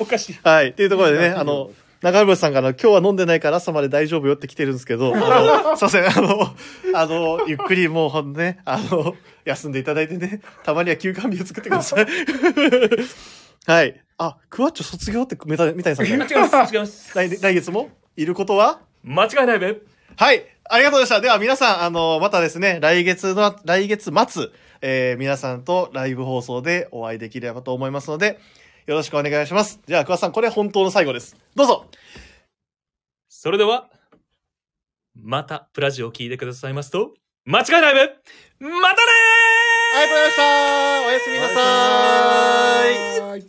Speaker 1: おかしい
Speaker 2: はい。っていうところでね、あの、中村さんがあの、今日は飲んでないから朝まで大丈夫よって来てるんですけ ど、あの、すいません、あの、あの、ゆっくりもうほんとね、あの、休んでいただいてね、たまには休館日を作ってください。 はい。あ、クワッチョ卒業って、三谷さん
Speaker 1: 違い
Speaker 2: が
Speaker 1: ます違います
Speaker 2: 来来月もいることは
Speaker 1: 間違いないべ
Speaker 2: はい。ありがとうございました。では皆さん、あの、またですね、来月の、来月末、えー皆さんとライブ放送でお会いできればと思いますので、よろしくお願いします。じゃあ、桑田さん、これ本当の最後です。どうぞ
Speaker 1: それではまたプラジオを聞いてくださいますと間違いないべまたね
Speaker 2: ありがとうございましたおやすみなさーい
Speaker 3: た。はい